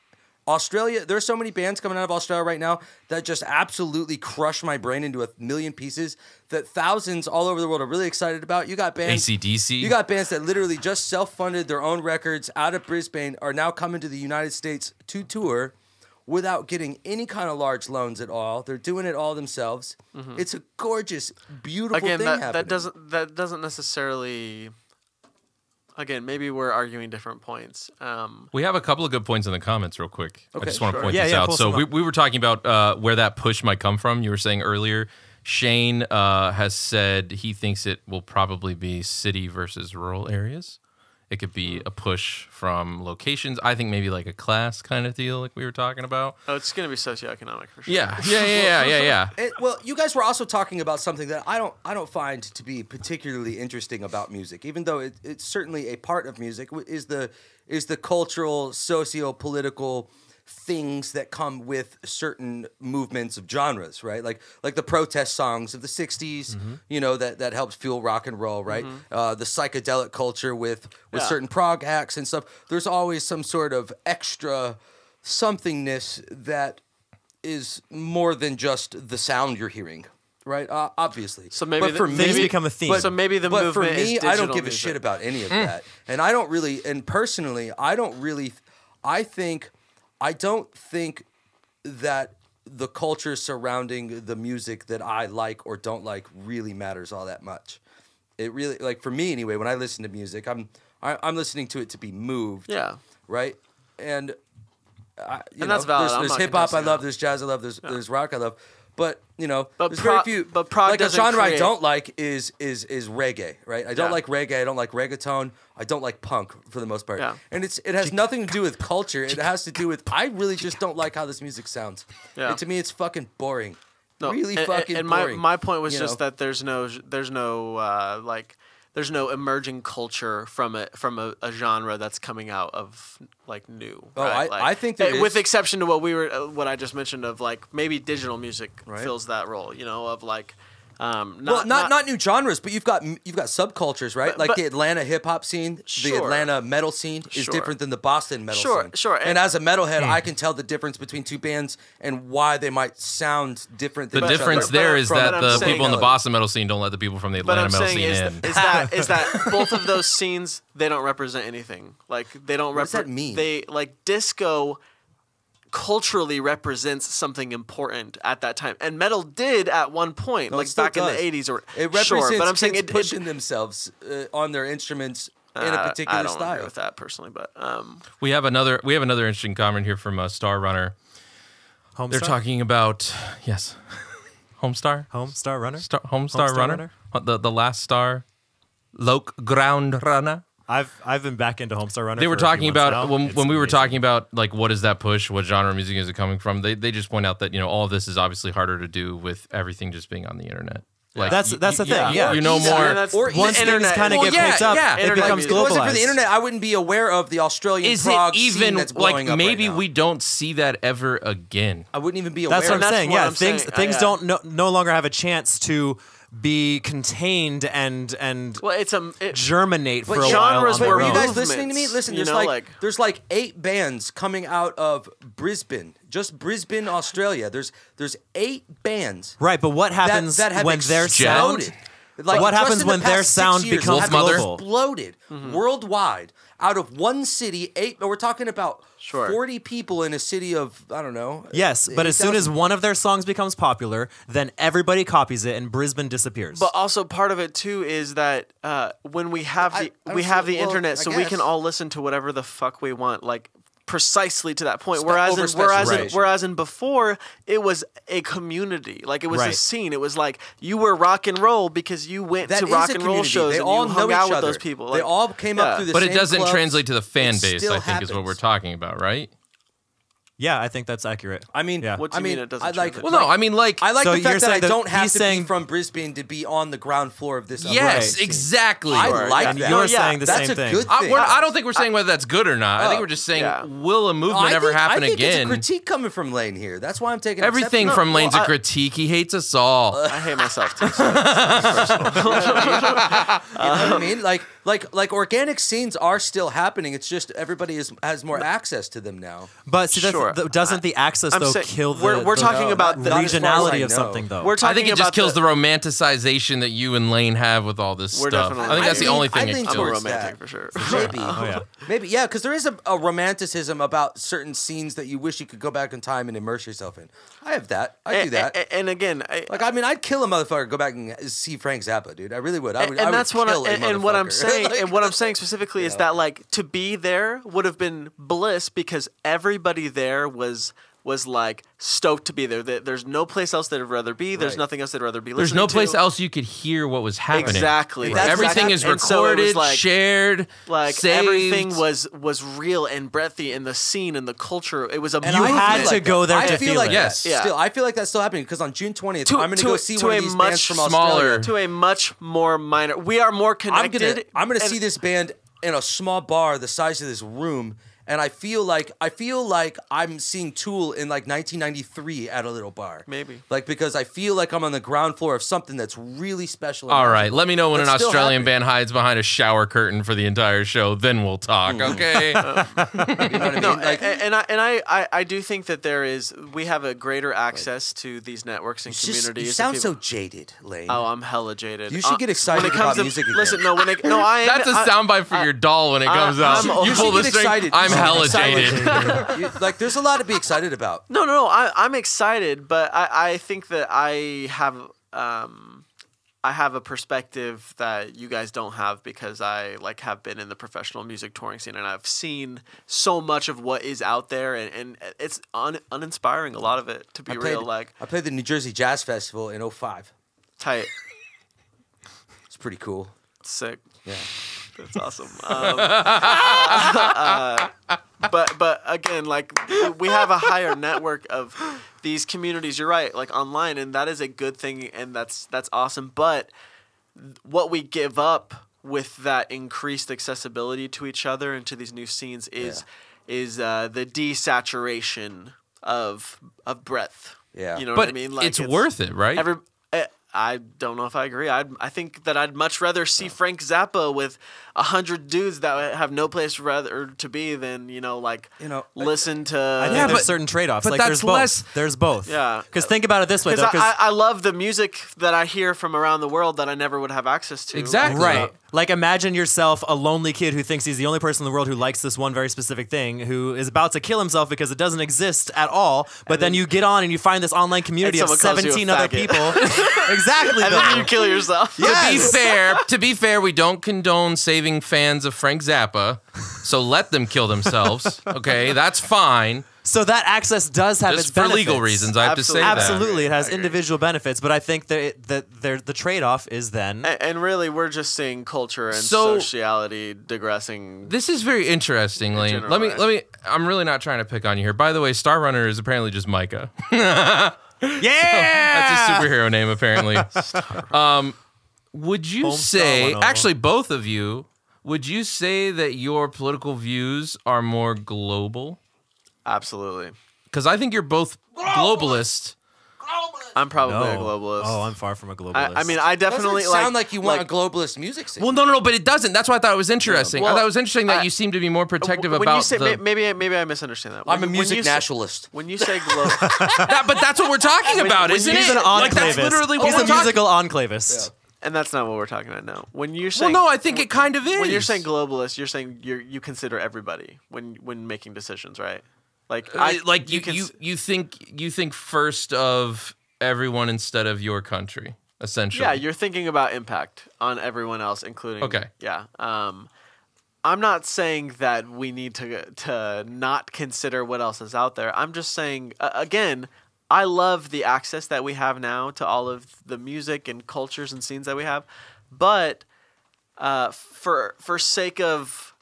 Speaker 1: Australia, there's so many bands coming out of Australia right now that just absolutely crush my brain into a million pieces that thousands all over the world are really excited about. You got bands
Speaker 3: AC/DC.
Speaker 1: You got bands that literally just self-funded their own records out of Brisbane are now coming to the United States to tour without getting any kind of large loans at all. They're doing it all themselves. It's a gorgeous, beautiful
Speaker 2: Mm-hmm. again
Speaker 1: thing
Speaker 2: that,
Speaker 1: happening.
Speaker 2: that doesn't that doesn't necessarily again maybe we're arguing different points um
Speaker 3: We have a couple of good points in the comments, real quick. I just want to
Speaker 2: sure.
Speaker 3: point
Speaker 4: Yeah,
Speaker 3: this
Speaker 4: yeah,
Speaker 3: out.
Speaker 4: pull
Speaker 3: So
Speaker 4: some
Speaker 3: we,
Speaker 4: up.
Speaker 3: we were talking about uh, where that push might come from. You were saying earlier, Shane uh, has said he thinks it will probably be city versus rural areas. It could
Speaker 2: Mm-hmm.
Speaker 3: be a push from locations. I think maybe like a class kind of deal, like we were talking about.
Speaker 2: oh it's gonna be socioeconomic for sure
Speaker 3: Yeah, yeah, yeah, yeah, yeah, yeah.
Speaker 1: It- well, you guys were also talking about something that I don't I don't find to be particularly interesting about music, even though it, it's certainly a part of music w- is the is the cultural, socio political things that come with certain movements of genres, right? Like like the protest songs of the '60s, you know that that helps fuel rock and roll, right? Uh, the psychedelic culture with with
Speaker 2: Yeah.
Speaker 1: certain prog acts and stuff. There's always some sort of extra somethingness that is more than just the sound you're hearing, right? Uh, obviously.
Speaker 2: So maybe
Speaker 1: but
Speaker 2: the-
Speaker 1: for
Speaker 4: Things
Speaker 1: me,
Speaker 4: become a theme.
Speaker 2: so maybe the
Speaker 1: but
Speaker 2: movement
Speaker 1: for
Speaker 2: is
Speaker 1: me,
Speaker 2: digital
Speaker 1: I don't give
Speaker 2: music. Hmm.
Speaker 1: a shit about any of that, and I don't really, and personally, I don't really, I think, I don't think that the culture surrounding the music that I like or don't like really matters all that much. It really, like for me anyway, when I listen to music, I'm I, I'm listening to it to be moved
Speaker 2: yeah
Speaker 1: right? And I, you
Speaker 2: And that's
Speaker 1: know,
Speaker 2: valid.
Speaker 1: There's,
Speaker 2: I'm
Speaker 1: there's
Speaker 2: not
Speaker 1: hip hop I
Speaker 2: contesting
Speaker 1: love.
Speaker 2: that.
Speaker 1: There's jazz I love. There's there's rock I love. But you know,
Speaker 2: But
Speaker 1: there's
Speaker 2: prog-
Speaker 1: very few.
Speaker 2: but prog
Speaker 1: like a
Speaker 2: doesn't
Speaker 1: genre I
Speaker 2: create-
Speaker 1: don't like is is is reggae, right? I don't
Speaker 2: Yeah.
Speaker 1: like reggae. I don't like reggaeton. I don't like punk for the most part.
Speaker 2: Yeah.
Speaker 1: And it's it has nothing to do with culture. It has to do with I really just don't like how this music sounds.
Speaker 2: Yeah.
Speaker 1: And to me, it's fucking boring.
Speaker 2: no
Speaker 1: really
Speaker 2: and,
Speaker 1: fucking
Speaker 2: and
Speaker 1: boring.
Speaker 2: my my point was
Speaker 1: you
Speaker 2: just
Speaker 1: know?
Speaker 2: that there's no there's no uh like there's no emerging culture from a from a, a genre that's coming out of like new.
Speaker 1: Oh,
Speaker 2: right?
Speaker 1: I-
Speaker 2: Like,
Speaker 1: I think there
Speaker 2: eh, with
Speaker 1: is.
Speaker 2: exception to what we were uh, what I just mentioned of like maybe digital music
Speaker 1: Right.
Speaker 2: fills that role. You know, of like Um, not,
Speaker 1: well, not, not new genres, but you've got you've got subcultures, right?
Speaker 2: But-
Speaker 1: like
Speaker 2: but-
Speaker 1: the Atlanta hip hop scene, the
Speaker 2: Sure.
Speaker 1: Atlanta metal scene is
Speaker 2: Sure.
Speaker 1: different than the Boston metal
Speaker 2: Sure,
Speaker 1: scene.
Speaker 2: sure,
Speaker 1: And,
Speaker 2: and-
Speaker 1: as a
Speaker 3: Hmm.
Speaker 1: metalhead, I can tell the difference between two bands and why they might sound different.
Speaker 3: The
Speaker 1: Than each
Speaker 3: difference
Speaker 1: other.
Speaker 3: there
Speaker 2: but
Speaker 3: is
Speaker 2: I'm
Speaker 3: that the
Speaker 2: saying-
Speaker 3: people in the Boston metal scene don't let the people from the
Speaker 2: but
Speaker 3: Atlanta
Speaker 2: I'm
Speaker 3: metal
Speaker 2: saying
Speaker 3: scene
Speaker 2: is,
Speaker 3: in.
Speaker 2: is that is that both of those scenes they don't represent anything. Like they don't
Speaker 1: What does
Speaker 2: represent.
Speaker 1: that mean?
Speaker 2: They like disco culturally represents something important at that time, and metal did at one point,
Speaker 1: No, it
Speaker 2: like
Speaker 1: still
Speaker 2: back in
Speaker 1: does.
Speaker 2: the '80s or
Speaker 1: It represents
Speaker 2: sure. But I'm saying
Speaker 1: kids
Speaker 2: it, it-
Speaker 1: pushing themselves uh, on their instruments in
Speaker 2: I-
Speaker 1: a particular
Speaker 2: I don't
Speaker 1: style.
Speaker 2: agree with that personally, but um,
Speaker 3: we have another we have another interesting comment here from a Star Runner.
Speaker 4: Homestar?
Speaker 3: They're talking about yes, Homestar,
Speaker 4: Homestar Runner?
Speaker 3: Star, Homestar
Speaker 4: Homestar
Speaker 3: Runner,
Speaker 4: Runner?
Speaker 3: What, the the last star, Loke Ground Runner.
Speaker 4: I've I've been back into Homestar Runner.
Speaker 3: They were
Speaker 4: for a few
Speaker 3: talking
Speaker 4: months
Speaker 3: about
Speaker 4: now.
Speaker 3: when,
Speaker 4: It's
Speaker 3: when we were
Speaker 4: amazing.
Speaker 3: talking about like what is that push, what genre of music is it coming from? They they just point out that you know all of this is obviously harder to do with everything just being on the internet. Like
Speaker 4: That's-
Speaker 3: you-
Speaker 4: that's the
Speaker 3: you-
Speaker 4: thing, yeah.
Speaker 3: you know
Speaker 2: easy.
Speaker 3: more.
Speaker 2: And that's
Speaker 1: or
Speaker 2: the
Speaker 1: once
Speaker 4: things
Speaker 2: internet.
Speaker 4: kinda
Speaker 2: Well,
Speaker 4: get
Speaker 2: yeah,
Speaker 4: picked up,
Speaker 3: yeah.
Speaker 4: it
Speaker 2: Internet
Speaker 4: becomes
Speaker 1: If it wasn't for
Speaker 4: globalized.
Speaker 1: the internet, I wouldn't be aware of the Australian
Speaker 3: is it
Speaker 1: prog scene
Speaker 3: even
Speaker 1: that's blowing
Speaker 3: like
Speaker 1: up right
Speaker 3: maybe
Speaker 1: now.
Speaker 3: we don't see that ever again?
Speaker 1: I wouldn't even be aware.
Speaker 4: That's what
Speaker 1: of that.
Speaker 4: I'm
Speaker 2: that's
Speaker 4: saying.
Speaker 2: what
Speaker 4: yeah,
Speaker 2: I'm
Speaker 4: things
Speaker 2: saying.
Speaker 4: things
Speaker 2: Yeah.
Speaker 4: don't no, no longer have a chance to be contained and and
Speaker 2: Well, it's a it,
Speaker 4: germinate for a
Speaker 2: genres
Speaker 4: while.
Speaker 1: Wait,
Speaker 4: on
Speaker 2: were
Speaker 1: were
Speaker 4: their
Speaker 1: you
Speaker 4: own.
Speaker 1: guys
Speaker 2: movements,
Speaker 1: listening to me? Listen,
Speaker 2: you
Speaker 1: there's
Speaker 2: know,
Speaker 1: like,
Speaker 2: like-
Speaker 1: there's like eight bands coming out of Brisbane, just Brisbane, Australia. There's there's eight bands
Speaker 4: right, but what
Speaker 1: that
Speaker 4: happens
Speaker 1: that have
Speaker 4: when their
Speaker 1: exploded.
Speaker 4: sound?
Speaker 1: Like
Speaker 4: What
Speaker 1: just
Speaker 4: happens
Speaker 1: in the
Speaker 4: when their
Speaker 1: past six
Speaker 4: sound
Speaker 1: years,
Speaker 4: becomes
Speaker 1: have
Speaker 4: global?
Speaker 1: Exploded
Speaker 2: Mm-hmm.
Speaker 1: worldwide out of one city. Eight, but we're talking about
Speaker 2: Sure.
Speaker 1: forty people in a city of I don't know.
Speaker 4: Yes, but as soon as
Speaker 1: 8,000.
Speaker 4: one of their songs becomes popular, then everybody copies it and Brisbane disappears.
Speaker 2: But also part of it too is that uh, when we have
Speaker 1: I-
Speaker 2: the
Speaker 1: I
Speaker 2: we
Speaker 1: don't
Speaker 2: have
Speaker 1: see-
Speaker 2: the
Speaker 1: well,
Speaker 2: internet,
Speaker 1: I
Speaker 2: so we
Speaker 1: guess.
Speaker 2: can all listen to whatever the fuck we want, like precisely to that point.
Speaker 1: Spe-
Speaker 2: whereas in, whereas in,
Speaker 1: overspecialization.
Speaker 2: whereas in before it was a community, like it was a
Speaker 4: Right.
Speaker 2: scene. It was like you were rock and roll because you went
Speaker 1: That
Speaker 2: to
Speaker 1: is
Speaker 2: rock
Speaker 1: a
Speaker 2: and roll
Speaker 1: community.
Speaker 2: shows
Speaker 1: They
Speaker 2: and
Speaker 1: all
Speaker 2: you
Speaker 1: know
Speaker 2: hung
Speaker 1: each
Speaker 2: out with
Speaker 1: other.
Speaker 2: those people.
Speaker 1: They
Speaker 2: Like,
Speaker 1: all came
Speaker 2: yeah.
Speaker 1: up through the
Speaker 3: But
Speaker 1: same
Speaker 3: it doesn't
Speaker 1: clubs.
Speaker 3: translate to the fan
Speaker 1: It
Speaker 3: base. I
Speaker 1: still
Speaker 3: think is what we're
Speaker 1: happens.
Speaker 3: talking about, right?
Speaker 4: yeah, I think that's accurate.
Speaker 1: I mean,
Speaker 4: Yeah. What
Speaker 2: do
Speaker 1: I
Speaker 2: you mean it doesn't
Speaker 1: I like,
Speaker 2: translate?
Speaker 3: Well, no, I mean like
Speaker 1: I like
Speaker 4: So
Speaker 1: the
Speaker 4: you're
Speaker 1: fact that
Speaker 4: saying
Speaker 1: I
Speaker 4: that
Speaker 1: don't have
Speaker 4: he's
Speaker 1: to
Speaker 4: saying-
Speaker 1: be from Brisbane to be on the ground floor of this.
Speaker 3: yes,
Speaker 1: amazing scene.
Speaker 3: exactly.
Speaker 1: I
Speaker 2: Right.
Speaker 1: like
Speaker 2: And
Speaker 1: that.
Speaker 4: You're
Speaker 2: yeah,
Speaker 4: saying the
Speaker 1: That's
Speaker 4: same
Speaker 1: a
Speaker 4: thing.
Speaker 1: good
Speaker 3: I,
Speaker 1: thing.
Speaker 3: we're, I don't think we're saying whether that's good or not. I think
Speaker 1: Oh,
Speaker 3: we're just saying,
Speaker 2: yeah.
Speaker 3: will a
Speaker 1: Oh, I
Speaker 3: movement
Speaker 1: think-
Speaker 3: ever happen
Speaker 1: I think
Speaker 3: again?
Speaker 1: It's a critique coming from Lane here. That's why I'm taking
Speaker 3: Everything
Speaker 1: exception.
Speaker 3: from Lane's
Speaker 2: well,
Speaker 3: a
Speaker 2: I- Uh,
Speaker 3: critique. He hates us all.
Speaker 2: I hate myself too.
Speaker 1: You know what I mean? Like, like, like organic scenes are still happening. It's just everybody is, has more access to them now.
Speaker 4: But see, that's,
Speaker 2: Sure.
Speaker 4: th- doesn't the access
Speaker 2: I'm
Speaker 4: though
Speaker 2: saying-
Speaker 4: kill the?
Speaker 2: we're- we're
Speaker 4: the
Speaker 2: talking
Speaker 1: No,
Speaker 2: about
Speaker 1: not-
Speaker 2: the-
Speaker 1: not as far as I
Speaker 4: regionality of
Speaker 1: know.
Speaker 4: something though.
Speaker 2: We're
Speaker 3: I
Speaker 2: talking
Speaker 3: think it
Speaker 2: about
Speaker 3: just kills the, romanticization that you and Lane have with all this
Speaker 2: We're
Speaker 3: stuff. I
Speaker 2: definitely-
Speaker 3: think
Speaker 2: I
Speaker 3: that's the
Speaker 1: lean-
Speaker 3: only
Speaker 1: I
Speaker 3: thing it
Speaker 1: lean
Speaker 2: I'm a
Speaker 1: towards
Speaker 3: kills.
Speaker 1: that.
Speaker 2: romantic for sure.
Speaker 1: Maybe,
Speaker 4: Oh, yeah.
Speaker 1: maybe, yeah, because there is a, a romanticism about certain scenes that you wish you could go back in time and immerse yourself in. I have that. I do
Speaker 2: And-
Speaker 1: that.
Speaker 2: and- And again, I,
Speaker 1: Like I mean, I'd kill a motherfucker. Go back and see Frank Zappa, dude. I really would. I would.
Speaker 2: and, and
Speaker 1: I would
Speaker 2: that's what I,
Speaker 1: kill a
Speaker 2: and, and what I'm
Speaker 1: motherfucker.
Speaker 2: saying
Speaker 1: Like-
Speaker 2: and what I'm saying specifically is
Speaker 1: Yeah.
Speaker 2: that like to be there would have been bliss because everybody there was was like stoked to be there. There- There's no place else they'd rather be. There's
Speaker 1: Right.
Speaker 2: nothing else they'd rather be.
Speaker 3: There's
Speaker 2: listening
Speaker 3: no place
Speaker 2: to.
Speaker 3: else you could hear what was happening.
Speaker 2: Exactly.
Speaker 1: That's
Speaker 3: everything
Speaker 1: exactly-
Speaker 3: is
Speaker 2: and so it was
Speaker 3: recorded,
Speaker 2: like-
Speaker 3: shared,
Speaker 2: Like
Speaker 3: saved.
Speaker 2: everything was was real and breathy in the scene and the culture. It was a
Speaker 1: And
Speaker 4: You
Speaker 1: I feel
Speaker 4: had to
Speaker 1: like
Speaker 4: go
Speaker 1: that.
Speaker 4: there
Speaker 1: I
Speaker 4: to
Speaker 1: feel
Speaker 4: feel
Speaker 1: like
Speaker 4: it.
Speaker 1: that
Speaker 3: Yes.
Speaker 2: Yeah.
Speaker 1: Still, I feel like that's still happening because on June twentieth,
Speaker 2: to,
Speaker 1: I'm going
Speaker 2: to
Speaker 1: to go
Speaker 2: a-
Speaker 1: see
Speaker 2: to
Speaker 1: one
Speaker 2: a
Speaker 1: of these
Speaker 2: much
Speaker 1: bands from
Speaker 3: smaller-
Speaker 1: Australia.
Speaker 2: to a much more minor. We are more
Speaker 1: I'm
Speaker 2: connected.
Speaker 1: gonna I'm gonna
Speaker 2: and-
Speaker 1: see this band in a small bar the size of this room, and I feel like I feel like I'm seeing Tool in like 1993 at a little bar.
Speaker 2: Maybe.
Speaker 1: like because I feel like I'm on the ground floor of something that's really special. and
Speaker 3: All
Speaker 1: magical.
Speaker 3: right, let me know when an
Speaker 1: That's still
Speaker 3: Australian
Speaker 1: happening.
Speaker 3: band hides behind a shower curtain for the entire show. Then we'll talk.
Speaker 2: Hmm.
Speaker 3: Okay.
Speaker 1: you know what I mean?
Speaker 2: A-
Speaker 1: like,
Speaker 2: and, I and I, I I do think that there is we have a greater access to these networks and
Speaker 1: it's just,
Speaker 2: communities.
Speaker 1: you
Speaker 2: of
Speaker 1: sound
Speaker 2: people-
Speaker 1: so jaded, Lane.
Speaker 2: Oh, I'm hella jaded. Uh,
Speaker 1: You should get excited
Speaker 2: when it
Speaker 1: about
Speaker 2: comes to,
Speaker 1: music again.
Speaker 2: Listen, no, when it, no, I am.
Speaker 3: That's a
Speaker 2: I-
Speaker 3: soundbite for your doll when it comes out.
Speaker 2: I'm-
Speaker 3: you
Speaker 2: You
Speaker 3: pull
Speaker 1: should
Speaker 3: the
Speaker 1: get
Speaker 3: string.
Speaker 1: excited.
Speaker 3: I'm
Speaker 1: You should get
Speaker 3: hella
Speaker 1: excited.
Speaker 3: jaded.
Speaker 1: You- like, there's a lot to be excited about.
Speaker 2: No, no, no. I, I'm excited, but I, I think that I have um, I have a perspective that you guys don't have because I like have been in the professional music touring scene and I've seen so much of what is out there and, and it's un, uninspiring. A lot of it, to be
Speaker 1: I played,
Speaker 2: real, like
Speaker 1: I played the New Jersey Jazz Festival in 05.
Speaker 2: tight,
Speaker 1: It's pretty cool.
Speaker 2: sick.
Speaker 1: Yeah.
Speaker 2: That's awesome. Um, uh, but but again, like we have a higher network of these communities. You're right, like online, and that is a good thing, and that's that's awesome. But what we give up with that increased accessibility to each other and to these new scenes is is uh, the desaturation of of breadth.
Speaker 1: Yeah.
Speaker 2: you know
Speaker 3: But
Speaker 2: what I mean. Like
Speaker 3: it's, worth it, right?
Speaker 2: Every, uh, I don't know if I agree. I I think that I'd much rather see Frank Zappa with a hundred dudes that have no place rather to be than you know like
Speaker 1: You know, I-
Speaker 2: listen to
Speaker 4: I think
Speaker 3: Yeah,
Speaker 4: there's
Speaker 3: but-
Speaker 4: certain trade-offs.
Speaker 1: but
Speaker 4: like
Speaker 1: that's
Speaker 4: there's both.
Speaker 1: less-
Speaker 4: There's both.
Speaker 2: Yeah.
Speaker 4: Because think about it this way, though.
Speaker 2: because
Speaker 4: 'cause-
Speaker 2: I, I love the music that I hear from around the world that I never would have access to.
Speaker 3: Exactly.
Speaker 4: Right.
Speaker 3: Yeah.
Speaker 4: Like imagine yourself a lonely kid who thinks he's the only person in the world who likes this one very specific thing, who is about to kill himself because it doesn't exist at all. But then, you get on and you find this online community
Speaker 2: And
Speaker 4: of
Speaker 2: someone calls you a
Speaker 4: 17 other
Speaker 2: faggot.
Speaker 4: people. exactly.
Speaker 2: And
Speaker 4: though.
Speaker 2: then you kill yourself.
Speaker 3: To be fair, to be fair, we don't condone saving fans of Frank Zappa, so let them kill themselves. Okay, that's fine.
Speaker 4: so that access does have its
Speaker 3: Just for legal
Speaker 4: benefits.
Speaker 3: reasons, I have to say that.
Speaker 4: Absolutely, it has
Speaker 2: I agree.
Speaker 4: individual benefits, but I think that it, that there the trade-off is then
Speaker 2: A- And really, we're just seeing culture and
Speaker 3: So-
Speaker 2: sociality digressing.
Speaker 3: This is very interesting, Lane. Let me,
Speaker 2: generalized.
Speaker 3: let me. I'm really not trying to pick on you here. By the way, Star Runner is apparently just Micah.
Speaker 4: yeah.
Speaker 3: That's a superhero name, apparently. um, would you
Speaker 4: Homestar
Speaker 3: say,
Speaker 4: 101.
Speaker 3: actually, both of you, would you say that your political views are more global?
Speaker 2: Absolutely.
Speaker 3: Because I think you're both globalist.
Speaker 2: I'm probably a
Speaker 4: No.
Speaker 2: globalist.
Speaker 4: Oh, I'm far from a globalist.
Speaker 2: I, I mean, I definitely
Speaker 1: Definitely sound
Speaker 2: like,
Speaker 1: like, you want a globalist music scene.
Speaker 3: Well, no, no, no, but it doesn't. That's why I thought it was interesting. I
Speaker 2: Well,
Speaker 3: thought it was interesting that
Speaker 2: I-
Speaker 3: you seem to be more protective
Speaker 2: w- when
Speaker 3: about
Speaker 2: you say
Speaker 3: the.
Speaker 2: may- maybe maybe I misunderstand that.
Speaker 1: I'm
Speaker 2: When-
Speaker 1: a
Speaker 2: when you
Speaker 1: music
Speaker 2: s-
Speaker 1: nationalist.
Speaker 2: When you say global,
Speaker 3: that, but that's what we're talking about,
Speaker 2: when
Speaker 3: isn't
Speaker 2: you-
Speaker 3: it?
Speaker 4: he's an enclavist.
Speaker 3: Like that's literally what
Speaker 4: he's
Speaker 3: we're
Speaker 4: a
Speaker 3: talking-
Speaker 4: musical enclavist.
Speaker 2: and that's not what we're talking about now. When you're
Speaker 3: Well,
Speaker 2: saying
Speaker 3: no, I think it kind of is.
Speaker 2: when you're saying globalist, you're saying you you consider everybody when when making decisions, right? Like I,
Speaker 3: I, Uh, like you,
Speaker 2: can
Speaker 3: you,
Speaker 2: s-
Speaker 3: you think you think first of everyone instead of your country, essentially.
Speaker 2: Yeah, you're thinking about impact on everyone else, including.
Speaker 3: Okay.
Speaker 2: Yeah. Um, I'm not saying that we need to to not consider what else is out there. I'm just saying uh, again, I love the access that we have now to all of the music and cultures and scenes that we have, but uh, for for sake of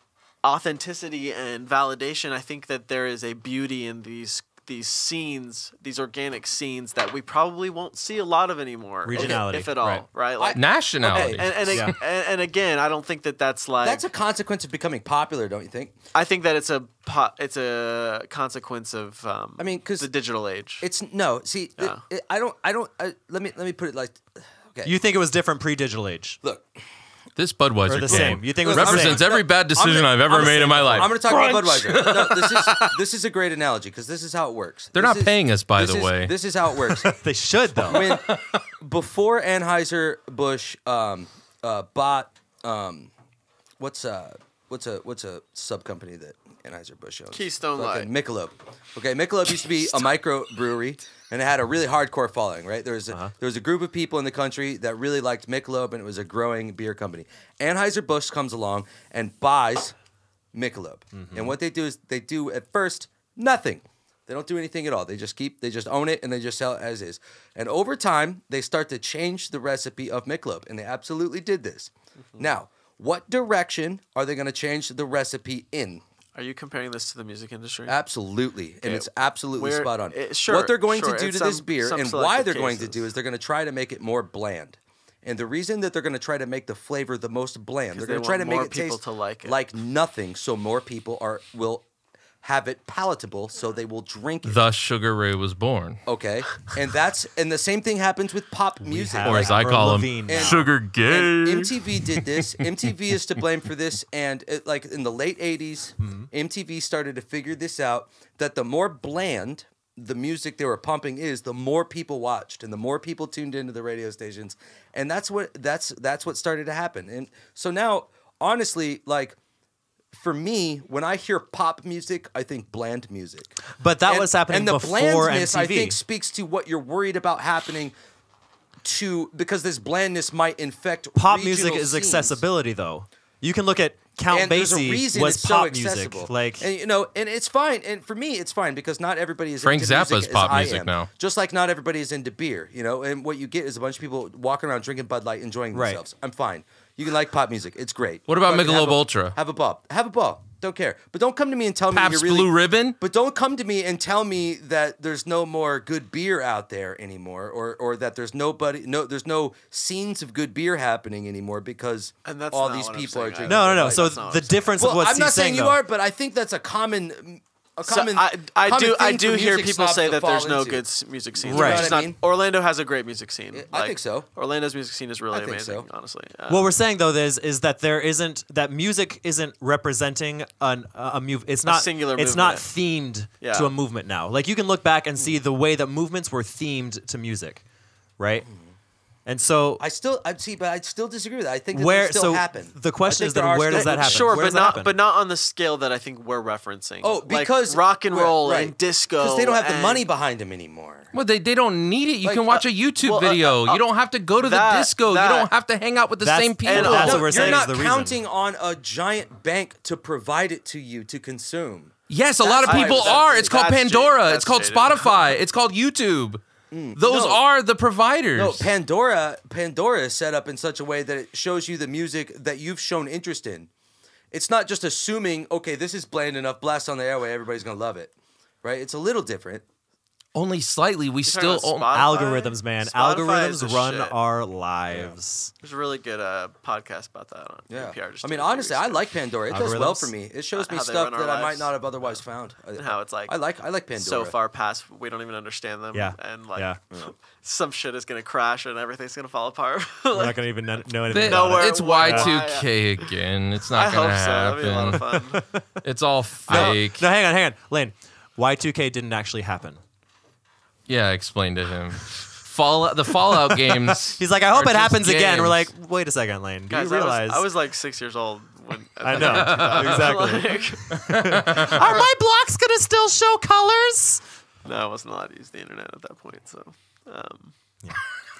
Speaker 2: authenticity and validation, I think that there is a beauty in these these scenes, these organic scenes that we probably won't see a lot of anymore, if-
Speaker 4: Regionality,
Speaker 2: if, at all, right?
Speaker 3: right.
Speaker 2: Like,
Speaker 3: nationality.
Speaker 2: and, and, and,
Speaker 4: Yeah.
Speaker 2: and, and again, I don't think that that's like.
Speaker 1: That's a consequence of becoming popular, don't you think?
Speaker 2: I think that it's a po- it's a consequence of. Um,
Speaker 1: I mean, 'cause
Speaker 2: the digital age.
Speaker 1: It's no. See, it-
Speaker 2: Yeah.
Speaker 1: it- I don't. I don't. I, let me. Let me put it like. Okay.
Speaker 4: You think it was different pre-digital age?
Speaker 1: look.
Speaker 3: This Budweiser
Speaker 4: Or the
Speaker 3: can
Speaker 4: same. You think it was
Speaker 3: represents
Speaker 4: the same?
Speaker 3: every bad decision I've ever made in my life.
Speaker 1: I'm going to talk about Budweiser. No, this is this is a great analogy because this is how it works.
Speaker 3: They're
Speaker 1: This
Speaker 3: not
Speaker 1: is-
Speaker 3: paying us, by
Speaker 1: this
Speaker 3: the
Speaker 1: is-
Speaker 3: way.
Speaker 1: This is how it works.
Speaker 4: They should though.
Speaker 1: when before Anheuser Busch um, uh, bought um, what's a what's a what's a sub company that Anheuser Busch owns?
Speaker 2: Keystone
Speaker 1: Fucking Michelob. Okay, Michelob used to be a micro brewery, and it had a really hardcore following. Right there was a, there was a group of people in the country that really liked Michelob, and it was a growing beer company. Anheuser Busch comes along and buys Michelob, and what they do is they do at first nothing. They don't do anything at all. They just keep, they just own it, and they just sell it as is. And over time, they start to change the recipe of Michelob, and they absolutely did this. Now, what direction are they going to change the recipe in?
Speaker 2: Are you comparing this to the music industry?
Speaker 1: Uh, Absolutely, and it's absolutely
Speaker 2: we're-
Speaker 1: spot on.
Speaker 2: it- sure,
Speaker 1: what they're going
Speaker 2: sure,
Speaker 1: to do
Speaker 2: in
Speaker 1: to this
Speaker 2: some-
Speaker 1: beer
Speaker 2: some
Speaker 1: and
Speaker 2: selective
Speaker 1: why they're going to
Speaker 2: cases.
Speaker 1: do is they're going to try to make it more bland. And the reason that they're going to try to make the flavor the most bland, they're
Speaker 2: they
Speaker 1: going to try
Speaker 2: want
Speaker 1: to make
Speaker 2: more
Speaker 1: it
Speaker 2: people
Speaker 1: taste
Speaker 2: to like it.
Speaker 1: like nothing, so more people are will have it palatable, so they will drink it.
Speaker 3: Thus, Sugar Ray was born,
Speaker 1: okay, and that's and the same thing happens with pop music.
Speaker 4: have
Speaker 3: or
Speaker 1: Like,
Speaker 3: as I call
Speaker 4: Avril
Speaker 3: him,
Speaker 4: Lavigne.
Speaker 3: Sugar
Speaker 1: and
Speaker 3: Gay.
Speaker 1: MTV did this. MTV is to blame for this. And it, like in the late 80s, MTV started to figure this out that the more bland the music they were pumping is, the more people watched and the more people tuned into the radio stations. And that's what that's that's what started to happen. And so now, honestly, like for me, when I hear pop music, I think bland music.
Speaker 4: But that
Speaker 1: And-
Speaker 4: was happening
Speaker 1: and the
Speaker 4: before
Speaker 1: blandness,
Speaker 4: MTV.
Speaker 1: I think speaks to what you're worried about happening to because this blandness might infect
Speaker 4: pop
Speaker 1: regional
Speaker 4: music is
Speaker 1: scenes.
Speaker 4: accessibility though. You can look at Count
Speaker 1: And there's a
Speaker 4: Basie
Speaker 1: reason
Speaker 4: was
Speaker 1: it's so
Speaker 4: pop
Speaker 1: accessible.
Speaker 4: music. Like
Speaker 1: and you know, and it's fine. And for me, it's fine because not everybody is
Speaker 3: Frank
Speaker 1: into
Speaker 3: Zappa
Speaker 1: music
Speaker 3: is
Speaker 1: as
Speaker 3: pop
Speaker 1: I
Speaker 3: music
Speaker 1: am.
Speaker 3: now.
Speaker 1: Just like not everybody is into beer, you know. And what you get is a bunch of people walking around drinking Bud Light, enjoying
Speaker 4: Right.
Speaker 1: themselves. I'm fine. You can like pop music. It's great.
Speaker 3: What about
Speaker 1: Fucking have
Speaker 3: Michelob
Speaker 1: a-
Speaker 3: Ultra?
Speaker 1: Have a ball. Have a ball. Don't care. But don't come to me and tell me
Speaker 3: Pabst
Speaker 1: you're really
Speaker 3: Blue Ribbon.
Speaker 1: but don't come to me and tell me that there's no more good beer out there anymore, or or that there's nobody, no, there's no scenes of good beer happening anymore because
Speaker 2: And that's
Speaker 1: all
Speaker 2: not
Speaker 1: these
Speaker 2: what I'm
Speaker 1: people are
Speaker 2: saying.
Speaker 1: drinking.
Speaker 4: no, no, no.
Speaker 1: Bud
Speaker 4: So
Speaker 1: Light.
Speaker 2: not what
Speaker 4: the
Speaker 2: I'm saying.
Speaker 4: difference
Speaker 1: well,
Speaker 4: of what
Speaker 1: I'm
Speaker 4: he's
Speaker 1: not saying you
Speaker 4: though-
Speaker 1: are, but I think that's a common a
Speaker 2: So
Speaker 1: common.
Speaker 2: I, I
Speaker 1: common
Speaker 2: do I
Speaker 1: thing
Speaker 2: do
Speaker 1: for
Speaker 2: hear
Speaker 1: music
Speaker 2: people
Speaker 1: snobs
Speaker 2: say
Speaker 1: to
Speaker 2: that
Speaker 1: fall
Speaker 2: there's no
Speaker 1: into.
Speaker 2: good s- music scene.
Speaker 4: Right.
Speaker 2: which is
Speaker 1: You know what I
Speaker 2: not-
Speaker 1: mean?
Speaker 2: Orlando has a great music scene.
Speaker 1: I
Speaker 2: Like,
Speaker 1: think so.
Speaker 2: Orlando's music scene is really
Speaker 1: think
Speaker 2: amazing,
Speaker 1: so.
Speaker 2: honestly. Uh,
Speaker 4: What we're saying though is is that there isn't that music isn't representing an a, a move. It's not
Speaker 2: singular
Speaker 4: It's not themed
Speaker 2: Yeah.
Speaker 4: to a movement now. Like you can look back
Speaker 1: Hmm.
Speaker 4: and see the way that movements were themed to music, right? And so
Speaker 1: I still I see, but I still disagree with that. I think that
Speaker 4: where
Speaker 1: those still
Speaker 4: so
Speaker 1: happen.
Speaker 4: the
Speaker 1: I
Speaker 4: question
Speaker 1: think
Speaker 4: is
Speaker 1: there
Speaker 4: then
Speaker 1: are
Speaker 4: where
Speaker 1: still-
Speaker 4: does that happen?
Speaker 2: Sure,
Speaker 4: Where
Speaker 2: but
Speaker 4: does that
Speaker 2: not
Speaker 4: happen?
Speaker 2: but not on the scale that I think we're referencing.
Speaker 1: Oh,
Speaker 2: Like,
Speaker 1: because
Speaker 2: rock and
Speaker 1: right,
Speaker 2: roll
Speaker 1: right.
Speaker 2: and disco.
Speaker 1: 'Cause they don't have the
Speaker 2: and-
Speaker 1: money behind them anymore.
Speaker 3: Well, they, they don't need it. You
Speaker 1: Like,
Speaker 3: can watch a YouTube
Speaker 2: well, uh,
Speaker 3: video.
Speaker 2: uh,
Speaker 3: you don't have to go to
Speaker 2: that-
Speaker 3: the disco.
Speaker 2: that-
Speaker 3: you don't have to hang out with the
Speaker 4: That's-
Speaker 3: same people.
Speaker 4: and that's what we're
Speaker 1: you're
Speaker 4: saying is
Speaker 1: not
Speaker 4: the reason.
Speaker 1: counting on a giant bank to provide it to you to consume.
Speaker 3: yes, a lot of
Speaker 2: That's-
Speaker 3: people
Speaker 2: that's-
Speaker 3: are. It's called
Speaker 2: that's
Speaker 3: Pandora.
Speaker 2: jaded.
Speaker 3: it's called
Speaker 2: That's Mm. jaded.
Speaker 3: Spotify. it's called YouTube. Those
Speaker 1: no.
Speaker 3: are the providers.
Speaker 1: No, Pandora Pandora is set up in such a way that it shows you the music that you've shown interest in. It's not just assuming, okay, this is bland enough, blast on the airway, everybody's gonna love it. Right? It's a little different.
Speaker 3: Only slightly. We
Speaker 2: You're talking
Speaker 3: still.
Speaker 2: about
Speaker 3: own-
Speaker 2: Spotify?
Speaker 4: algorithms, man.
Speaker 2: Spotify is the
Speaker 4: algorithms run
Speaker 2: shit.
Speaker 4: our lives.
Speaker 2: There's a really good uh, podcast about that on
Speaker 1: Yeah.
Speaker 2: NPR. Just
Speaker 1: I
Speaker 2: did
Speaker 1: mean,
Speaker 2: a few
Speaker 1: honestly,
Speaker 2: weeks
Speaker 1: I
Speaker 2: ago.
Speaker 1: like Pandora. It does well
Speaker 4: Algorithms?
Speaker 1: for me. It shows me
Speaker 2: How they
Speaker 1: stuff
Speaker 2: run our
Speaker 1: that I might
Speaker 2: lives.
Speaker 1: not have otherwise found. I,
Speaker 2: and how it's like.
Speaker 1: I like I like Pandora.
Speaker 2: so far past we don't even understand them.
Speaker 4: Yeah.
Speaker 2: and like
Speaker 4: Yeah.
Speaker 2: some shit is gonna crash and everything's gonna fall apart. like,
Speaker 4: We're not gonna even kn- know anything.
Speaker 3: They-
Speaker 4: about
Speaker 2: Nowhere.
Speaker 4: it.
Speaker 3: it's
Speaker 2: why-
Speaker 3: Y2K again. It's not
Speaker 2: I
Speaker 3: gonna
Speaker 2: hope so. That'd be a lot
Speaker 3: happen.
Speaker 2: of fun.
Speaker 3: It's all fake.
Speaker 4: Oh, No, hang on, hang on, Lane. Y2K didn't actually happen.
Speaker 3: Yeah, explain to him. Fallout, the Fallout games.
Speaker 4: He's like, I hope
Speaker 3: are
Speaker 4: it
Speaker 3: just
Speaker 4: happens again. We're like,
Speaker 3: games.
Speaker 4: wait a second, Lane. Do
Speaker 2: Guys,
Speaker 4: you realize?
Speaker 2: I was, I was like six years old when
Speaker 4: I know exactly.
Speaker 2: Like,
Speaker 4: Are my blocks gonna still show colors?
Speaker 2: no, I wasn't allowed to use the internet at that point. So, um,
Speaker 1: I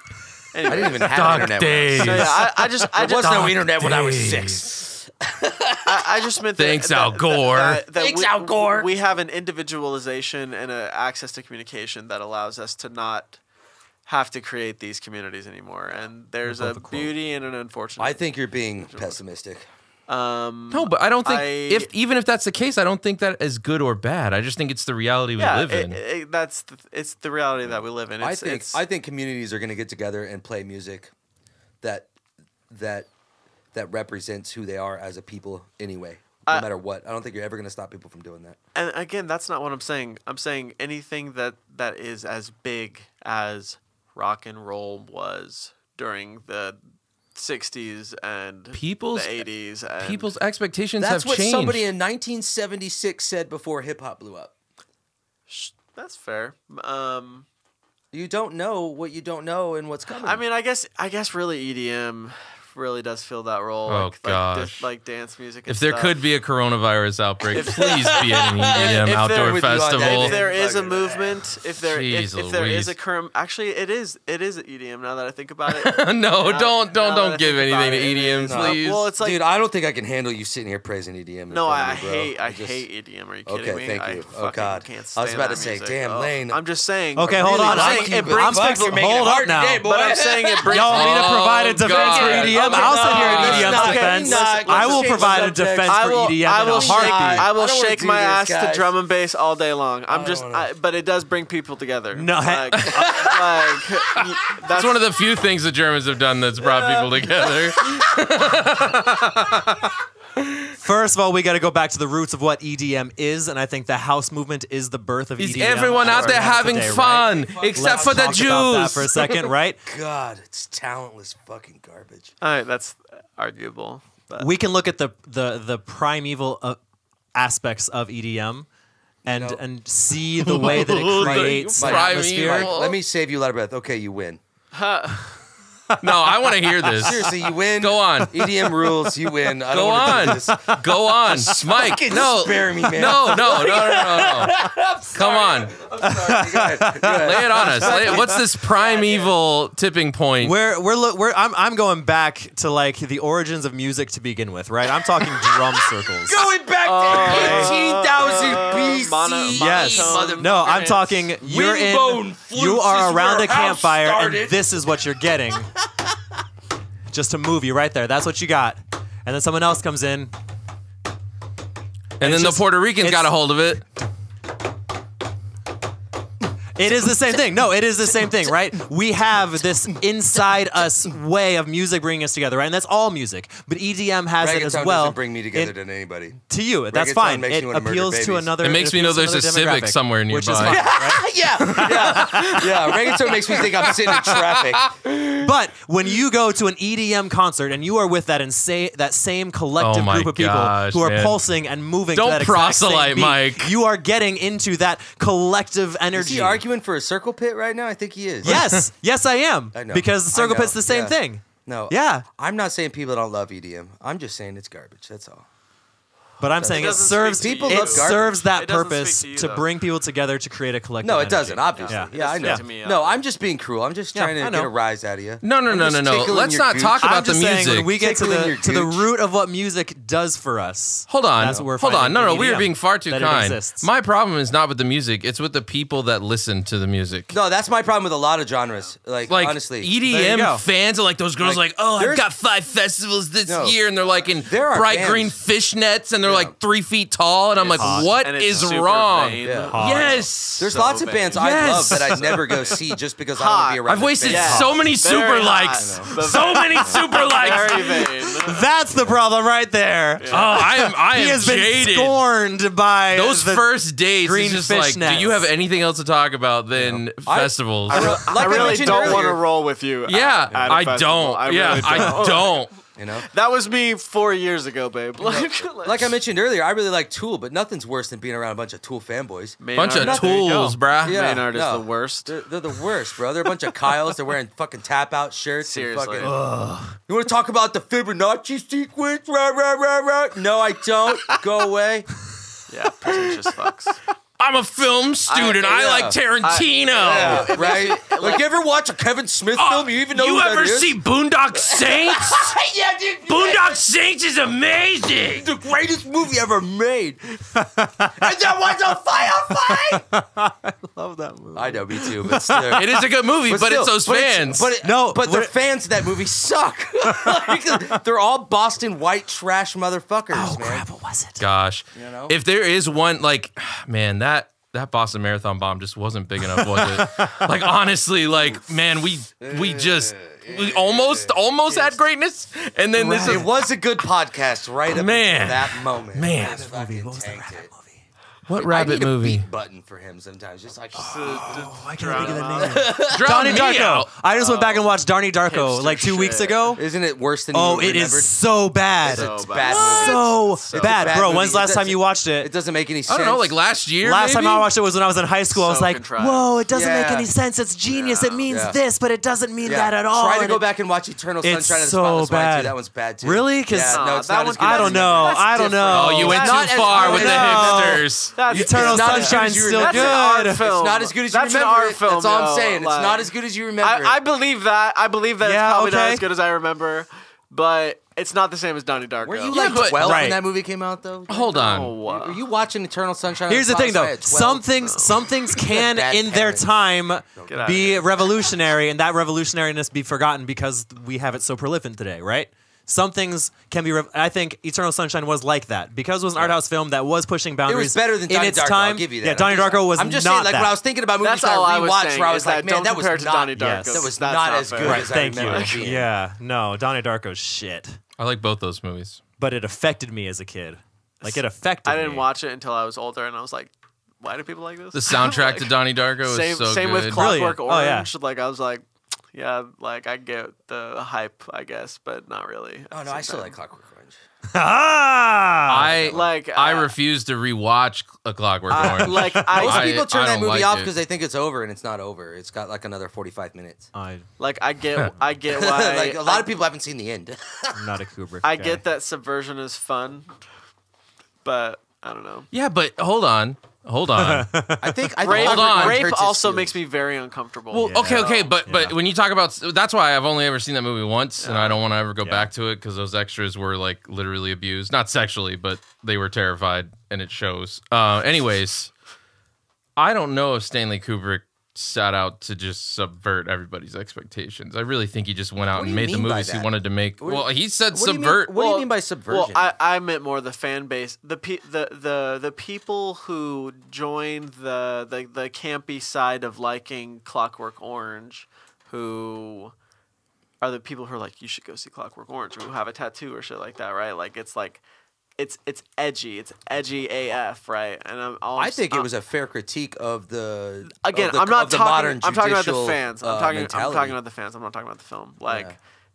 Speaker 2: anyway,
Speaker 1: didn't even have internet. when I was-
Speaker 3: days.
Speaker 2: so yeah, I, I just, I
Speaker 1: There
Speaker 2: just,
Speaker 1: was no
Speaker 2: I,
Speaker 1: internet when I was six.
Speaker 2: I just meant that,
Speaker 3: Thanks,
Speaker 2: that,
Speaker 3: Al
Speaker 2: that-
Speaker 3: Gore.
Speaker 2: That, that
Speaker 1: Thanks,
Speaker 2: we,
Speaker 1: Al Gore.
Speaker 2: We have an individualization and a access to communication that allows us to not have to create these communities anymore. And there's a beauty and an unfortunate.
Speaker 1: I think you're being pessimistic.
Speaker 2: Um,
Speaker 3: No, but I don't think
Speaker 2: I-
Speaker 3: if even if that's the case, I don't think that is good or bad. I just think it's the reality we
Speaker 2: yeah,
Speaker 3: live
Speaker 2: it-
Speaker 3: in.
Speaker 2: it- that's the, it's the reality that we live in. It's,
Speaker 1: I think
Speaker 2: it's,
Speaker 1: I think communities are going to get together and play music that that that represents who they are as a people anyway. No
Speaker 2: I-
Speaker 1: matter what, I don't think you're ever going to stop people from doing that.
Speaker 2: and again that's not what i'm saying i'm saying anything that that is as big as rock and roll was during the 60s and
Speaker 3: People's-
Speaker 2: the 80s and
Speaker 3: People's expectations
Speaker 1: That's
Speaker 3: have
Speaker 1: what
Speaker 3: changed.
Speaker 1: somebody in 1976 said before hip hop blew up.
Speaker 2: Sh- that's fair um
Speaker 1: You don't know what you don't know and what's coming.
Speaker 2: i mean i guess i guess really edm really does fill that role
Speaker 3: Oh,
Speaker 2: like, like, dis-
Speaker 3: gosh.
Speaker 2: like dance music and
Speaker 3: if there
Speaker 2: stuff.
Speaker 3: could be a coronavirus outbreak, please be at an EDM
Speaker 2: if there-
Speaker 3: outdoor
Speaker 1: with you on that,
Speaker 3: festival.
Speaker 2: if there is a
Speaker 1: Fucking-
Speaker 2: movement if there if,
Speaker 3: Jeez
Speaker 2: if there is a
Speaker 3: Louise.
Speaker 2: current actually it is it is edm now that i think about it
Speaker 3: no,
Speaker 2: Now-
Speaker 3: Oh, don't
Speaker 2: now
Speaker 3: don't
Speaker 2: that I
Speaker 3: don't give
Speaker 2: think about
Speaker 3: anything to
Speaker 2: it, it
Speaker 3: EDM,
Speaker 2: is-
Speaker 3: please.
Speaker 2: well it's like
Speaker 1: dude, I don't think I can handle you sitting here praising EDM. in
Speaker 2: No,
Speaker 1: front of me,
Speaker 2: I
Speaker 1: bro.
Speaker 2: hate I
Speaker 1: just-
Speaker 2: hate EDM. Are you
Speaker 1: Okay,
Speaker 2: kidding me?
Speaker 1: thank
Speaker 2: I
Speaker 1: you. Oh,
Speaker 2: fucking
Speaker 1: God.
Speaker 2: can't
Speaker 1: I
Speaker 2: stand
Speaker 1: was about
Speaker 2: that
Speaker 1: to say,
Speaker 2: music.
Speaker 1: damn,
Speaker 2: Oh,
Speaker 1: Lane.
Speaker 2: I'm just saying.
Speaker 4: Okay, hold
Speaker 1: really
Speaker 4: on.
Speaker 1: like
Speaker 4: I'm,
Speaker 1: you,
Speaker 4: I'm
Speaker 1: but fuck,
Speaker 4: fixing-
Speaker 1: you're making it
Speaker 4: hold up
Speaker 1: hard
Speaker 4: now.
Speaker 1: today, boy.
Speaker 2: But I'm saying it brings.
Speaker 4: Y'all need to
Speaker 3: Oh,
Speaker 4: provide a defense
Speaker 3: God.
Speaker 4: for EDM.
Speaker 1: Okay,
Speaker 4: I'll sit here
Speaker 3: Uh,
Speaker 1: no,
Speaker 2: E
Speaker 4: at
Speaker 1: let's
Speaker 4: EDM's
Speaker 1: not- let's
Speaker 4: defense.
Speaker 1: not-
Speaker 4: I will
Speaker 1: let's change
Speaker 4: provide a
Speaker 1: subjects.
Speaker 4: defense
Speaker 2: I
Speaker 4: for
Speaker 2: will,
Speaker 4: EDM
Speaker 2: I
Speaker 4: in
Speaker 2: will
Speaker 4: a
Speaker 2: shake,
Speaker 4: heartbeat.
Speaker 2: I will
Speaker 1: I don't wanna
Speaker 2: shake
Speaker 1: do
Speaker 2: my
Speaker 1: this,
Speaker 2: ass
Speaker 1: guys.
Speaker 2: to drum and bass all day long. I'm
Speaker 1: don't
Speaker 2: just,
Speaker 1: wanna-
Speaker 2: I, but it does bring people together.
Speaker 4: No, I-
Speaker 2: like, like y- that's
Speaker 3: It's one of the few things the Germans have done that's brought people together.
Speaker 4: First of all, we got to go back to the roots of what EDM is, and I think the house movement is the birth of
Speaker 3: Is
Speaker 4: EDM.
Speaker 3: everyone
Speaker 4: as
Speaker 3: out
Speaker 4: we
Speaker 3: there
Speaker 4: have
Speaker 3: having
Speaker 4: it today, right?
Speaker 3: fun
Speaker 4: Let's
Speaker 3: except for the
Speaker 4: talk about that for a
Speaker 3: Jews?
Speaker 4: second, right?
Speaker 1: God, it's talentless fucking garbage.
Speaker 2: All right, that's arguable. But
Speaker 4: we can look at the the the primeval uh, aspects of EDM and
Speaker 1: No.
Speaker 4: and see the way that it
Speaker 3: The
Speaker 4: creates an
Speaker 3: primeval.
Speaker 4: atmosphere.
Speaker 3: Well-
Speaker 1: Let me save you a lot of breath. Okay, you win.
Speaker 3: No, I want to hear this.
Speaker 1: Seriously, you win.
Speaker 3: Go on.
Speaker 1: EDM rules. You win. I
Speaker 3: Go
Speaker 1: don't wanna do
Speaker 3: on.
Speaker 1: this.
Speaker 3: Go on. Mike.
Speaker 1: Fucking
Speaker 3: No.
Speaker 1: spare me, man.
Speaker 3: No, no, no, no, no, no. Come on.
Speaker 1: Go ahead. Go ahead.
Speaker 3: Lay it on us. Lay it- What's this primeval tipping point?
Speaker 4: We're we're look we're I'm I'm going back to like the origins of music to begin with, right? I'm talking drum circles.
Speaker 1: Going back to 18,000
Speaker 3: E.
Speaker 1: BC.
Speaker 2: mono-
Speaker 4: Yes.
Speaker 2: Motherfucker.
Speaker 4: No, I'm talking you're in
Speaker 1: Windbone flutes
Speaker 4: you are
Speaker 1: is
Speaker 4: around
Speaker 1: where
Speaker 4: a
Speaker 1: house
Speaker 4: campfire
Speaker 1: started.
Speaker 4: and this is what you're getting. Just a movie right there. That's what you got. And then someone else comes in.
Speaker 3: and then the
Speaker 4: just-
Speaker 3: Puerto Ricans
Speaker 4: it's-
Speaker 3: got a hold of it.
Speaker 4: It is the same thing. No, it is the same thing, right? We have this inside us way of music bringing us together, right? And that's all music. But EDM has it as
Speaker 1: Reggaeton
Speaker 4: well.
Speaker 1: doesn't bring me together
Speaker 4: It-
Speaker 1: than anybody.
Speaker 4: to you. That's
Speaker 1: Reggaeton
Speaker 4: fine.
Speaker 1: makes
Speaker 4: It
Speaker 1: me wanna murder
Speaker 4: appeals to
Speaker 1: babies.
Speaker 4: another.
Speaker 3: It makes me know
Speaker 4: appeals to
Speaker 3: there's a
Speaker 4: another
Speaker 3: Civic
Speaker 4: demographic,
Speaker 3: somewhere
Speaker 4: which is
Speaker 3: nearby.
Speaker 4: fine, right?
Speaker 1: yeah, yeah, yeah. Reggaeton makes me think I'm sitting in traffic.
Speaker 4: But when you go to an EDM concert and you are with that insane, that same collective
Speaker 3: Oh my
Speaker 4: group of people
Speaker 3: gosh,
Speaker 4: who are
Speaker 3: man.
Speaker 4: pulsing and moving, to
Speaker 3: Don't
Speaker 4: that exact same
Speaker 3: proselyte,
Speaker 4: beat,
Speaker 3: Mike.
Speaker 4: You are getting into that collective
Speaker 1: Is
Speaker 4: energy.
Speaker 1: he arguing for a circle pit right now? I think he is.
Speaker 4: yes, yes, I am.
Speaker 1: I know.
Speaker 4: Because the
Speaker 1: I
Speaker 4: circle
Speaker 1: know.
Speaker 4: pit's the same
Speaker 1: Yeah.
Speaker 4: thing.
Speaker 1: No.
Speaker 4: Yeah.
Speaker 1: I'm not saying people don't love EDM. I'm just saying it's garbage. That's all.
Speaker 4: But I'm saying it
Speaker 2: doesn't
Speaker 4: serves
Speaker 2: speak
Speaker 1: to you.
Speaker 4: it
Speaker 1: People love garbage.
Speaker 4: serves that
Speaker 2: It doesn't speak
Speaker 4: purpose
Speaker 2: to
Speaker 4: to,
Speaker 2: you, though.
Speaker 4: bring people together to create a collective.
Speaker 1: No, it
Speaker 4: energy.
Speaker 1: doesn't. Obviously.
Speaker 4: Yeah.
Speaker 1: Yeah,
Speaker 2: It
Speaker 1: I
Speaker 2: doesn't
Speaker 1: know.
Speaker 2: to me,
Speaker 1: no,
Speaker 2: uh,
Speaker 1: I'm just being cruel. I'm just
Speaker 4: Yeah,
Speaker 1: trying
Speaker 4: I
Speaker 1: to get
Speaker 4: know.
Speaker 1: a rise out of you.
Speaker 3: No, no,
Speaker 1: I'm
Speaker 3: no, no,
Speaker 1: just
Speaker 3: no.
Speaker 1: tickling
Speaker 3: Let's
Speaker 1: your
Speaker 3: not
Speaker 1: gooch.
Speaker 3: talk
Speaker 4: I'm
Speaker 3: about the
Speaker 4: just saying
Speaker 3: music.
Speaker 4: when we get to
Speaker 1: Tickling
Speaker 4: the
Speaker 1: your
Speaker 4: to the
Speaker 1: gooch.
Speaker 4: root of what music does for us.
Speaker 3: Hold on.
Speaker 4: That's what we're
Speaker 3: Hold on.
Speaker 4: finding
Speaker 3: No, no,
Speaker 4: in
Speaker 3: we are
Speaker 4: EDM,
Speaker 3: being far too
Speaker 4: that it
Speaker 3: kind.
Speaker 4: exists.
Speaker 3: My problem is not with the music, it's with the people that listen to the music.
Speaker 1: No, that's my problem with a lot of genres. Like,
Speaker 3: Like E
Speaker 1: honestly,
Speaker 4: There you go.
Speaker 3: EDM fans are like those girls
Speaker 1: Like,
Speaker 3: like, oh I've
Speaker 1: there's-
Speaker 3: got five festivals this
Speaker 1: No.
Speaker 3: year and they're like in
Speaker 1: There are
Speaker 3: bright
Speaker 1: bands.
Speaker 3: green fishnets and they're
Speaker 1: Yeah.
Speaker 3: like three feet tall and I'm like
Speaker 4: hot.
Speaker 3: what
Speaker 2: And it's
Speaker 3: is
Speaker 2: super
Speaker 3: wrong
Speaker 2: vain.
Speaker 1: Yeah.
Speaker 4: Hot.
Speaker 3: yes
Speaker 1: there's
Speaker 2: so
Speaker 1: lots of
Speaker 2: vain.
Speaker 1: bands I love
Speaker 3: Yes.
Speaker 1: that I never go see just because I want
Speaker 2: Hot.
Speaker 1: to be around.
Speaker 3: I've
Speaker 1: the
Speaker 3: wasted
Speaker 1: band.
Speaker 2: Yeah.
Speaker 3: so many super
Speaker 2: Very hot.
Speaker 3: likes
Speaker 2: But-
Speaker 3: so many super likes
Speaker 2: Very vain.
Speaker 4: That's the problem right there.
Speaker 3: oh I am I
Speaker 4: He
Speaker 3: am
Speaker 4: has been
Speaker 3: jaded
Speaker 4: scorned by
Speaker 3: those
Speaker 4: the-
Speaker 3: first dates
Speaker 4: green
Speaker 3: it's just like
Speaker 4: fishnets.
Speaker 3: do you have anything else to talk about than
Speaker 1: I-
Speaker 3: festivals
Speaker 1: I re- like I
Speaker 2: I really
Speaker 1: mentioned
Speaker 2: don't want to
Speaker 1: earlier,
Speaker 2: roll with you. at-
Speaker 3: yeah
Speaker 2: at a
Speaker 3: I
Speaker 2: festival.
Speaker 3: don't
Speaker 2: I
Speaker 3: yeah
Speaker 2: really
Speaker 3: I don't
Speaker 1: You know,
Speaker 2: That was me four years ago, babe. Like,
Speaker 1: like I mentioned earlier, I really like Tool, but nothing's worse than being around a bunch of Tool fanboys.
Speaker 3: bunch of tools bruh
Speaker 1: Yeah,
Speaker 2: Maynard is
Speaker 1: no.
Speaker 2: the worst.
Speaker 1: They're, they're the worst, bro. They're a bunch of Kyles. They're wearing fucking tap out shirts. and
Speaker 2: Seriously.
Speaker 1: fucking- you want to talk about the Fibonacci sequence? Rah, rah, rah, rah. No, I don't. Go away.
Speaker 2: Yeah, pretentious fucks.
Speaker 3: I'm a film student. I,
Speaker 1: yeah.
Speaker 3: like Tarantino. Uh,
Speaker 1: Yeah, Uh, right? Like, you ever watch a Kevin Smith film? You even know
Speaker 3: you
Speaker 1: who that
Speaker 3: ever
Speaker 1: is?
Speaker 3: see Boondock Saints?
Speaker 1: yeah, dude,
Speaker 3: Boondock Saints is amazing.
Speaker 1: the greatest movie ever made. and that was a firefight.
Speaker 4: love that movie.
Speaker 1: I know, me too. But still,
Speaker 3: It is a good movie, but,
Speaker 1: still,
Speaker 3: it's those
Speaker 1: but
Speaker 3: fans.
Speaker 1: but it-
Speaker 4: No,
Speaker 1: but the
Speaker 4: what-
Speaker 1: fans of that movie suck. Like, they're all Boston white trash motherfuckers,
Speaker 4: oh
Speaker 1: man.
Speaker 4: crap! What was it?
Speaker 3: Gosh,
Speaker 1: know?
Speaker 3: if there is one, like, man, that that Boston Marathon bomb just wasn't big enough, was it? like, honestly, like, man, we we just we almost almost had greatness, and then this
Speaker 1: It
Speaker 3: is
Speaker 1: was a good podcast, right? up
Speaker 3: Man.
Speaker 1: until that moment,
Speaker 3: Man.
Speaker 1: It fucking
Speaker 3: Rabbit
Speaker 4: What was that
Speaker 1: tanked
Speaker 4: rabbit
Speaker 1: it.
Speaker 4: movie?
Speaker 3: what
Speaker 1: I
Speaker 3: rabbit
Speaker 1: need A
Speaker 3: movie?
Speaker 1: beat button for him sometimes, just like
Speaker 4: Oh, I can't think of that name.
Speaker 3: Drown
Speaker 4: Donnie
Speaker 3: me
Speaker 4: Darko.
Speaker 3: out.
Speaker 4: I just went back and watched Donnie Darko
Speaker 2: Hipster
Speaker 4: like two weeks
Speaker 2: shit.
Speaker 4: ago.
Speaker 1: isn't it worse than?
Speaker 4: Oh,
Speaker 1: you
Speaker 4: it is
Speaker 1: remembered?
Speaker 4: so bad.
Speaker 2: It's a
Speaker 1: It's
Speaker 2: Oh,
Speaker 1: bad.
Speaker 2: what?
Speaker 1: movie.
Speaker 4: so
Speaker 2: so
Speaker 4: bad,
Speaker 1: bad
Speaker 4: bro.
Speaker 1: movie.
Speaker 4: When's the last
Speaker 1: It
Speaker 4: time you watched it?
Speaker 1: It doesn't make any sense.
Speaker 3: I don't know, like last year.
Speaker 4: last time I
Speaker 3: maybe?
Speaker 4: watched it was when I was in high school. I was
Speaker 2: So
Speaker 4: like,
Speaker 2: contrived.
Speaker 4: "Whoa, it doesn't make
Speaker 1: Yeah.
Speaker 4: any sense. It's genius. It means
Speaker 1: Yeah.
Speaker 4: this, but it doesn't mean that at all."
Speaker 1: Try to
Speaker 4: And
Speaker 1: go
Speaker 4: it-
Speaker 1: back and watch Eternal
Speaker 4: It's
Speaker 1: Sunshine of the
Speaker 4: so
Speaker 1: Spotless Mind
Speaker 4: bad.
Speaker 1: too. That one's bad too.
Speaker 4: Really? 'Cause-
Speaker 1: yeah, no,
Speaker 2: Nah,
Speaker 1: it's
Speaker 2: that
Speaker 1: not
Speaker 2: one's
Speaker 1: as good
Speaker 4: I
Speaker 1: as
Speaker 4: don't
Speaker 1: it
Speaker 4: know.
Speaker 1: is.
Speaker 4: I don't
Speaker 2: different.
Speaker 4: know.
Speaker 3: Oh, you went
Speaker 1: Not
Speaker 3: too
Speaker 1: as-
Speaker 3: far with the
Speaker 4: No.
Speaker 3: hipsters.
Speaker 2: That's
Speaker 4: Eternal
Speaker 1: It's not as good as
Speaker 4: Sunshine's
Speaker 1: you
Speaker 4: still
Speaker 1: remember.
Speaker 2: That's an art
Speaker 4: good.
Speaker 2: film.
Speaker 1: It's not as good as you
Speaker 2: That's an
Speaker 1: remember.
Speaker 2: art
Speaker 1: it.
Speaker 2: film,
Speaker 1: That's all I'm
Speaker 2: though,
Speaker 1: saying. It's not
Speaker 2: like-
Speaker 1: as good as you remember.
Speaker 2: I, I
Speaker 1: it.
Speaker 2: believe that. I believe that
Speaker 4: Yeah,
Speaker 2: it's probably not
Speaker 4: okay.
Speaker 2: as good as I remember, but it's not the same as Donnie Darko.
Speaker 1: Were you
Speaker 3: Yeah,
Speaker 1: like
Speaker 3: but-
Speaker 1: 12
Speaker 4: Right.
Speaker 1: when that movie came out though?
Speaker 3: Hold on.
Speaker 2: Oh, wow.
Speaker 1: Were you watching Eternal Sunshine? of
Speaker 4: Here's the thing, though.
Speaker 1: Spotless Mind
Speaker 4: Some
Speaker 1: at 12?
Speaker 4: things, some things can,
Speaker 1: bad
Speaker 4: in their
Speaker 1: parents.
Speaker 4: time,
Speaker 2: outta
Speaker 4: be
Speaker 2: here.
Speaker 4: revolutionary, and that revolutionariness be forgotten because we have it so prolific today, right? Some things can be. Rev- I think Eternal Sunshine was like that because it was an art house film that was pushing
Speaker 1: It
Speaker 4: boundaries.
Speaker 1: was better than Donnie
Speaker 4: in its
Speaker 1: Darko.
Speaker 4: time.
Speaker 1: I'll give you that.
Speaker 4: Yeah, Donnie
Speaker 1: I'm just-
Speaker 4: Darko was
Speaker 1: I'm just
Speaker 4: not
Speaker 1: saying, like
Speaker 4: that.
Speaker 1: when I was thinking about movies
Speaker 2: That's
Speaker 1: that
Speaker 2: all I
Speaker 1: I
Speaker 2: was
Speaker 1: rewatched,
Speaker 2: saying
Speaker 1: where I
Speaker 2: is
Speaker 1: was like,
Speaker 2: that
Speaker 1: man,
Speaker 2: don't
Speaker 1: that was
Speaker 2: compare it to
Speaker 1: not
Speaker 2: Donnie
Speaker 4: Yes.
Speaker 2: Darko.
Speaker 4: That
Speaker 1: was
Speaker 2: That's
Speaker 1: not as
Speaker 2: fair.
Speaker 1: good
Speaker 4: right.
Speaker 1: as I
Speaker 4: Thank
Speaker 1: remember it
Speaker 4: you.
Speaker 1: being.
Speaker 4: Yeah, no, Donnie Darko's shit,
Speaker 3: I like both those movies.
Speaker 4: but it affected me as a kid. Like it affected.
Speaker 2: I didn't
Speaker 4: me.
Speaker 2: watch it until I was older, and I was like, why do people like this?
Speaker 3: The soundtrack
Speaker 2: Like,
Speaker 3: to Donnie Darko is
Speaker 2: Same,
Speaker 3: so
Speaker 2: same
Speaker 3: good.
Speaker 2: with Clockwork
Speaker 4: Brilliant. Oh, yeah.
Speaker 2: Orange. Like I was like, yeah, like I get the hype, I guess, but not really.
Speaker 1: Oh no, I still like Clockwork Orange.
Speaker 4: Ah,
Speaker 3: I
Speaker 2: Like,
Speaker 3: like. I
Speaker 2: uh,
Speaker 3: refuse to rewatch A Clockwork Orange.
Speaker 2: like I
Speaker 1: Most
Speaker 3: I-
Speaker 1: people turn that
Speaker 3: don't
Speaker 1: movie
Speaker 3: like
Speaker 1: off
Speaker 3: it.
Speaker 1: because they think it's over, and it's not over. It's got like another 45 minutes.
Speaker 4: I,
Speaker 2: like I get I get why
Speaker 1: like a lot of people haven't seen the end.
Speaker 4: am not a Kubrick.
Speaker 2: I
Speaker 4: guy.
Speaker 2: get that subversion is fun, but I don't know.
Speaker 3: yeah, but hold on, hold on.
Speaker 1: I think I think
Speaker 2: Rape,
Speaker 1: Clockwork
Speaker 3: on.
Speaker 1: Orange
Speaker 2: rape
Speaker 1: hurts
Speaker 2: also
Speaker 1: his
Speaker 2: makes
Speaker 1: feelings.
Speaker 2: me very uncomfortable.
Speaker 3: Well, okay,
Speaker 2: So-
Speaker 3: okay, but but
Speaker 4: Yeah.
Speaker 3: when you talk about that's why I've only ever seen that movie once, and I don't want to ever go
Speaker 4: Yeah.
Speaker 3: back to it because those extras were like literally abused, not sexually, but they were terrified, and it shows. Uh, anyways, I don't know if Stanley Kubrick set out to just subvert everybody's expectations. I really think he just went out
Speaker 1: What do
Speaker 3: and
Speaker 1: you
Speaker 3: made the
Speaker 1: mean by
Speaker 3: movies he
Speaker 1: that?
Speaker 3: wanted to make.
Speaker 1: What-
Speaker 3: well, he said
Speaker 1: what do you mean-
Speaker 3: subvert.
Speaker 1: what do you mean by subversion?
Speaker 2: Well, I, I meant more the fan base, the pe- the the the people who joined the, the the campy side of liking Clockwork Orange, who are the people who are like, you should go see Clockwork Orange, or who have a tattoo or shit like that, right? Like it's like, it's it's edgy, it's edgy AF, right? And I'm all
Speaker 1: I think it was a fair critique of the
Speaker 2: again,
Speaker 1: of the-
Speaker 2: I'm not
Speaker 1: of the
Speaker 2: talking.
Speaker 1: modern
Speaker 2: I'm talking about the
Speaker 1: judicial,
Speaker 2: fans. I'm
Speaker 1: uh,
Speaker 2: talking. I'm
Speaker 1: mentality.
Speaker 2: talking about the fans. I'm not talking about the film. Like,
Speaker 1: Yeah.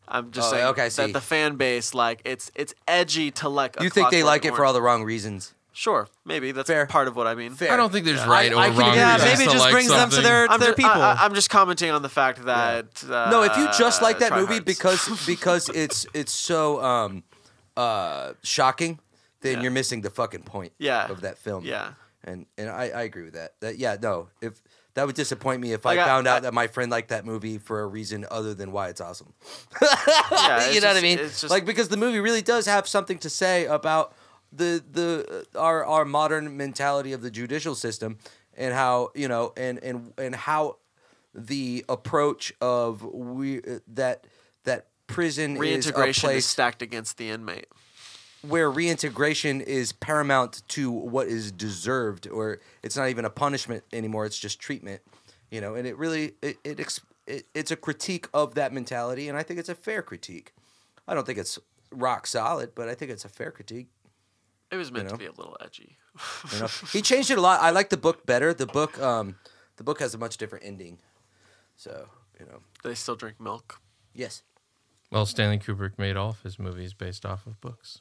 Speaker 2: I'm just
Speaker 1: Oh,
Speaker 2: saying
Speaker 1: okay, I see.
Speaker 2: that the fan base, like, it's it's edgy to like. A
Speaker 1: You think they
Speaker 2: Clockwork
Speaker 1: like it for all
Speaker 2: Orange.
Speaker 1: the wrong reasons?
Speaker 2: Sure, maybe that's
Speaker 1: Fair.
Speaker 2: part of what I mean.
Speaker 1: Fair.
Speaker 3: I don't think there's
Speaker 1: Yeah,
Speaker 3: right
Speaker 1: I-
Speaker 3: or
Speaker 1: I can
Speaker 3: wrong.
Speaker 1: agree
Speaker 4: Yeah,
Speaker 1: Yeah,
Speaker 3: reasons
Speaker 4: maybe it
Speaker 3: to
Speaker 4: just
Speaker 3: like
Speaker 4: brings them
Speaker 3: something.
Speaker 4: to their
Speaker 2: I'm
Speaker 4: their
Speaker 2: just,
Speaker 4: people.
Speaker 2: I, am just commenting on the fact that. Uh,
Speaker 1: no, if you just like that movie
Speaker 2: tryhards.
Speaker 1: because because it's it's so um uh shocking, then
Speaker 2: Yeah.
Speaker 1: you're missing the fucking point
Speaker 2: Yeah.
Speaker 1: of that film.
Speaker 2: Yeah.
Speaker 1: And and I, I agree with that. That yeah, no. If that would disappoint me if
Speaker 2: Like,
Speaker 1: I,
Speaker 2: I-
Speaker 1: found out
Speaker 2: I-
Speaker 1: that my friend liked that movie for a reason other than why it's awesome.
Speaker 2: Yeah,
Speaker 1: you know what
Speaker 2: it's
Speaker 1: I
Speaker 2: just-
Speaker 1: mean?
Speaker 2: It's just
Speaker 1: like because the movie really does have something to say about the the uh, our our modern mentality of the judicial system and how you know and and and how the approach of we uh, that that prison is a
Speaker 2: reintegration is,
Speaker 1: place
Speaker 2: stacked against the inmate.
Speaker 1: where reintegration is paramount to what is deserved or it's not even a punishment anymore it's just treatment you know and it really it, it, ex- it it's a critique of that mentality and i think it's a fair critique i don't think it's rock solid but i think it's a fair critique
Speaker 2: It was meant
Speaker 1: You
Speaker 2: to
Speaker 1: know?
Speaker 2: be a little edgy.
Speaker 1: you know? he changed it a lot i like the book better the book um the book has a much different ending so you know
Speaker 2: They still drink milk.
Speaker 1: yes
Speaker 3: Well, Stanley Kubrick made all of his movies based off of books,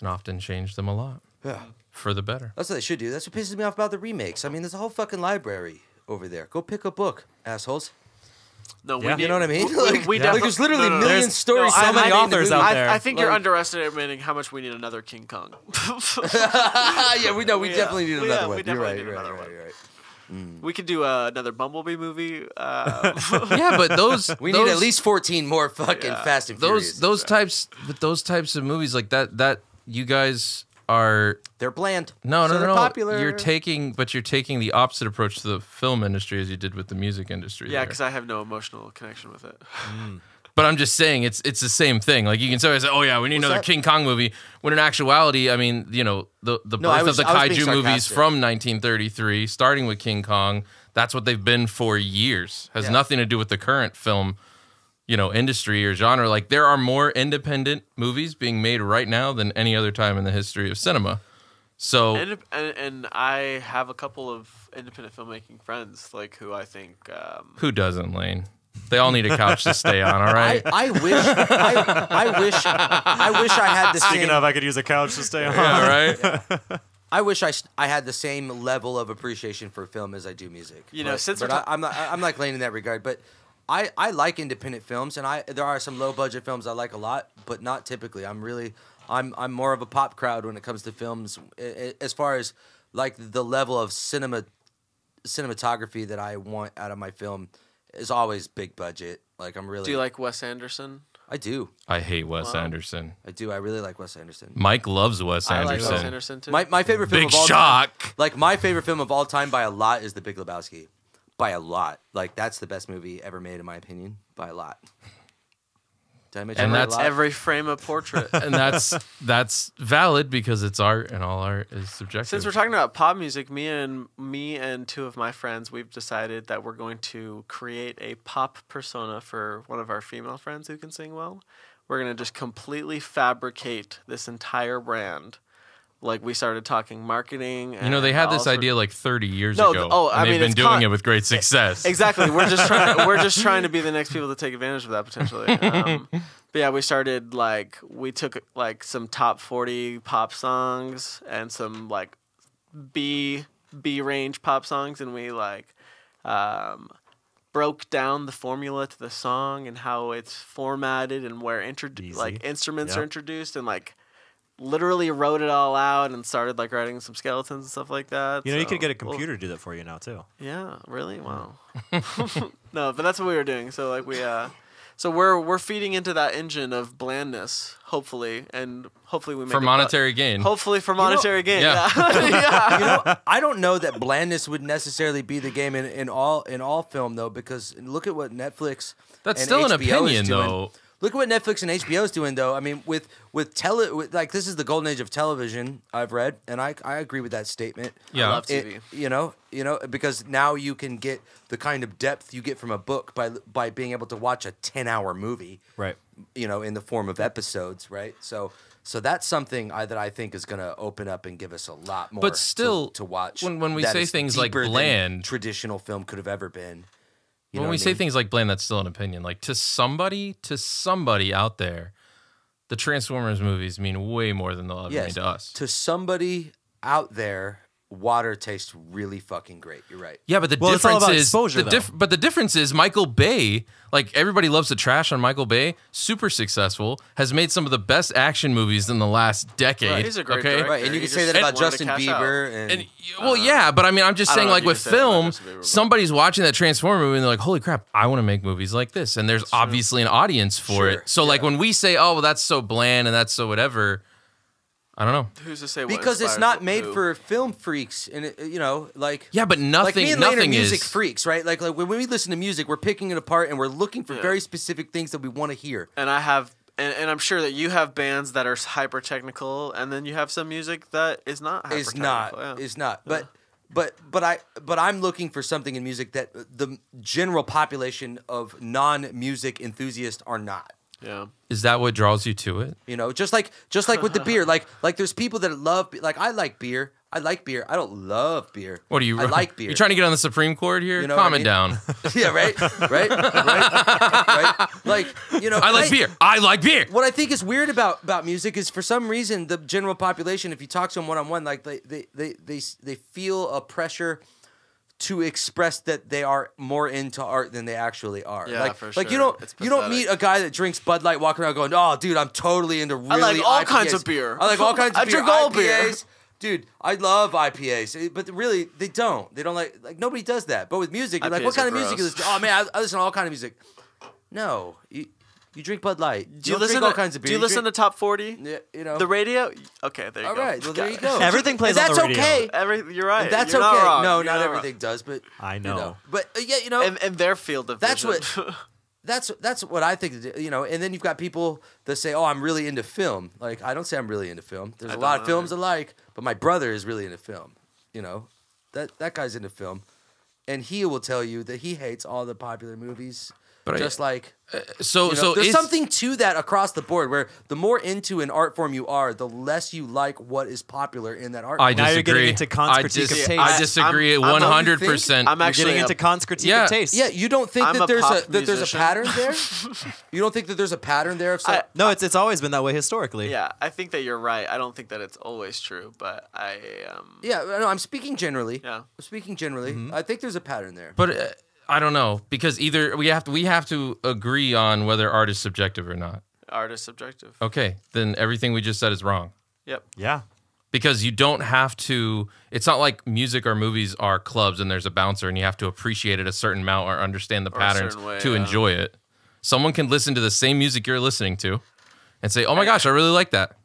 Speaker 3: and often changed them a lot
Speaker 1: yeah
Speaker 3: for the better.
Speaker 1: that's what they should do that's what pisses me off about the remakes i mean there's a whole fucking library over there go pick a book assholes
Speaker 2: No,
Speaker 4: Yeah.
Speaker 2: we need,
Speaker 1: You know what I mean?
Speaker 2: We, we,
Speaker 1: like,
Speaker 2: we
Speaker 1: like,
Speaker 2: defi-
Speaker 1: there's literally
Speaker 2: no, no, no,
Speaker 1: million
Speaker 4: There's
Speaker 1: stories.
Speaker 4: so many
Speaker 1: hiding in the
Speaker 4: authors out
Speaker 1: movie.
Speaker 2: I,
Speaker 4: there.
Speaker 2: I think you're
Speaker 1: Like-
Speaker 2: underestimating how much we need another King Kong.
Speaker 1: yeah, we know. We
Speaker 2: Yeah.
Speaker 1: definitely need
Speaker 2: Yeah,
Speaker 1: another one.
Speaker 2: we
Speaker 1: You're
Speaker 2: definitely
Speaker 1: right.
Speaker 2: need
Speaker 1: You're right,
Speaker 2: another
Speaker 1: you're right.
Speaker 2: one.
Speaker 1: You're right.
Speaker 2: we could do uh, another Bumblebee movie. Uh,
Speaker 3: yeah, but those
Speaker 1: We
Speaker 3: those,
Speaker 1: need at least 14 more fucking
Speaker 2: Yeah.
Speaker 1: Fast and Furious.
Speaker 3: those those types, but those types of movies like that. That you guys are
Speaker 1: they're bland.
Speaker 3: No,
Speaker 1: So
Speaker 3: no,
Speaker 1: they're
Speaker 3: no, no.
Speaker 1: Popular.
Speaker 3: You're taking, but you're taking the opposite approach to the film industry as you did with the music industry.
Speaker 2: yeah,
Speaker 3: there.
Speaker 2: because I have no emotional connection with it.
Speaker 3: but I'm just saying it's it's the same thing. Like you can say, "Oh yeah, we need another
Speaker 1: that?
Speaker 3: King Kong movie." When in actuality, I mean, you know, the the
Speaker 1: No, I
Speaker 3: birth
Speaker 1: was-
Speaker 3: of the
Speaker 1: I was being
Speaker 3: kaiju movies
Speaker 1: sarcastic.
Speaker 3: from 1933, starting with King Kong, that's what they've been for years. Has
Speaker 1: Yeah.
Speaker 3: nothing to do with the current film, you know, industry or genre. Like there are more independent movies being made right now than any other time in the history of cinema. So
Speaker 2: And, and and I have a couple of independent filmmaking friends like who I think um,
Speaker 3: Who doesn't, Lane? They all need a couch to stay on, all
Speaker 1: I,
Speaker 3: right?
Speaker 1: I wish. I, I wish. I wish I had the same.
Speaker 4: Speaking of, I could use a couch to stay on.
Speaker 3: all right.
Speaker 1: I wish I, s- I had the same level of appreciation for film as I do music.
Speaker 2: You know,
Speaker 1: But-
Speaker 2: since
Speaker 1: but
Speaker 2: we're
Speaker 1: I, I'm not I- I'm not complaining in that regard, but I, I like independent films, and I there are some low budget films I like a lot, but not typically. I'm really I'm I'm more of a pop crowd when it comes to films, i- i- as far as like the level of cinema cinematography that I want out of my film is always big budget. Like I'm really
Speaker 2: do you like Wes Anderson?
Speaker 1: I do
Speaker 3: I hate Wes
Speaker 2: Wow.
Speaker 3: Anderson.
Speaker 1: I do I really like Wes Anderson.
Speaker 3: Mike loves Wes
Speaker 2: I like
Speaker 3: Anderson.
Speaker 2: Wes Anderson too.
Speaker 1: My my favorite film
Speaker 3: Big
Speaker 1: of all
Speaker 3: shock.
Speaker 1: Like my favorite film of all time by a lot is The Big Lebowski. By a lot. Like that's the best movie ever made in my opinion. By a lot. Did I mention
Speaker 3: And
Speaker 1: by a
Speaker 3: that's
Speaker 1: lot?
Speaker 2: Every frame a portrait.
Speaker 3: And that's that's valid because it's art and all art is subjective.
Speaker 2: Since we're talking about pop music, me and me and two of my friends, we've decided that we're going to create a pop persona for one of our female friends who can sing well. We're gonna just completely fabricate this entire brand. Like we started talking marketing.
Speaker 3: you know, they had this idea like 30 years
Speaker 2: No,
Speaker 3: ago.
Speaker 2: th- oh,
Speaker 3: and
Speaker 2: I
Speaker 3: they've
Speaker 2: mean,
Speaker 3: been
Speaker 2: it's
Speaker 3: doing
Speaker 2: con-
Speaker 3: it with great success.
Speaker 2: Exactly. We're just trying. we're just trying to be the next people to take advantage of that potentially. Um, but yeah, we started like we took like some top forty pop songs and some like B B range pop songs, and we like um, broke down the formula to the song and how it's formatted and where
Speaker 4: Easy.
Speaker 2: introduced like instruments
Speaker 4: Yep.
Speaker 2: are introduced and like literally wrote it all out and started like writing some skeletons and stuff like that.
Speaker 4: You know, you could
Speaker 2: So
Speaker 4: get a
Speaker 2: we'll-
Speaker 4: computer to do that for you now too.
Speaker 2: yeah, really? Wow. no, but that's what we were doing. So like we uh So we're we're feeding into that engine of blandness, hopefully, and hopefully we make
Speaker 3: For
Speaker 2: a bu-
Speaker 3: monetary gain.
Speaker 2: Hopefully for monetary gain.
Speaker 3: Yeah.
Speaker 2: Yeah. Yeah.
Speaker 1: you know, I don't know that blandness would necessarily be the game in, in all in all film though, because look at what Netflix.
Speaker 3: That's
Speaker 1: and
Speaker 3: still an
Speaker 1: HBO is
Speaker 3: opinion,
Speaker 1: doing.
Speaker 3: though.
Speaker 1: Look at what Netflix and HBO is doing though. I mean, with with tele with, like this is the golden age of television. I've read, and I I agree with that statement.
Speaker 3: Yeah.
Speaker 2: love
Speaker 1: It-
Speaker 2: TV.
Speaker 1: you know, you know, because now you can get the kind of depth you get from a book by by being able to watch a ten hour movie
Speaker 4: Right.
Speaker 1: you know, in the form of episodes, right? So, so that's something I, that I think is going to open up and give us a lot more.
Speaker 3: But still,
Speaker 1: to, to watch
Speaker 3: when- when we
Speaker 1: that
Speaker 3: say
Speaker 1: is
Speaker 3: things like
Speaker 1: deeper than
Speaker 3: bland-
Speaker 1: traditional film could have ever been. You know
Speaker 3: when
Speaker 1: what I
Speaker 3: we say
Speaker 1: mean?
Speaker 3: things like bland, that's still an opinion. Like to somebody, to somebody out there, the Transformers movies mean way more than they'll ever mean
Speaker 1: yes,
Speaker 3: to us.
Speaker 1: to somebody out there, water tastes really fucking great. You're right.
Speaker 3: yeah, but the
Speaker 4: Well, it's all
Speaker 3: difference
Speaker 4: about
Speaker 3: is
Speaker 4: exposure,
Speaker 3: the diff- but the difference is Michael Bay. Like everybody loves to trash on Michael Bay. Super successful, has made some of the best action movies in the last decade.
Speaker 2: Right, he's a great
Speaker 3: okay?
Speaker 2: director.
Speaker 1: Right, and you
Speaker 2: He
Speaker 1: can say
Speaker 2: just
Speaker 1: that about
Speaker 2: wanted to
Speaker 1: Justin
Speaker 2: cash out.
Speaker 1: Bieber and,
Speaker 3: And well, yeah, but I mean, I'm just
Speaker 2: I don't
Speaker 3: saying,
Speaker 2: know
Speaker 3: like
Speaker 2: if you can
Speaker 3: with
Speaker 2: say that about
Speaker 3: film,
Speaker 2: Justin Bieber, but-
Speaker 3: somebody's watching that Transformer movie and they're like, "Holy crap, I want to make movies like this," and there's obviously an audience for
Speaker 1: Sure,
Speaker 3: it. So, like when we say, "Oh, well, that's so bland and that's so whatever," I don't know.
Speaker 2: Who's to say what
Speaker 1: because it's
Speaker 2: inspires
Speaker 1: not
Speaker 2: who?
Speaker 1: made for film freaks, and it, you know, like
Speaker 3: Yeah, but nothing,
Speaker 1: like me and Lane are
Speaker 3: nothing
Speaker 1: music
Speaker 3: is.
Speaker 1: freaks, right? Like, like when we listen to music, we're picking it apart and we're looking for very specific things that we want to hear.
Speaker 2: and I have and, and I'm sure that you have bands that are hyper technical and then you have some music that is not hyper
Speaker 1: It's not.
Speaker 2: Yeah.
Speaker 1: It's not. But but but I but I'm looking for something in music that the general population of non-music enthusiasts are not.
Speaker 2: yeah.
Speaker 3: is that what draws you to it?
Speaker 1: You know, just like just like with the beer, like like there's people that love be- like I like beer. I like beer. I don't love beer.
Speaker 3: What are you?
Speaker 1: I like beer.
Speaker 3: You trying to get on the Supreme Court here?
Speaker 1: You know what I
Speaker 3: Calm it
Speaker 1: mean?
Speaker 3: down.
Speaker 1: yeah, right, right, right, right. Like you know,
Speaker 3: I like
Speaker 1: I-
Speaker 3: beer. I like beer.
Speaker 1: what I think is weird about about music is for some reason the general population, if you talk to them one on one, like they they they they s- they feel a pressure to express that they are more into art than they actually are.
Speaker 2: Yeah,
Speaker 1: like,
Speaker 2: for
Speaker 1: like you
Speaker 2: sure.
Speaker 1: don't
Speaker 2: It's
Speaker 1: you don't meet
Speaker 2: pathetic.
Speaker 1: a guy that drinks Bud Light walking around going, "Oh, dude, I'm totally into really
Speaker 2: like all
Speaker 1: IPAs.
Speaker 2: kinds of beer.
Speaker 1: I like all kinds of
Speaker 2: I
Speaker 1: beer.
Speaker 2: drink all
Speaker 1: IPAs.
Speaker 2: beer."
Speaker 1: Dude, I love IPAs, but really they don't. They don't like like nobody does that. But with music, you're like,
Speaker 2: IPAs
Speaker 1: what kind
Speaker 2: are
Speaker 1: of music
Speaker 2: gross.
Speaker 1: is this? Oh man, I, I listen to all kind of music. No, you you drink Bud Light.
Speaker 2: Do you
Speaker 1: don't
Speaker 2: listen
Speaker 1: drink
Speaker 2: to
Speaker 1: all kinds of beer.
Speaker 2: Do you listen to top 40?
Speaker 1: Yeah, you know.
Speaker 2: The radio? Okay, there you
Speaker 1: All
Speaker 2: go.
Speaker 1: right, well there
Speaker 2: Got
Speaker 1: you
Speaker 2: it.
Speaker 1: go.
Speaker 4: Everything plays
Speaker 1: And
Speaker 4: on
Speaker 1: that's
Speaker 4: the radio.
Speaker 1: okay.
Speaker 2: Every, you're right.
Speaker 1: That's
Speaker 2: You're
Speaker 1: okay.
Speaker 2: not wrong.
Speaker 1: No,
Speaker 2: You're
Speaker 1: not,
Speaker 2: wrong.
Speaker 1: everything does, but
Speaker 4: I
Speaker 1: you
Speaker 4: know.
Speaker 1: But uh, yeah, you know,
Speaker 2: And, and their field of
Speaker 1: That's
Speaker 2: vision.
Speaker 1: what- that's that's what I think. You know, and then you've got people that say, "Oh, I'm really into film." Like I don't say I'm really into film. There's a
Speaker 2: don't
Speaker 1: lot of
Speaker 2: know.
Speaker 1: films I like, but my brother is really into film. You know, that that guy's into film, and he will tell you that he hates all the popular movies.
Speaker 3: But I-
Speaker 1: just like
Speaker 3: So
Speaker 1: you know,
Speaker 3: so
Speaker 1: there's
Speaker 3: is-
Speaker 1: something to that across the board where the more into an art form you are, the less you like what is popular in that art
Speaker 3: I
Speaker 1: form.
Speaker 4: Now you're
Speaker 3: disagree.
Speaker 4: getting into Kant's
Speaker 3: I,
Speaker 4: critique of
Speaker 3: dis-
Speaker 4: taste.
Speaker 3: I disagree
Speaker 2: I'm- I'm-
Speaker 3: one hundred percent.
Speaker 2: I'm
Speaker 4: You're
Speaker 2: actually
Speaker 4: getting
Speaker 2: a-
Speaker 4: into Kant's critique
Speaker 3: Yeah.
Speaker 4: of taste.
Speaker 1: Yeah, you don't think
Speaker 2: I'm
Speaker 1: that
Speaker 2: a
Speaker 1: there's
Speaker 2: pop
Speaker 1: a that there's a
Speaker 2: musician.
Speaker 1: pattern there? you don't think that there's a pattern there of some,
Speaker 2: I-
Speaker 4: No, it's it's always been that way historically.
Speaker 2: Yeah, I think that you're right. I don't think that it's always true, but I um
Speaker 1: Yeah, no, I'm speaking generally.
Speaker 2: Yeah.
Speaker 1: I'm speaking generally. I think there's a pattern there.
Speaker 3: Mm-hmm. But uh, I don't know because either we have to we have to agree on whether art is subjective or not.
Speaker 2: art is subjective.
Speaker 3: Okay, then everything we just said is wrong
Speaker 2: Yep.
Speaker 4: Yeah.
Speaker 3: because you don't have to. It's not like music or movies are clubs and there's a bouncer and you have to appreciate it a certain amount or understand the
Speaker 2: a
Speaker 3: patterns
Speaker 2: certain way,
Speaker 3: to
Speaker 2: yeah.
Speaker 3: enjoy it. Someone can listen to the same music you're listening to and say, "Oh my gosh, I really like that."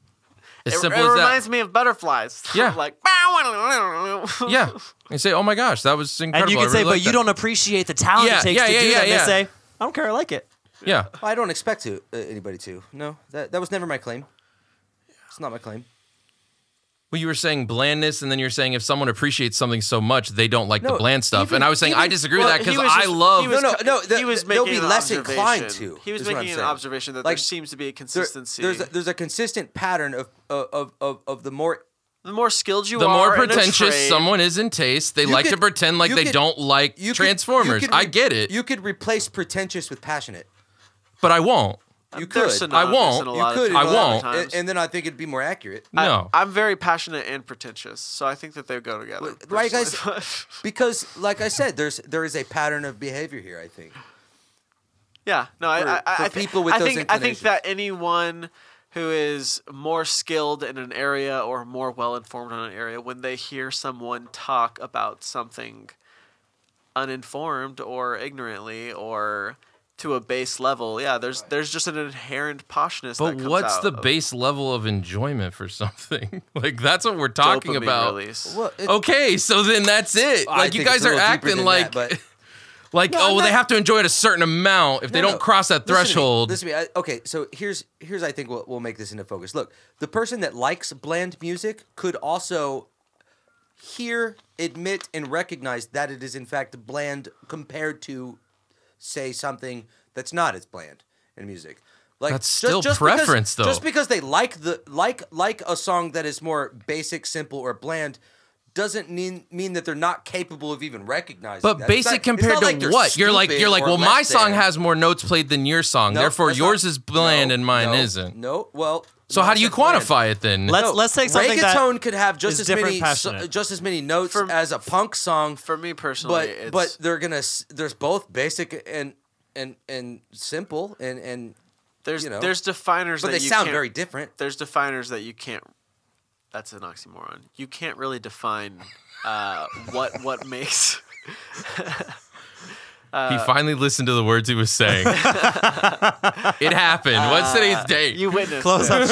Speaker 3: As
Speaker 2: It,
Speaker 3: simple
Speaker 2: it
Speaker 3: as that.
Speaker 2: reminds me of butterflies.
Speaker 3: Yeah.
Speaker 2: like
Speaker 3: yeah, and say, "Oh my gosh, that was
Speaker 4: And
Speaker 3: incredible."
Speaker 4: you
Speaker 3: I
Speaker 4: can
Speaker 3: really
Speaker 4: say, but
Speaker 3: like
Speaker 4: you
Speaker 3: that."
Speaker 4: don't appreciate the talent
Speaker 3: Yeah,
Speaker 4: it takes
Speaker 3: yeah,
Speaker 4: to
Speaker 3: yeah,
Speaker 4: do
Speaker 3: yeah,
Speaker 4: that.
Speaker 3: yeah.
Speaker 4: They say, I don't care, I like it.
Speaker 3: Yeah,
Speaker 1: I don't expect to uh, anybody to. No, that that was never my claim. It's not my claim.
Speaker 3: Well, you were saying blandness, and then you're saying if someone appreciates something so much, they don't like the
Speaker 1: No,
Speaker 3: bland stuff.
Speaker 1: even-
Speaker 3: and I was saying I
Speaker 1: even-
Speaker 3: disagree
Speaker 2: Well,
Speaker 3: with that
Speaker 2: he
Speaker 3: because
Speaker 2: was
Speaker 3: I
Speaker 2: just-
Speaker 3: love.
Speaker 2: he was
Speaker 1: no,
Speaker 2: co-
Speaker 1: no, the-
Speaker 2: he was
Speaker 1: they'll
Speaker 2: making
Speaker 1: be
Speaker 2: an
Speaker 1: less inclined
Speaker 2: observation.
Speaker 1: to,
Speaker 2: He was
Speaker 1: is what I'm
Speaker 2: making an
Speaker 1: saying.
Speaker 2: observation that there
Speaker 1: Like,
Speaker 2: seems to be a
Speaker 1: There-
Speaker 2: consistency.
Speaker 1: there's a, there's a consistent pattern of of of, of the more
Speaker 2: the more skilled you
Speaker 3: the
Speaker 2: are,
Speaker 3: more
Speaker 2: in a
Speaker 3: pretentious
Speaker 2: trade-
Speaker 3: someone is in taste, they
Speaker 1: You
Speaker 3: like to
Speaker 1: could-
Speaker 3: pretend like
Speaker 1: you
Speaker 3: they
Speaker 1: could-
Speaker 3: don't like
Speaker 1: you could- you
Speaker 3: Transformers.
Speaker 1: could
Speaker 3: I
Speaker 1: re-
Speaker 3: get it,
Speaker 1: You could replace pretentious with passionate.
Speaker 3: but I won't.
Speaker 1: You
Speaker 2: They're
Speaker 1: could.
Speaker 2: synonymous in
Speaker 3: won't.
Speaker 2: a
Speaker 1: You
Speaker 2: lot of
Speaker 1: could.
Speaker 2: times-
Speaker 3: I
Speaker 2: a
Speaker 3: won't.
Speaker 2: lot of
Speaker 1: And,
Speaker 2: times.
Speaker 1: and then I think it'd be more accurate.
Speaker 2: I-
Speaker 3: No,
Speaker 2: I'm very passionate and pretentious, so I think that they go together.
Speaker 1: Why you guys-
Speaker 2: personally.
Speaker 1: Because, like I said, there's there is a pattern of behavior here. I think.
Speaker 2: Yeah, no, I,
Speaker 1: for-
Speaker 2: I, I,
Speaker 1: for
Speaker 2: I thi-
Speaker 1: people with
Speaker 2: I
Speaker 1: those
Speaker 2: think I think
Speaker 1: inclinations.
Speaker 2: that anyone who is more skilled in an area or more well informed on an area, when they hear someone talk about something uninformed or ignorantly or to a base level, yeah, there's there's just an inherent poshness. that
Speaker 3: But
Speaker 2: comes
Speaker 3: what's
Speaker 2: out
Speaker 3: the
Speaker 2: of
Speaker 3: base level of enjoyment for something? like that's what we're talking
Speaker 2: dopamine
Speaker 3: about.
Speaker 2: Release.
Speaker 1: Well, it-
Speaker 3: Okay, so then that's it.
Speaker 1: I
Speaker 3: Oh, like you
Speaker 1: think it's
Speaker 3: guys
Speaker 1: a
Speaker 3: are
Speaker 1: little deeper
Speaker 3: acting
Speaker 1: than
Speaker 3: like
Speaker 1: that, but-
Speaker 3: like
Speaker 1: No,
Speaker 3: oh
Speaker 1: I'm
Speaker 3: they
Speaker 1: not-
Speaker 3: have to enjoy it a certain amount. If they
Speaker 1: No,
Speaker 3: don't
Speaker 1: no.
Speaker 3: cross
Speaker 1: Listen
Speaker 3: that
Speaker 1: to me.
Speaker 3: threshold,
Speaker 1: Listen to me. I- okay, so here's here's I think we'll, we'll make this into focus. Look, the person that likes bland music could also hear, admit, and recognize that it is in fact bland compared to, say, something that's not as bland in music. Like
Speaker 3: That's still
Speaker 1: because,
Speaker 3: preference, though.
Speaker 1: Just because they like the like like a song that is more basic, simple, or bland. Doesn't mean mean that they're not capable of even recognizing.
Speaker 3: But
Speaker 1: that. It's
Speaker 3: basic
Speaker 1: not- it's
Speaker 3: compared
Speaker 1: not
Speaker 3: to
Speaker 1: like they're
Speaker 3: what? You're like
Speaker 1: stupid
Speaker 3: you're like,
Speaker 1: or
Speaker 3: well, my
Speaker 1: less
Speaker 3: song
Speaker 1: than.
Speaker 3: has more notes played than your song,
Speaker 1: No,
Speaker 3: therefore
Speaker 1: that's
Speaker 3: yours
Speaker 1: not-
Speaker 3: is bland
Speaker 1: no,
Speaker 3: and mine
Speaker 1: no,
Speaker 3: isn't.
Speaker 1: No, well.
Speaker 3: so how do you
Speaker 1: that's bland.
Speaker 3: quantify it then?
Speaker 4: Let's- let's take something that
Speaker 1: Reggaeton could have
Speaker 4: is
Speaker 1: just as
Speaker 4: different
Speaker 1: many
Speaker 4: passionate.
Speaker 1: so, just as many notes
Speaker 2: For-
Speaker 1: as a punk song,
Speaker 2: For me personally,
Speaker 1: but
Speaker 2: it's,
Speaker 1: but they're gonna s- there's both basic and and and simple and and
Speaker 2: there's
Speaker 1: you know,
Speaker 2: there's definers
Speaker 1: but
Speaker 2: that
Speaker 1: they
Speaker 2: you
Speaker 1: sound
Speaker 2: can't,
Speaker 1: very different.
Speaker 2: there's definers that you can't. That's an oxymoron. You can't really define uh, what what makes.
Speaker 3: he
Speaker 1: uh,
Speaker 3: finally listened to the words he was saying. it happened.
Speaker 1: Uh,
Speaker 3: What's today's date?
Speaker 2: You witnessed
Speaker 4: Close
Speaker 2: it
Speaker 4: up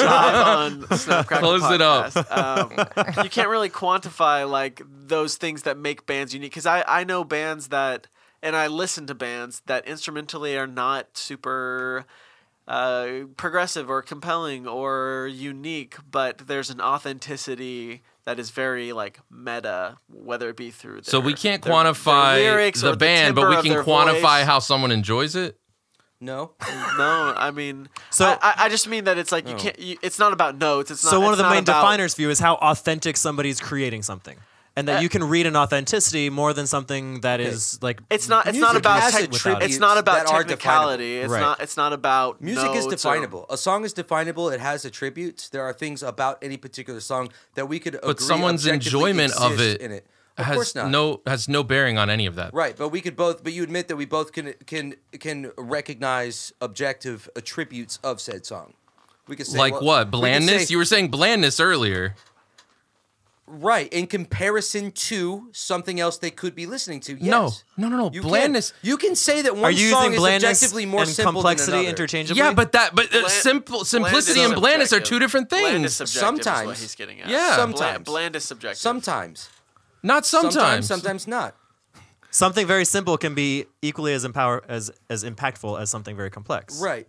Speaker 2: live on Snap Crackle
Speaker 3: Close it up.
Speaker 2: Podcast. Um, you can't really quantify like those things that make bands unique because I I know bands that and I listen to bands that instrumentally are not super uh, progressive or compelling or unique, but there's an authenticity that is very like meta, whether it be through. Their,
Speaker 3: so we can't
Speaker 2: their- their
Speaker 3: quantify
Speaker 2: lyrics or
Speaker 3: the band, but
Speaker 2: timbre
Speaker 3: we
Speaker 2: of
Speaker 3: can
Speaker 2: their
Speaker 3: quantify
Speaker 2: voice.
Speaker 3: how someone enjoys it.
Speaker 1: No,
Speaker 2: No, I mean,
Speaker 4: So-
Speaker 2: so I, I- I just mean that it's like
Speaker 1: Oh.
Speaker 2: you can't. You, it's not about notes. It's not,
Speaker 4: So one
Speaker 2: it's
Speaker 4: of the
Speaker 2: not
Speaker 4: main
Speaker 2: about-
Speaker 4: definers for you is how authentic somebody's creating something, and
Speaker 1: Eh.
Speaker 4: that you can read an authenticity more than something that is like.
Speaker 2: It's not. It's not
Speaker 1: Music
Speaker 2: about.
Speaker 1: has
Speaker 2: Tech,
Speaker 1: attributes
Speaker 2: it's not about
Speaker 1: that are
Speaker 2: technicality. It's
Speaker 4: Right.
Speaker 2: not. It's not about.
Speaker 1: music is
Speaker 2: notes or-
Speaker 1: definable. A song is definable. It has attributes. There are things about any particular song that we could.
Speaker 3: But someone's enjoyment of it
Speaker 1: in it. Of
Speaker 3: has
Speaker 1: course not.
Speaker 3: no has no bearing on any of that.
Speaker 1: Right, but we could both. But you admit that we both can can can recognize objective attributes of said song. We could say
Speaker 3: Like
Speaker 1: well,
Speaker 3: what?
Speaker 1: we could
Speaker 3: Blandness?
Speaker 1: say-
Speaker 3: you were saying blandness earlier.
Speaker 1: right in comparison to something else they could be listening to.
Speaker 3: No.
Speaker 1: Yes.
Speaker 3: No, no, no.
Speaker 1: You
Speaker 3: blandness.
Speaker 1: Can, you can say that one
Speaker 4: Are you
Speaker 1: song
Speaker 4: using
Speaker 1: is
Speaker 4: blandness
Speaker 1: objectively more
Speaker 4: and
Speaker 1: simple
Speaker 4: complexity
Speaker 1: than another.
Speaker 4: interchangeably?
Speaker 3: Yeah, but that but uh,
Speaker 2: Bland-
Speaker 3: simple
Speaker 2: bland is
Speaker 3: simplicity and blandness are
Speaker 2: subjective.
Speaker 3: two different
Speaker 2: Bland is
Speaker 3: things.
Speaker 2: subjective. Sometimes. Is what
Speaker 1: Sometimes.
Speaker 2: he's getting at.
Speaker 3: Yeah.
Speaker 2: Bland-
Speaker 1: Sometimes.
Speaker 2: Bland is subjective.
Speaker 1: Sometimes,
Speaker 3: Not
Speaker 1: sometimes, sometimes not.
Speaker 4: something very simple can be equally as empower as as impactful as something very complex.
Speaker 1: Right.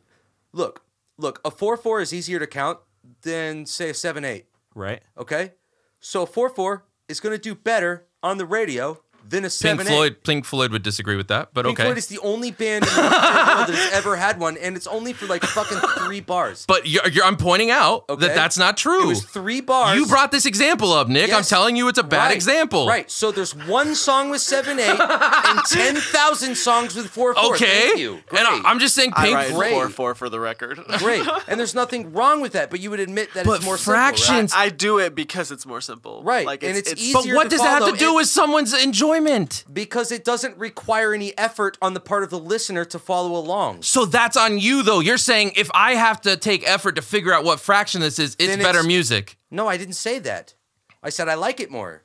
Speaker 1: Look, look. A four four is easier to count than say a seven eight.
Speaker 4: Right.
Speaker 1: Okay, so a four four is going to do better on the radio than a
Speaker 3: Pink
Speaker 1: seven eight.
Speaker 3: Floyd. Pink Floyd would disagree with that, but
Speaker 1: Pink
Speaker 3: okay.
Speaker 1: Floyd is the only band in the entire world that's ever had one, and it's only for like fucking three bars.
Speaker 3: but you're, you're, I'm pointing out that
Speaker 1: Okay.
Speaker 3: that's not
Speaker 1: it
Speaker 3: true.
Speaker 1: was three bars.
Speaker 3: you brought this example up, Nick. I'm
Speaker 1: Yes.
Speaker 3: telling you, it's a bad
Speaker 1: Right.
Speaker 3: example.
Speaker 1: Right. So there's one song with seven eight and ten thousand songs with four four.
Speaker 3: Okay.
Speaker 1: Thank you. Great.
Speaker 3: And I, I'm just saying,
Speaker 2: I
Speaker 3: Pink
Speaker 2: write
Speaker 3: Floyd.
Speaker 1: Great.
Speaker 2: four four for the record.
Speaker 1: great. And there's nothing wrong with that, but you would admit that
Speaker 3: But
Speaker 1: it's more
Speaker 3: fraction-
Speaker 1: Simple,
Speaker 2: I do it because it's more simple.
Speaker 1: Right,
Speaker 2: Like
Speaker 1: and
Speaker 2: it's,
Speaker 1: it's
Speaker 3: But
Speaker 1: easier
Speaker 3: what
Speaker 1: to
Speaker 3: does that have
Speaker 1: follow
Speaker 3: to do
Speaker 1: it-
Speaker 3: with someone's enjoyment?
Speaker 1: right? Because it doesn't require any effort on the part of the listener to follow along.
Speaker 3: So that's on you, though. You're saying if I have to take effort to figure out what fraction this is, it's
Speaker 1: Then
Speaker 3: better
Speaker 1: it's-
Speaker 3: music.
Speaker 1: No, I didn't say that. I said I like it more.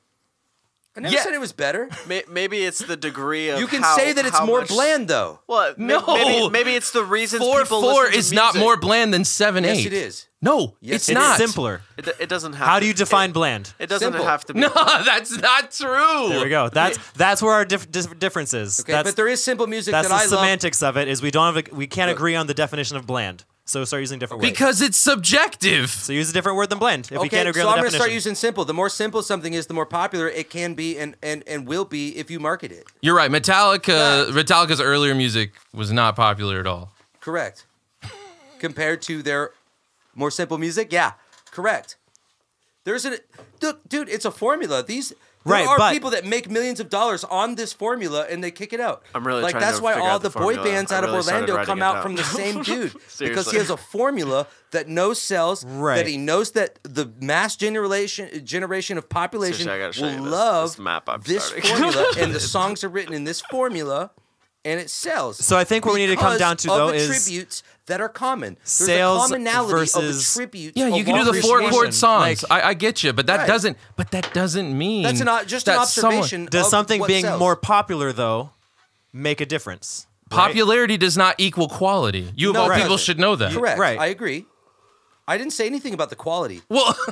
Speaker 1: I never
Speaker 3: Yeah.
Speaker 1: said it was better.
Speaker 2: May- maybe it's the degree of.
Speaker 1: You can
Speaker 2: how-
Speaker 1: say that it's
Speaker 2: how
Speaker 1: more
Speaker 2: much-
Speaker 1: bland though.
Speaker 2: Well, may-
Speaker 3: No.
Speaker 2: Maybe, maybe it's the reasons
Speaker 3: Four
Speaker 2: people
Speaker 3: four
Speaker 2: listen to
Speaker 3: is not
Speaker 2: music.
Speaker 3: more bland than seven
Speaker 1: Yes,
Speaker 3: eight.
Speaker 1: it is.
Speaker 3: No,
Speaker 1: Yes,
Speaker 3: it's
Speaker 1: it is.
Speaker 3: not
Speaker 4: It's simpler.
Speaker 2: It, do- it doesn't have.
Speaker 4: How
Speaker 2: to-
Speaker 4: do you define bland?
Speaker 2: It, it doesn't
Speaker 1: Simple.
Speaker 2: have to be.
Speaker 3: No, that's not true.
Speaker 4: There we go. That's that's where our dif- dif- difference is.
Speaker 1: Okay,
Speaker 4: that's
Speaker 1: but there is simple music
Speaker 4: that's
Speaker 1: that
Speaker 4: the
Speaker 1: I love.
Speaker 4: semantics of it. Is we don't have a, we can't agree on the definition of bland. So start using different words.
Speaker 3: Because it's subjective.
Speaker 4: so use a different word than bland if we
Speaker 1: okay,
Speaker 4: can't agree
Speaker 1: so
Speaker 4: on
Speaker 1: I'm
Speaker 4: the
Speaker 1: gonna
Speaker 4: definition.
Speaker 1: start using simple. The more simple something is, the more popular it can be, and and and will be if you market it.
Speaker 3: You're right. Metallica,
Speaker 1: Yeah.
Speaker 3: Metallica's earlier music was not popular at all.
Speaker 1: Correct. Compared to their more simple music, yeah, correct. There's an look, dude. It's a formula. These there
Speaker 4: Right,
Speaker 1: are
Speaker 4: but-
Speaker 1: people that make millions of dollars on this formula and they kick it out.
Speaker 2: I'm really
Speaker 1: like
Speaker 2: trying
Speaker 1: that's
Speaker 2: to
Speaker 1: why
Speaker 2: figure
Speaker 1: all
Speaker 2: out
Speaker 1: the,
Speaker 2: the
Speaker 1: boy
Speaker 2: formula.
Speaker 1: bands
Speaker 2: I
Speaker 1: out
Speaker 2: really
Speaker 1: of
Speaker 2: started
Speaker 1: Orlando
Speaker 2: writing
Speaker 1: come
Speaker 2: it
Speaker 1: out
Speaker 2: down.
Speaker 1: from the same dude because
Speaker 2: Seriously.
Speaker 1: he has a formula that knows sells.
Speaker 4: Right.
Speaker 1: That he knows that the mass generation generation of population
Speaker 2: Seriously, I gotta show you
Speaker 1: will
Speaker 2: this-
Speaker 1: love
Speaker 2: this map I'm
Speaker 1: this
Speaker 2: starting.
Speaker 1: formula and the songs are written in this formula. And it sells.
Speaker 4: So I think what we need to come
Speaker 1: Because
Speaker 4: down to,
Speaker 1: of
Speaker 4: though, is-
Speaker 1: attributes that are common. There's
Speaker 4: Sales
Speaker 1: a commonality
Speaker 4: versus-
Speaker 1: of attributes.
Speaker 3: Yeah, you
Speaker 1: of
Speaker 3: can do
Speaker 1: Oh,
Speaker 3: the
Speaker 1: appreciation.
Speaker 3: four chord songs.
Speaker 4: Like-
Speaker 3: I, I get you, but that
Speaker 1: Right.
Speaker 3: doesn't. But that doesn't mean
Speaker 1: That's an o- just an
Speaker 3: that someone-
Speaker 1: observation.
Speaker 4: Does
Speaker 1: of
Speaker 4: something
Speaker 1: what
Speaker 4: being
Speaker 1: sells.
Speaker 4: more popular though make a difference?
Speaker 3: Popularity does not equal quality. You of
Speaker 1: No,
Speaker 3: all
Speaker 1: right.
Speaker 3: people should know that.
Speaker 1: Correct.
Speaker 4: Right.
Speaker 1: I agree. I didn't say anything about the quality.
Speaker 3: Well,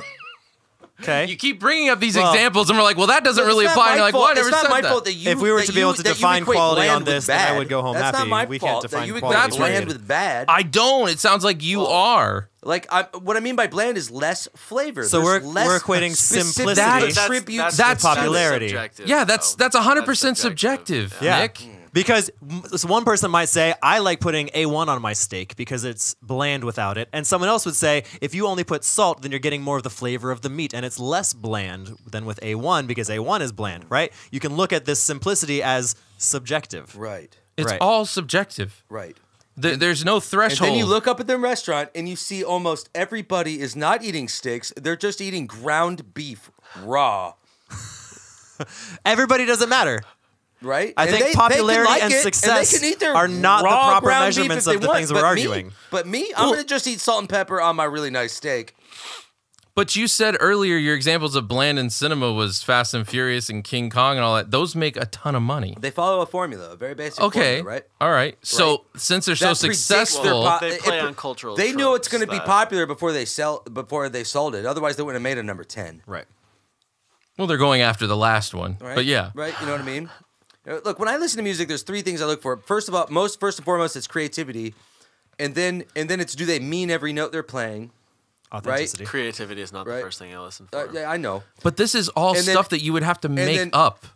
Speaker 4: Okay.
Speaker 3: you keep bringing up these
Speaker 4: Well-
Speaker 3: examples, and we're like, well, that doesn't really
Speaker 1: It's not
Speaker 3: apply. And
Speaker 1: my
Speaker 3: you're like, well,
Speaker 1: fault-
Speaker 3: I never
Speaker 1: it's not
Speaker 3: said
Speaker 1: my
Speaker 3: that.
Speaker 1: fault that you.
Speaker 4: If we were
Speaker 1: that
Speaker 4: to be
Speaker 1: you-
Speaker 4: able to
Speaker 1: that you
Speaker 4: define
Speaker 1: equate
Speaker 4: quality
Speaker 1: land
Speaker 4: on
Speaker 1: with
Speaker 4: this, then I
Speaker 1: bad.
Speaker 4: would go home
Speaker 1: That's
Speaker 4: happy.
Speaker 1: not my
Speaker 4: We can't
Speaker 1: fault
Speaker 4: define
Speaker 1: that you
Speaker 4: quality,
Speaker 1: equate
Speaker 3: period.
Speaker 1: land with bad.
Speaker 3: I don't. It sounds like you are.
Speaker 1: like I, what I mean by bland is less flavor.
Speaker 4: So
Speaker 1: There's
Speaker 4: we're-
Speaker 1: less
Speaker 4: we're equating
Speaker 1: specific
Speaker 4: simplicity-
Speaker 3: That
Speaker 2: But that's,
Speaker 1: attributes
Speaker 2: that's,
Speaker 1: to
Speaker 3: that's-
Speaker 4: popularity.
Speaker 2: subjective, Oh,
Speaker 3: Yeah, that's
Speaker 1: Oh.
Speaker 2: though.
Speaker 3: that's 100% subjective,
Speaker 4: Yeah.
Speaker 3: Nick.
Speaker 4: Because m- so one person might say, I like putting A1 on my steak because it's bland without it. And someone else would say, if you only put salt, then you're getting more of the flavor of the meat and it's less bland than with A1 because A1 is bland, right? You can look at this simplicity as subjective.
Speaker 1: Right,
Speaker 3: It's
Speaker 4: Right.
Speaker 3: all subjective.
Speaker 1: right.
Speaker 3: There, there's no
Speaker 1: And
Speaker 3: threshold.
Speaker 1: then you look up at the restaurant and you see almost everybody is not eating steaks; they're just eating ground beef raw.
Speaker 4: Everybody doesn't matter.
Speaker 1: Right?
Speaker 4: I
Speaker 1: And
Speaker 4: think
Speaker 1: they- they can
Speaker 4: popularity
Speaker 1: like
Speaker 4: and
Speaker 1: it,
Speaker 4: success
Speaker 1: they can eat their
Speaker 4: are not the
Speaker 1: raw
Speaker 4: proper
Speaker 1: ground beef
Speaker 4: measurements
Speaker 1: if
Speaker 4: of
Speaker 1: they
Speaker 4: the
Speaker 1: want,
Speaker 4: things we're
Speaker 1: but me-
Speaker 4: arguing.
Speaker 1: but me, I'm gonna just eat salt and pepper on my really nice steak.
Speaker 3: But you said earlier your examples of bland in cinema was Fast and Furious and King Kong and all that. Those make a ton of money.
Speaker 1: They follow a formula, a very basic
Speaker 3: Okay.
Speaker 1: formula, right?
Speaker 3: All right. So since they're so
Speaker 1: That predicts their
Speaker 3: successful,
Speaker 1: po-
Speaker 2: They
Speaker 1: it-
Speaker 2: play
Speaker 1: it-
Speaker 2: on cultural
Speaker 1: They knew it's
Speaker 2: tropes
Speaker 1: going to be
Speaker 2: that-
Speaker 1: popular before they sell before they sold it. Otherwise, they wouldn't have made a number ten.
Speaker 4: Right.
Speaker 3: well, they're going after the last one.
Speaker 1: Right?
Speaker 3: But yeah,
Speaker 1: right. You know what I mean? Uh, Look, when I listen to music, there's three things I look for. First of all, most first and foremost, it's creativity, and then and then it's do they mean every note they're playing?
Speaker 4: Authenticity.
Speaker 2: Creativity is not the
Speaker 1: Right.
Speaker 2: first thing I listen
Speaker 1: Uh,
Speaker 2: for.
Speaker 1: yeah, I know.
Speaker 3: but this is all
Speaker 1: And then-
Speaker 3: stuff that you would have to make
Speaker 1: then-
Speaker 3: up.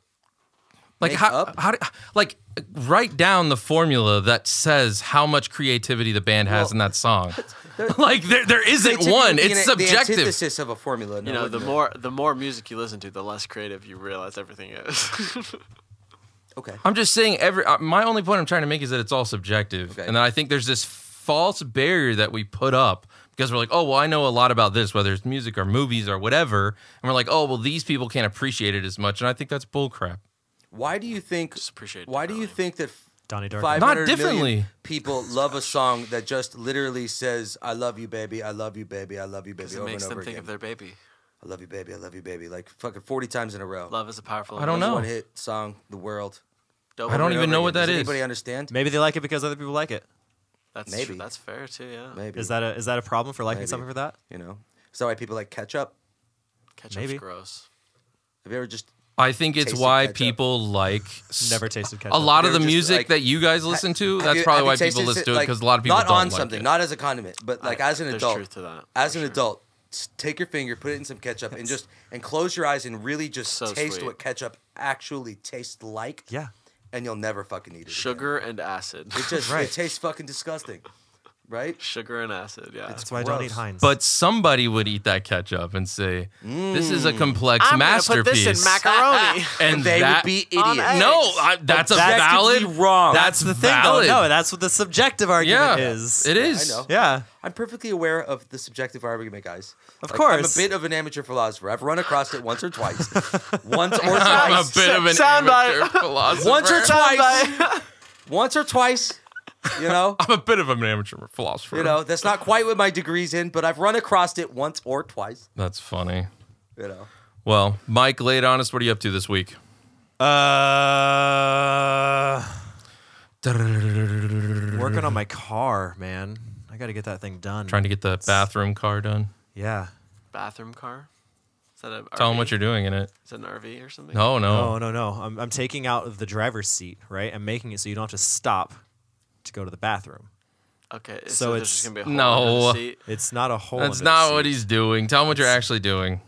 Speaker 3: Like
Speaker 1: Make
Speaker 3: how
Speaker 1: up?
Speaker 3: how do, like write down the formula that says how much creativity the band has
Speaker 1: Well,
Speaker 3: in that song. like there there isn't
Speaker 1: Creativity
Speaker 3: one.
Speaker 1: would be
Speaker 3: It's
Speaker 1: an- The
Speaker 3: subjective.
Speaker 1: antithesis of a formula.
Speaker 2: you know, the more the more music you listen to, the less creative you realize everything is.
Speaker 1: Okay.
Speaker 3: I'm just saying every uh, my only point I'm trying to make is that it's all subjective.
Speaker 1: Okay.
Speaker 3: And then I think there's this false barrier that we put up because we're like, "Oh, well, I know a lot about this, whether it's music or movies or whatever." And we're like, "Oh, well, these people can't appreciate it as much." And I think that's bullcrap.
Speaker 1: Why do you think?
Speaker 2: Just appreciate it
Speaker 1: Why do you
Speaker 2: differently.
Speaker 1: think that?
Speaker 4: Donnie Darko.
Speaker 1: Five
Speaker 3: Not
Speaker 1: hundred
Speaker 3: differently.
Speaker 1: people love a song that just literally says, "I love you, baby. I love you, baby. I love you, baby."
Speaker 2: it
Speaker 1: Over
Speaker 2: makes
Speaker 1: and
Speaker 2: them
Speaker 1: over
Speaker 2: think
Speaker 1: again.
Speaker 2: of their baby.
Speaker 1: I love you, baby. I love you, baby. Like fucking forty times in a row.
Speaker 2: Love is a powerful.
Speaker 3: I don't
Speaker 2: emotion.
Speaker 3: know.
Speaker 1: One hit song, the world.
Speaker 2: Dope
Speaker 3: I don't
Speaker 2: over
Speaker 3: even
Speaker 2: and
Speaker 3: know
Speaker 2: over
Speaker 3: what
Speaker 2: again.
Speaker 3: that
Speaker 1: Does
Speaker 3: is.
Speaker 1: anybody understand?
Speaker 4: Maybe they like it because other people like it.
Speaker 2: That's
Speaker 1: Maybe.
Speaker 2: true. That's fair too. Yeah.
Speaker 1: Maybe
Speaker 4: Is that a is that a problem for liking
Speaker 1: Maybe.
Speaker 4: something for that?
Speaker 1: you know? Is that why people like ketchup?
Speaker 2: Ketchup's
Speaker 4: Maybe.
Speaker 2: gross.
Speaker 1: Have you ever just
Speaker 3: I think it's
Speaker 1: Tasted
Speaker 3: why
Speaker 1: ketchup.
Speaker 3: people like
Speaker 4: Never tasted ketchup.
Speaker 3: a lot of
Speaker 1: They're
Speaker 3: the
Speaker 1: just
Speaker 3: music
Speaker 1: like-
Speaker 3: that you guys listen to.
Speaker 1: have
Speaker 3: That's
Speaker 1: you-
Speaker 3: probably
Speaker 1: have
Speaker 3: why
Speaker 1: you
Speaker 3: people
Speaker 1: tasted
Speaker 3: listen
Speaker 1: it,
Speaker 3: to it
Speaker 1: like,
Speaker 3: because a lot of people
Speaker 1: not
Speaker 3: don't
Speaker 1: on
Speaker 3: like
Speaker 1: something,
Speaker 3: it.
Speaker 1: not as a condiment, but like
Speaker 2: I-
Speaker 1: as an
Speaker 2: there's
Speaker 1: adult.
Speaker 2: truth to that,
Speaker 1: As
Speaker 2: for
Speaker 1: an
Speaker 2: sure.
Speaker 1: adult, s- take your finger, put it in some ketchup, and just and close your eyes and really just
Speaker 2: So
Speaker 1: taste
Speaker 2: sweet.
Speaker 1: what ketchup actually tastes like.
Speaker 4: Yeah.
Speaker 1: and you'll never fucking eat it. again.
Speaker 2: Sugar and acid.
Speaker 1: It just
Speaker 4: Right.
Speaker 1: it tastes fucking disgusting, right?
Speaker 2: Sugar and acid. Yeah.
Speaker 4: That's why I don't
Speaker 1: gross.
Speaker 4: eat Heinz.
Speaker 3: But somebody would eat that ketchup and say, "This
Speaker 1: Mm.
Speaker 3: is a complex
Speaker 2: I'm gonna put
Speaker 3: masterpiece."
Speaker 2: this in macaroni.
Speaker 3: and
Speaker 1: They
Speaker 3: that,
Speaker 1: would be
Speaker 2: on
Speaker 1: idiots.
Speaker 2: egg.
Speaker 3: No, I, that's a
Speaker 1: Objectively
Speaker 3: valid
Speaker 1: wrong.
Speaker 3: That's,
Speaker 4: the thing
Speaker 3: valid.
Speaker 4: though. No, that's what the subjective
Speaker 3: yeah,
Speaker 4: argument is.
Speaker 3: it is.
Speaker 1: I know.
Speaker 4: Yeah.
Speaker 1: I'm perfectly aware of the subjective argument, guys.
Speaker 4: Of
Speaker 1: I'm a
Speaker 4: course.
Speaker 1: bit of an amateur philosopher. I've run across it once or twice. once or
Speaker 3: I'm a
Speaker 1: twice.
Speaker 3: bit of an
Speaker 2: Soundbite.
Speaker 3: amateur philosopher.
Speaker 1: Once or
Speaker 2: Sound
Speaker 1: twice. once or twice. You know?
Speaker 3: I'm a bit of an amateur philosopher.
Speaker 1: You know, that's not quite what my degree's in, but I've run across it once or twice.
Speaker 3: That's funny.
Speaker 1: You know.
Speaker 3: Well, Mike, late honest, what are you up to this week?
Speaker 4: Uh, working on my car, man. I got to get that thing done.
Speaker 3: Trying to get the bathroom car done.
Speaker 4: yeah.
Speaker 2: Bathroom car. Is that a
Speaker 3: Tell them
Speaker 2: RV?
Speaker 3: what you're doing in it.
Speaker 2: Is that an RV or something?
Speaker 3: No, no.
Speaker 4: Oh no no! I'm I'm taking out of the driver's seat, right? I'm making it so you don't have to stop to go to the bathroom.
Speaker 2: Okay. So,
Speaker 4: So
Speaker 2: there's just
Speaker 4: it's-
Speaker 2: gonna be a hole under the
Speaker 3: No.
Speaker 2: seat.
Speaker 4: It's not a hole.
Speaker 3: That's
Speaker 4: under the
Speaker 3: not what
Speaker 4: seat.
Speaker 3: he's doing. Tell him what you're actually doing.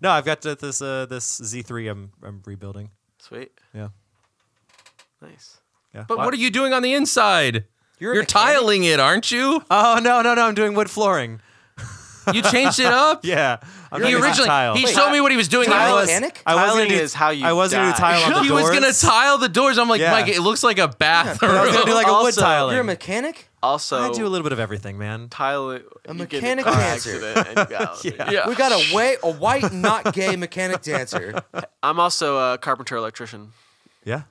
Speaker 4: No, I've got th- this uh, this Z3. I'm I'm rebuilding.
Speaker 2: Sweet.
Speaker 4: Yeah.
Speaker 2: Nice.
Speaker 3: But what are you doing on the inside?
Speaker 1: You're a
Speaker 3: You're,
Speaker 1: mechanic?
Speaker 3: tiling it, aren't you?
Speaker 4: Oh no no no! I'm doing wood flooring.
Speaker 3: You changed it up.
Speaker 4: Yeah. I'm
Speaker 3: He
Speaker 4: doing some
Speaker 3: originally
Speaker 4: tile.
Speaker 3: he showed me what he was doing. He
Speaker 1: tile
Speaker 3: was-
Speaker 1: is- mechanic?
Speaker 4: I was gonna
Speaker 2: Tiling
Speaker 4: do,
Speaker 2: is how you
Speaker 4: I was gonna do
Speaker 2: die.
Speaker 4: tile on the
Speaker 3: he was gonna
Speaker 4: doors.
Speaker 3: tile the doors. I'm like,
Speaker 4: Yeah.
Speaker 3: Mike, it looks like a bathroom.
Speaker 4: I was gonna do like a wood
Speaker 2: Also,
Speaker 4: tiling.
Speaker 1: You're a mechanic?
Speaker 2: Also,
Speaker 4: I do a little bit of everything, man.
Speaker 2: tile. A
Speaker 1: mechanic
Speaker 2: car
Speaker 1: dancer.
Speaker 2: accident and you got
Speaker 4: Yeah.
Speaker 3: yeah.
Speaker 1: We got a way a white, not gay mechanic dancer.
Speaker 2: I'm also a carpenter electrician.
Speaker 4: Yeah.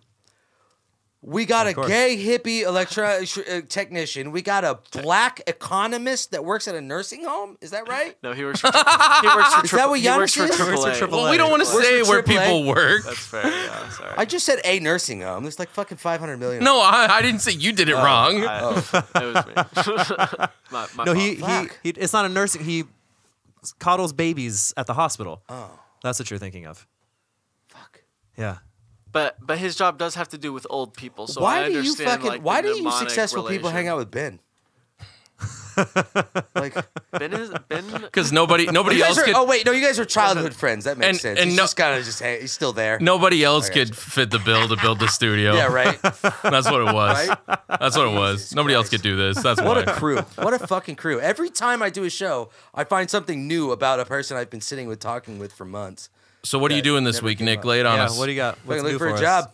Speaker 1: We got a
Speaker 4: course.
Speaker 1: gay hippie electro- uh, technician. We got a black economist that works at a nursing home. Is that right?
Speaker 2: No, he works for. he works for.
Speaker 1: Is
Speaker 2: triple-
Speaker 1: that what
Speaker 2: he works
Speaker 1: Giannis
Speaker 2: for
Speaker 1: is? He
Speaker 4: works for
Speaker 2: AAA.
Speaker 4: triple
Speaker 3: Well, we don't want to
Speaker 1: Where's
Speaker 3: say
Speaker 1: your
Speaker 3: where
Speaker 1: AAA?
Speaker 3: people work.
Speaker 2: That's fair. Yeah, sorry.
Speaker 1: I just said a nursing home. There's like fucking 500 million.
Speaker 3: No, I, I didn't say you did
Speaker 1: Oh,
Speaker 3: it wrong.
Speaker 2: I, it was me. my, my
Speaker 4: No,
Speaker 2: fault.
Speaker 4: he, he,
Speaker 1: Fuck.
Speaker 4: he it's not a nursing. He coddles babies at the hospital. Oh, that's what you're thinking of.
Speaker 1: Fuck.
Speaker 4: Yeah.
Speaker 2: But but his job does have to do with old people. So I
Speaker 1: why do you
Speaker 2: understand,
Speaker 1: fucking?
Speaker 2: like, the
Speaker 1: why do you
Speaker 2: mnemonic
Speaker 1: successful people hang
Speaker 2: relation.
Speaker 1: out with Ben? like
Speaker 2: Ben is Ben.
Speaker 3: Because nobody nobody
Speaker 1: you guys
Speaker 3: else
Speaker 1: are,
Speaker 3: could
Speaker 1: oh wait, no, you guys are childhood friends. That makes
Speaker 3: And-
Speaker 1: sense.
Speaker 3: and
Speaker 1: he's
Speaker 3: no-
Speaker 1: just kind of just hang, he's still there.
Speaker 3: nobody else could fit the bill to build the studio.
Speaker 1: Yeah, right.
Speaker 3: That's what it was.
Speaker 1: Right?
Speaker 3: That's what it was.
Speaker 1: Jesus
Speaker 3: nobody else
Speaker 1: Christ.
Speaker 3: could do this. That's
Speaker 1: What
Speaker 3: why.
Speaker 1: a crew. What a fucking crew. Every time I do a show, I find something new about a person I've been sitting with, talking with for months.
Speaker 3: so what are you doing this
Speaker 1: never
Speaker 3: week,
Speaker 1: came
Speaker 3: Nick?
Speaker 1: up.
Speaker 3: Lay it on
Speaker 4: yeah.
Speaker 3: us.
Speaker 4: What do you got? What's
Speaker 1: Fucking looking
Speaker 4: new
Speaker 1: for a
Speaker 4: us?
Speaker 1: job.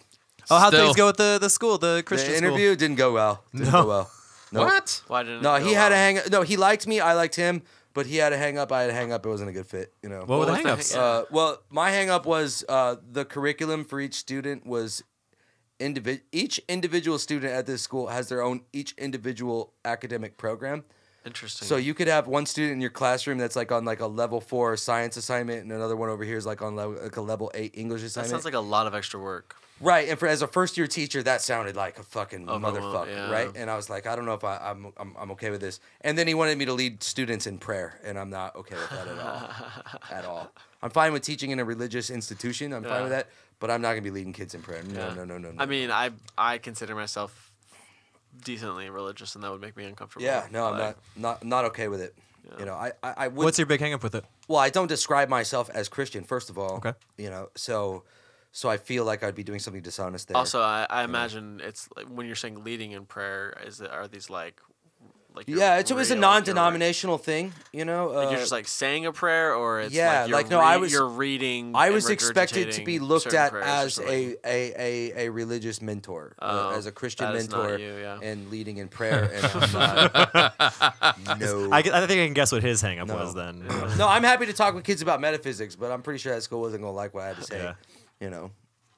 Speaker 4: Oh, how
Speaker 3: Still.
Speaker 4: things go at the, the school, the
Speaker 1: The
Speaker 4: Christian school?
Speaker 1: interview didn't go well. Didn't
Speaker 4: No.
Speaker 1: go well. No.
Speaker 3: What?
Speaker 2: Why didn't?
Speaker 1: No,
Speaker 2: it go
Speaker 1: he had
Speaker 2: well?
Speaker 1: a hang. No, he liked me. I liked him. But he had a hang up. I had a hang up. It wasn't a good fit. You know.
Speaker 4: What were the
Speaker 2: What the
Speaker 4: hangups?
Speaker 2: heck?
Speaker 1: Uh, well, my hang up was uh, the curriculum for each student was individ- each individual student at this school has their own each individual academic program.
Speaker 2: Interesting.
Speaker 1: So you could have one student in your classroom that's like on like a level 4 science assignment and another one over here is like on level, like a level 8 English
Speaker 2: that
Speaker 1: assignment.
Speaker 2: sounds like a lot of extra work.
Speaker 1: Right, and for as a first year teacher, that sounded like a fucking
Speaker 2: Overwhelm-
Speaker 1: motherfucker,
Speaker 2: yeah.
Speaker 1: right? And I was like, I don't know if I, I'm, I'm I'm okay with this. And then he wanted me to lead students in prayer, and I'm not okay with that at all, at all. I'm fine with teaching in a religious institution. I'm fine with
Speaker 2: Yeah.
Speaker 1: that, but I'm not gonna be leading kids in prayer. No,
Speaker 2: Yeah.
Speaker 1: no, no, no, no.
Speaker 2: I mean, I I consider myself decently religious, and that would make me uncomfortable.
Speaker 1: yeah, no, I'm
Speaker 2: Like,
Speaker 1: not not not okay with it. You know, I I, I would.
Speaker 4: Uh, What's your big hang up with it?
Speaker 1: well, I don't describe myself as Christian, first of all.
Speaker 4: Okay.
Speaker 1: You know, so so I feel like I'd be doing something dishonest there.
Speaker 2: Also, I, I imagine it's like, when you're saying leading in prayer. Is it, are these like like you're
Speaker 1: yeah, it's always a
Speaker 2: real- you're-
Speaker 1: non-denominational thing. You know, uh,
Speaker 2: You're just like saying a prayer, or it's
Speaker 1: yeah,
Speaker 2: like, you're
Speaker 1: like, no, I was-
Speaker 2: you're reading.
Speaker 1: I
Speaker 2: and
Speaker 1: was expected to be
Speaker 2: regurgitating
Speaker 1: looked
Speaker 2: certain
Speaker 1: at
Speaker 2: prayers or
Speaker 1: as
Speaker 2: something.
Speaker 1: a, a, a, a religious mentor, uh,
Speaker 2: Oh,
Speaker 1: as a Christian
Speaker 2: that is not
Speaker 1: mentor,
Speaker 2: you, yeah.
Speaker 1: and leading in prayer. And I'm not, no,
Speaker 4: I, gu- I think I can guess what his hang up
Speaker 1: No.
Speaker 4: was then.
Speaker 1: no, I'm happy to talk with kids about metaphysics, but I'm pretty sure that school wasn't gonna like what I had to say.
Speaker 4: Yeah.
Speaker 1: You know,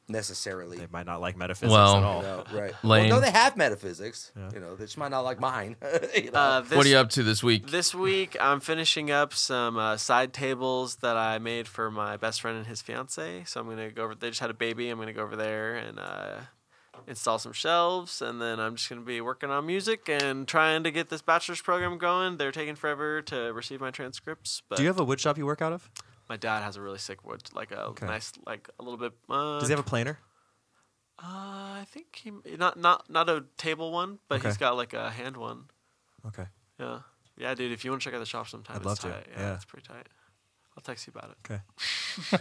Speaker 1: necessarily.
Speaker 4: They might not like metaphysics
Speaker 3: Well,
Speaker 4: at all.
Speaker 1: No, right.
Speaker 3: Lame.
Speaker 1: Well, no, they have metaphysics. You know, they just might not like mine. you know?
Speaker 2: Uh, this,
Speaker 3: What are you up to this week?
Speaker 2: This week, I'm finishing up some uh, side tables that I made for my best friend and his fiance. So I'm gonna go over. They just had a baby. I'm gonna go over there and uh, install some shelves, and then I'm just gonna be working on music and trying to get this bachelor's program going. They're taking forever to receive my transcripts, but
Speaker 4: Do you have a wood shop you work out of?
Speaker 2: my dad has a really sick wood, like a nice, like a little bit. Uh,
Speaker 4: Does he have a planer?
Speaker 2: uh, I think he not not not a table one, but
Speaker 4: Okay.
Speaker 2: he's got like a hand one.
Speaker 4: Okay.
Speaker 2: Yeah. Yeah, dude, if you want to check out the shop sometime,
Speaker 4: I'd
Speaker 2: it's
Speaker 4: love to,
Speaker 2: tight. Yeah,
Speaker 4: yeah.
Speaker 2: it's pretty tight. I'll text you about it.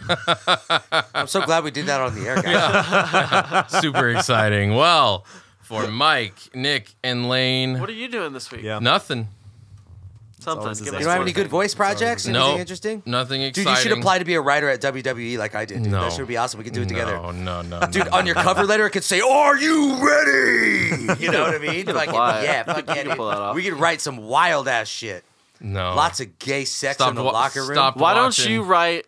Speaker 4: Okay.
Speaker 1: I'm so glad we did that on the air, guys.
Speaker 3: Super exciting. Well, for Mike, Nick, and Lane,
Speaker 2: What are you doing this week?
Speaker 4: Yeah.
Speaker 3: nothing.
Speaker 2: Something.
Speaker 4: always the
Speaker 2: Give
Speaker 4: same.
Speaker 2: us
Speaker 1: You don't have
Speaker 2: one
Speaker 1: any good
Speaker 2: thing.
Speaker 1: voice projects? Anything
Speaker 3: No.
Speaker 1: interesting?
Speaker 3: Nothing
Speaker 1: Dude,
Speaker 3: exciting.
Speaker 1: you should apply to be a writer at WWE like I did. Dude.
Speaker 3: No.
Speaker 1: That should be awesome. We could do it together.
Speaker 3: No, no, no.
Speaker 1: Dude,
Speaker 3: no,
Speaker 1: on your
Speaker 3: no.
Speaker 1: cover letter, it could say, Are you ready? You know what I mean? Fucking-
Speaker 2: apply.
Speaker 1: yeah, fuck yeah,
Speaker 2: can
Speaker 1: dude.
Speaker 2: pull that off.
Speaker 1: We could write some wild ass shit.
Speaker 3: No.
Speaker 1: Lots of gay sex
Speaker 3: Stop
Speaker 1: in the
Speaker 3: wa-
Speaker 1: locker room.
Speaker 3: stop
Speaker 2: Why don't
Speaker 3: watching.
Speaker 2: you write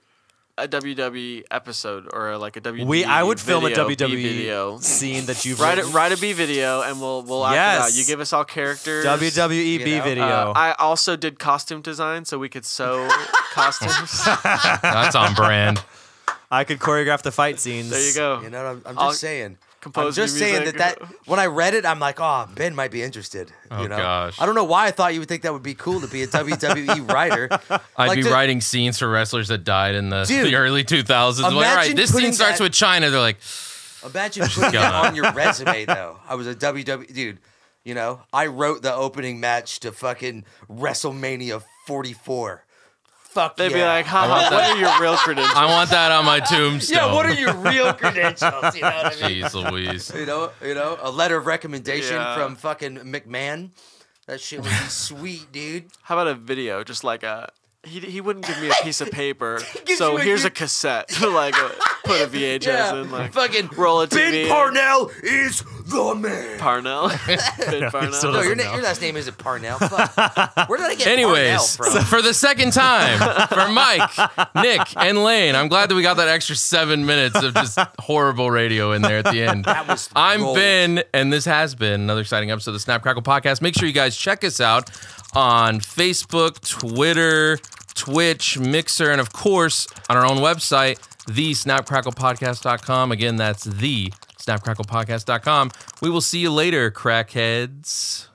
Speaker 2: a WWE episode or like a WWE
Speaker 4: We I would film a E
Speaker 2: video, B
Speaker 4: WWE
Speaker 2: video.
Speaker 4: scene that you've
Speaker 2: Write it,
Speaker 4: written.
Speaker 2: write a B video, and we'll we'll act it
Speaker 4: Yes.
Speaker 2: out. You give us all characters.
Speaker 4: WWE
Speaker 1: You know,
Speaker 4: E video.
Speaker 2: Uh, I also did costume design, so we could sew costumes.
Speaker 3: That's on brand.
Speaker 4: I could choreograph the fight scenes.
Speaker 2: There you go.
Speaker 1: You know, I'm, I'm just
Speaker 2: I'll
Speaker 1: saying. I'm
Speaker 2: compose new
Speaker 1: just saying that,
Speaker 2: music.
Speaker 1: that when I read it, I'm like, oh, Ben might be interested.
Speaker 3: Oh,
Speaker 1: you know,
Speaker 3: gosh.
Speaker 1: I don't know why I thought you would think that would be cool to be a WWE writer.
Speaker 3: I'd
Speaker 1: Like
Speaker 3: be
Speaker 1: to-
Speaker 3: writing scenes for wrestlers that died in the,
Speaker 1: Dude,
Speaker 3: the early 2000s. Like, all right,
Speaker 1: imagine
Speaker 3: this
Speaker 1: putting
Speaker 3: scene starts
Speaker 1: that-
Speaker 3: with China. They're like,
Speaker 1: Imagine putting that
Speaker 3: God.
Speaker 1: on your resume though. I was a WWE dude. You know, I wrote the opening match to fucking WrestleMania 44. Fuck
Speaker 2: They'd
Speaker 1: yeah.
Speaker 2: be like, haha, what are your real credentials?
Speaker 3: I want that on my tombstone.
Speaker 1: yeah, what are your real credentials? You know what I mean?
Speaker 3: Jeez Louise.
Speaker 1: You know, you know, a letter of recommendation
Speaker 2: Yeah.
Speaker 1: from fucking McMahon. That shit would be sweet, dude.
Speaker 2: How about a video, just like a he, he wouldn't give me a piece of paper.
Speaker 1: gives
Speaker 2: so
Speaker 1: you a
Speaker 2: here's
Speaker 1: U-
Speaker 2: a cassette to like uh, put a VHS
Speaker 1: Yeah.
Speaker 2: in, like
Speaker 3: Fucking
Speaker 2: roll it to
Speaker 1: Ben Parnell is the man.
Speaker 2: Parnell. ben Parnell.
Speaker 4: still
Speaker 1: no,
Speaker 4: doesn't
Speaker 1: your, na-
Speaker 4: know.
Speaker 1: your last name isn't Parnell. Fuck. Where did I get
Speaker 3: Anyways,
Speaker 1: Parnell from?
Speaker 3: for the second time, for Mike, Nick, and Lane, I'm glad that we got that extra seven minutes of just horrible radio in there at the end.
Speaker 1: was
Speaker 3: I'm
Speaker 1: gold.
Speaker 3: Ben, and this has been another exciting episode of the Snap Crackle Podcast. Make sure you guys check us out on Facebook, Twitter, Twitch, Mixer, and of course on our own website, thesnapcracklepodcast.com. Again, that's the snapcracklepodcast.com. We will see you later, crackheads.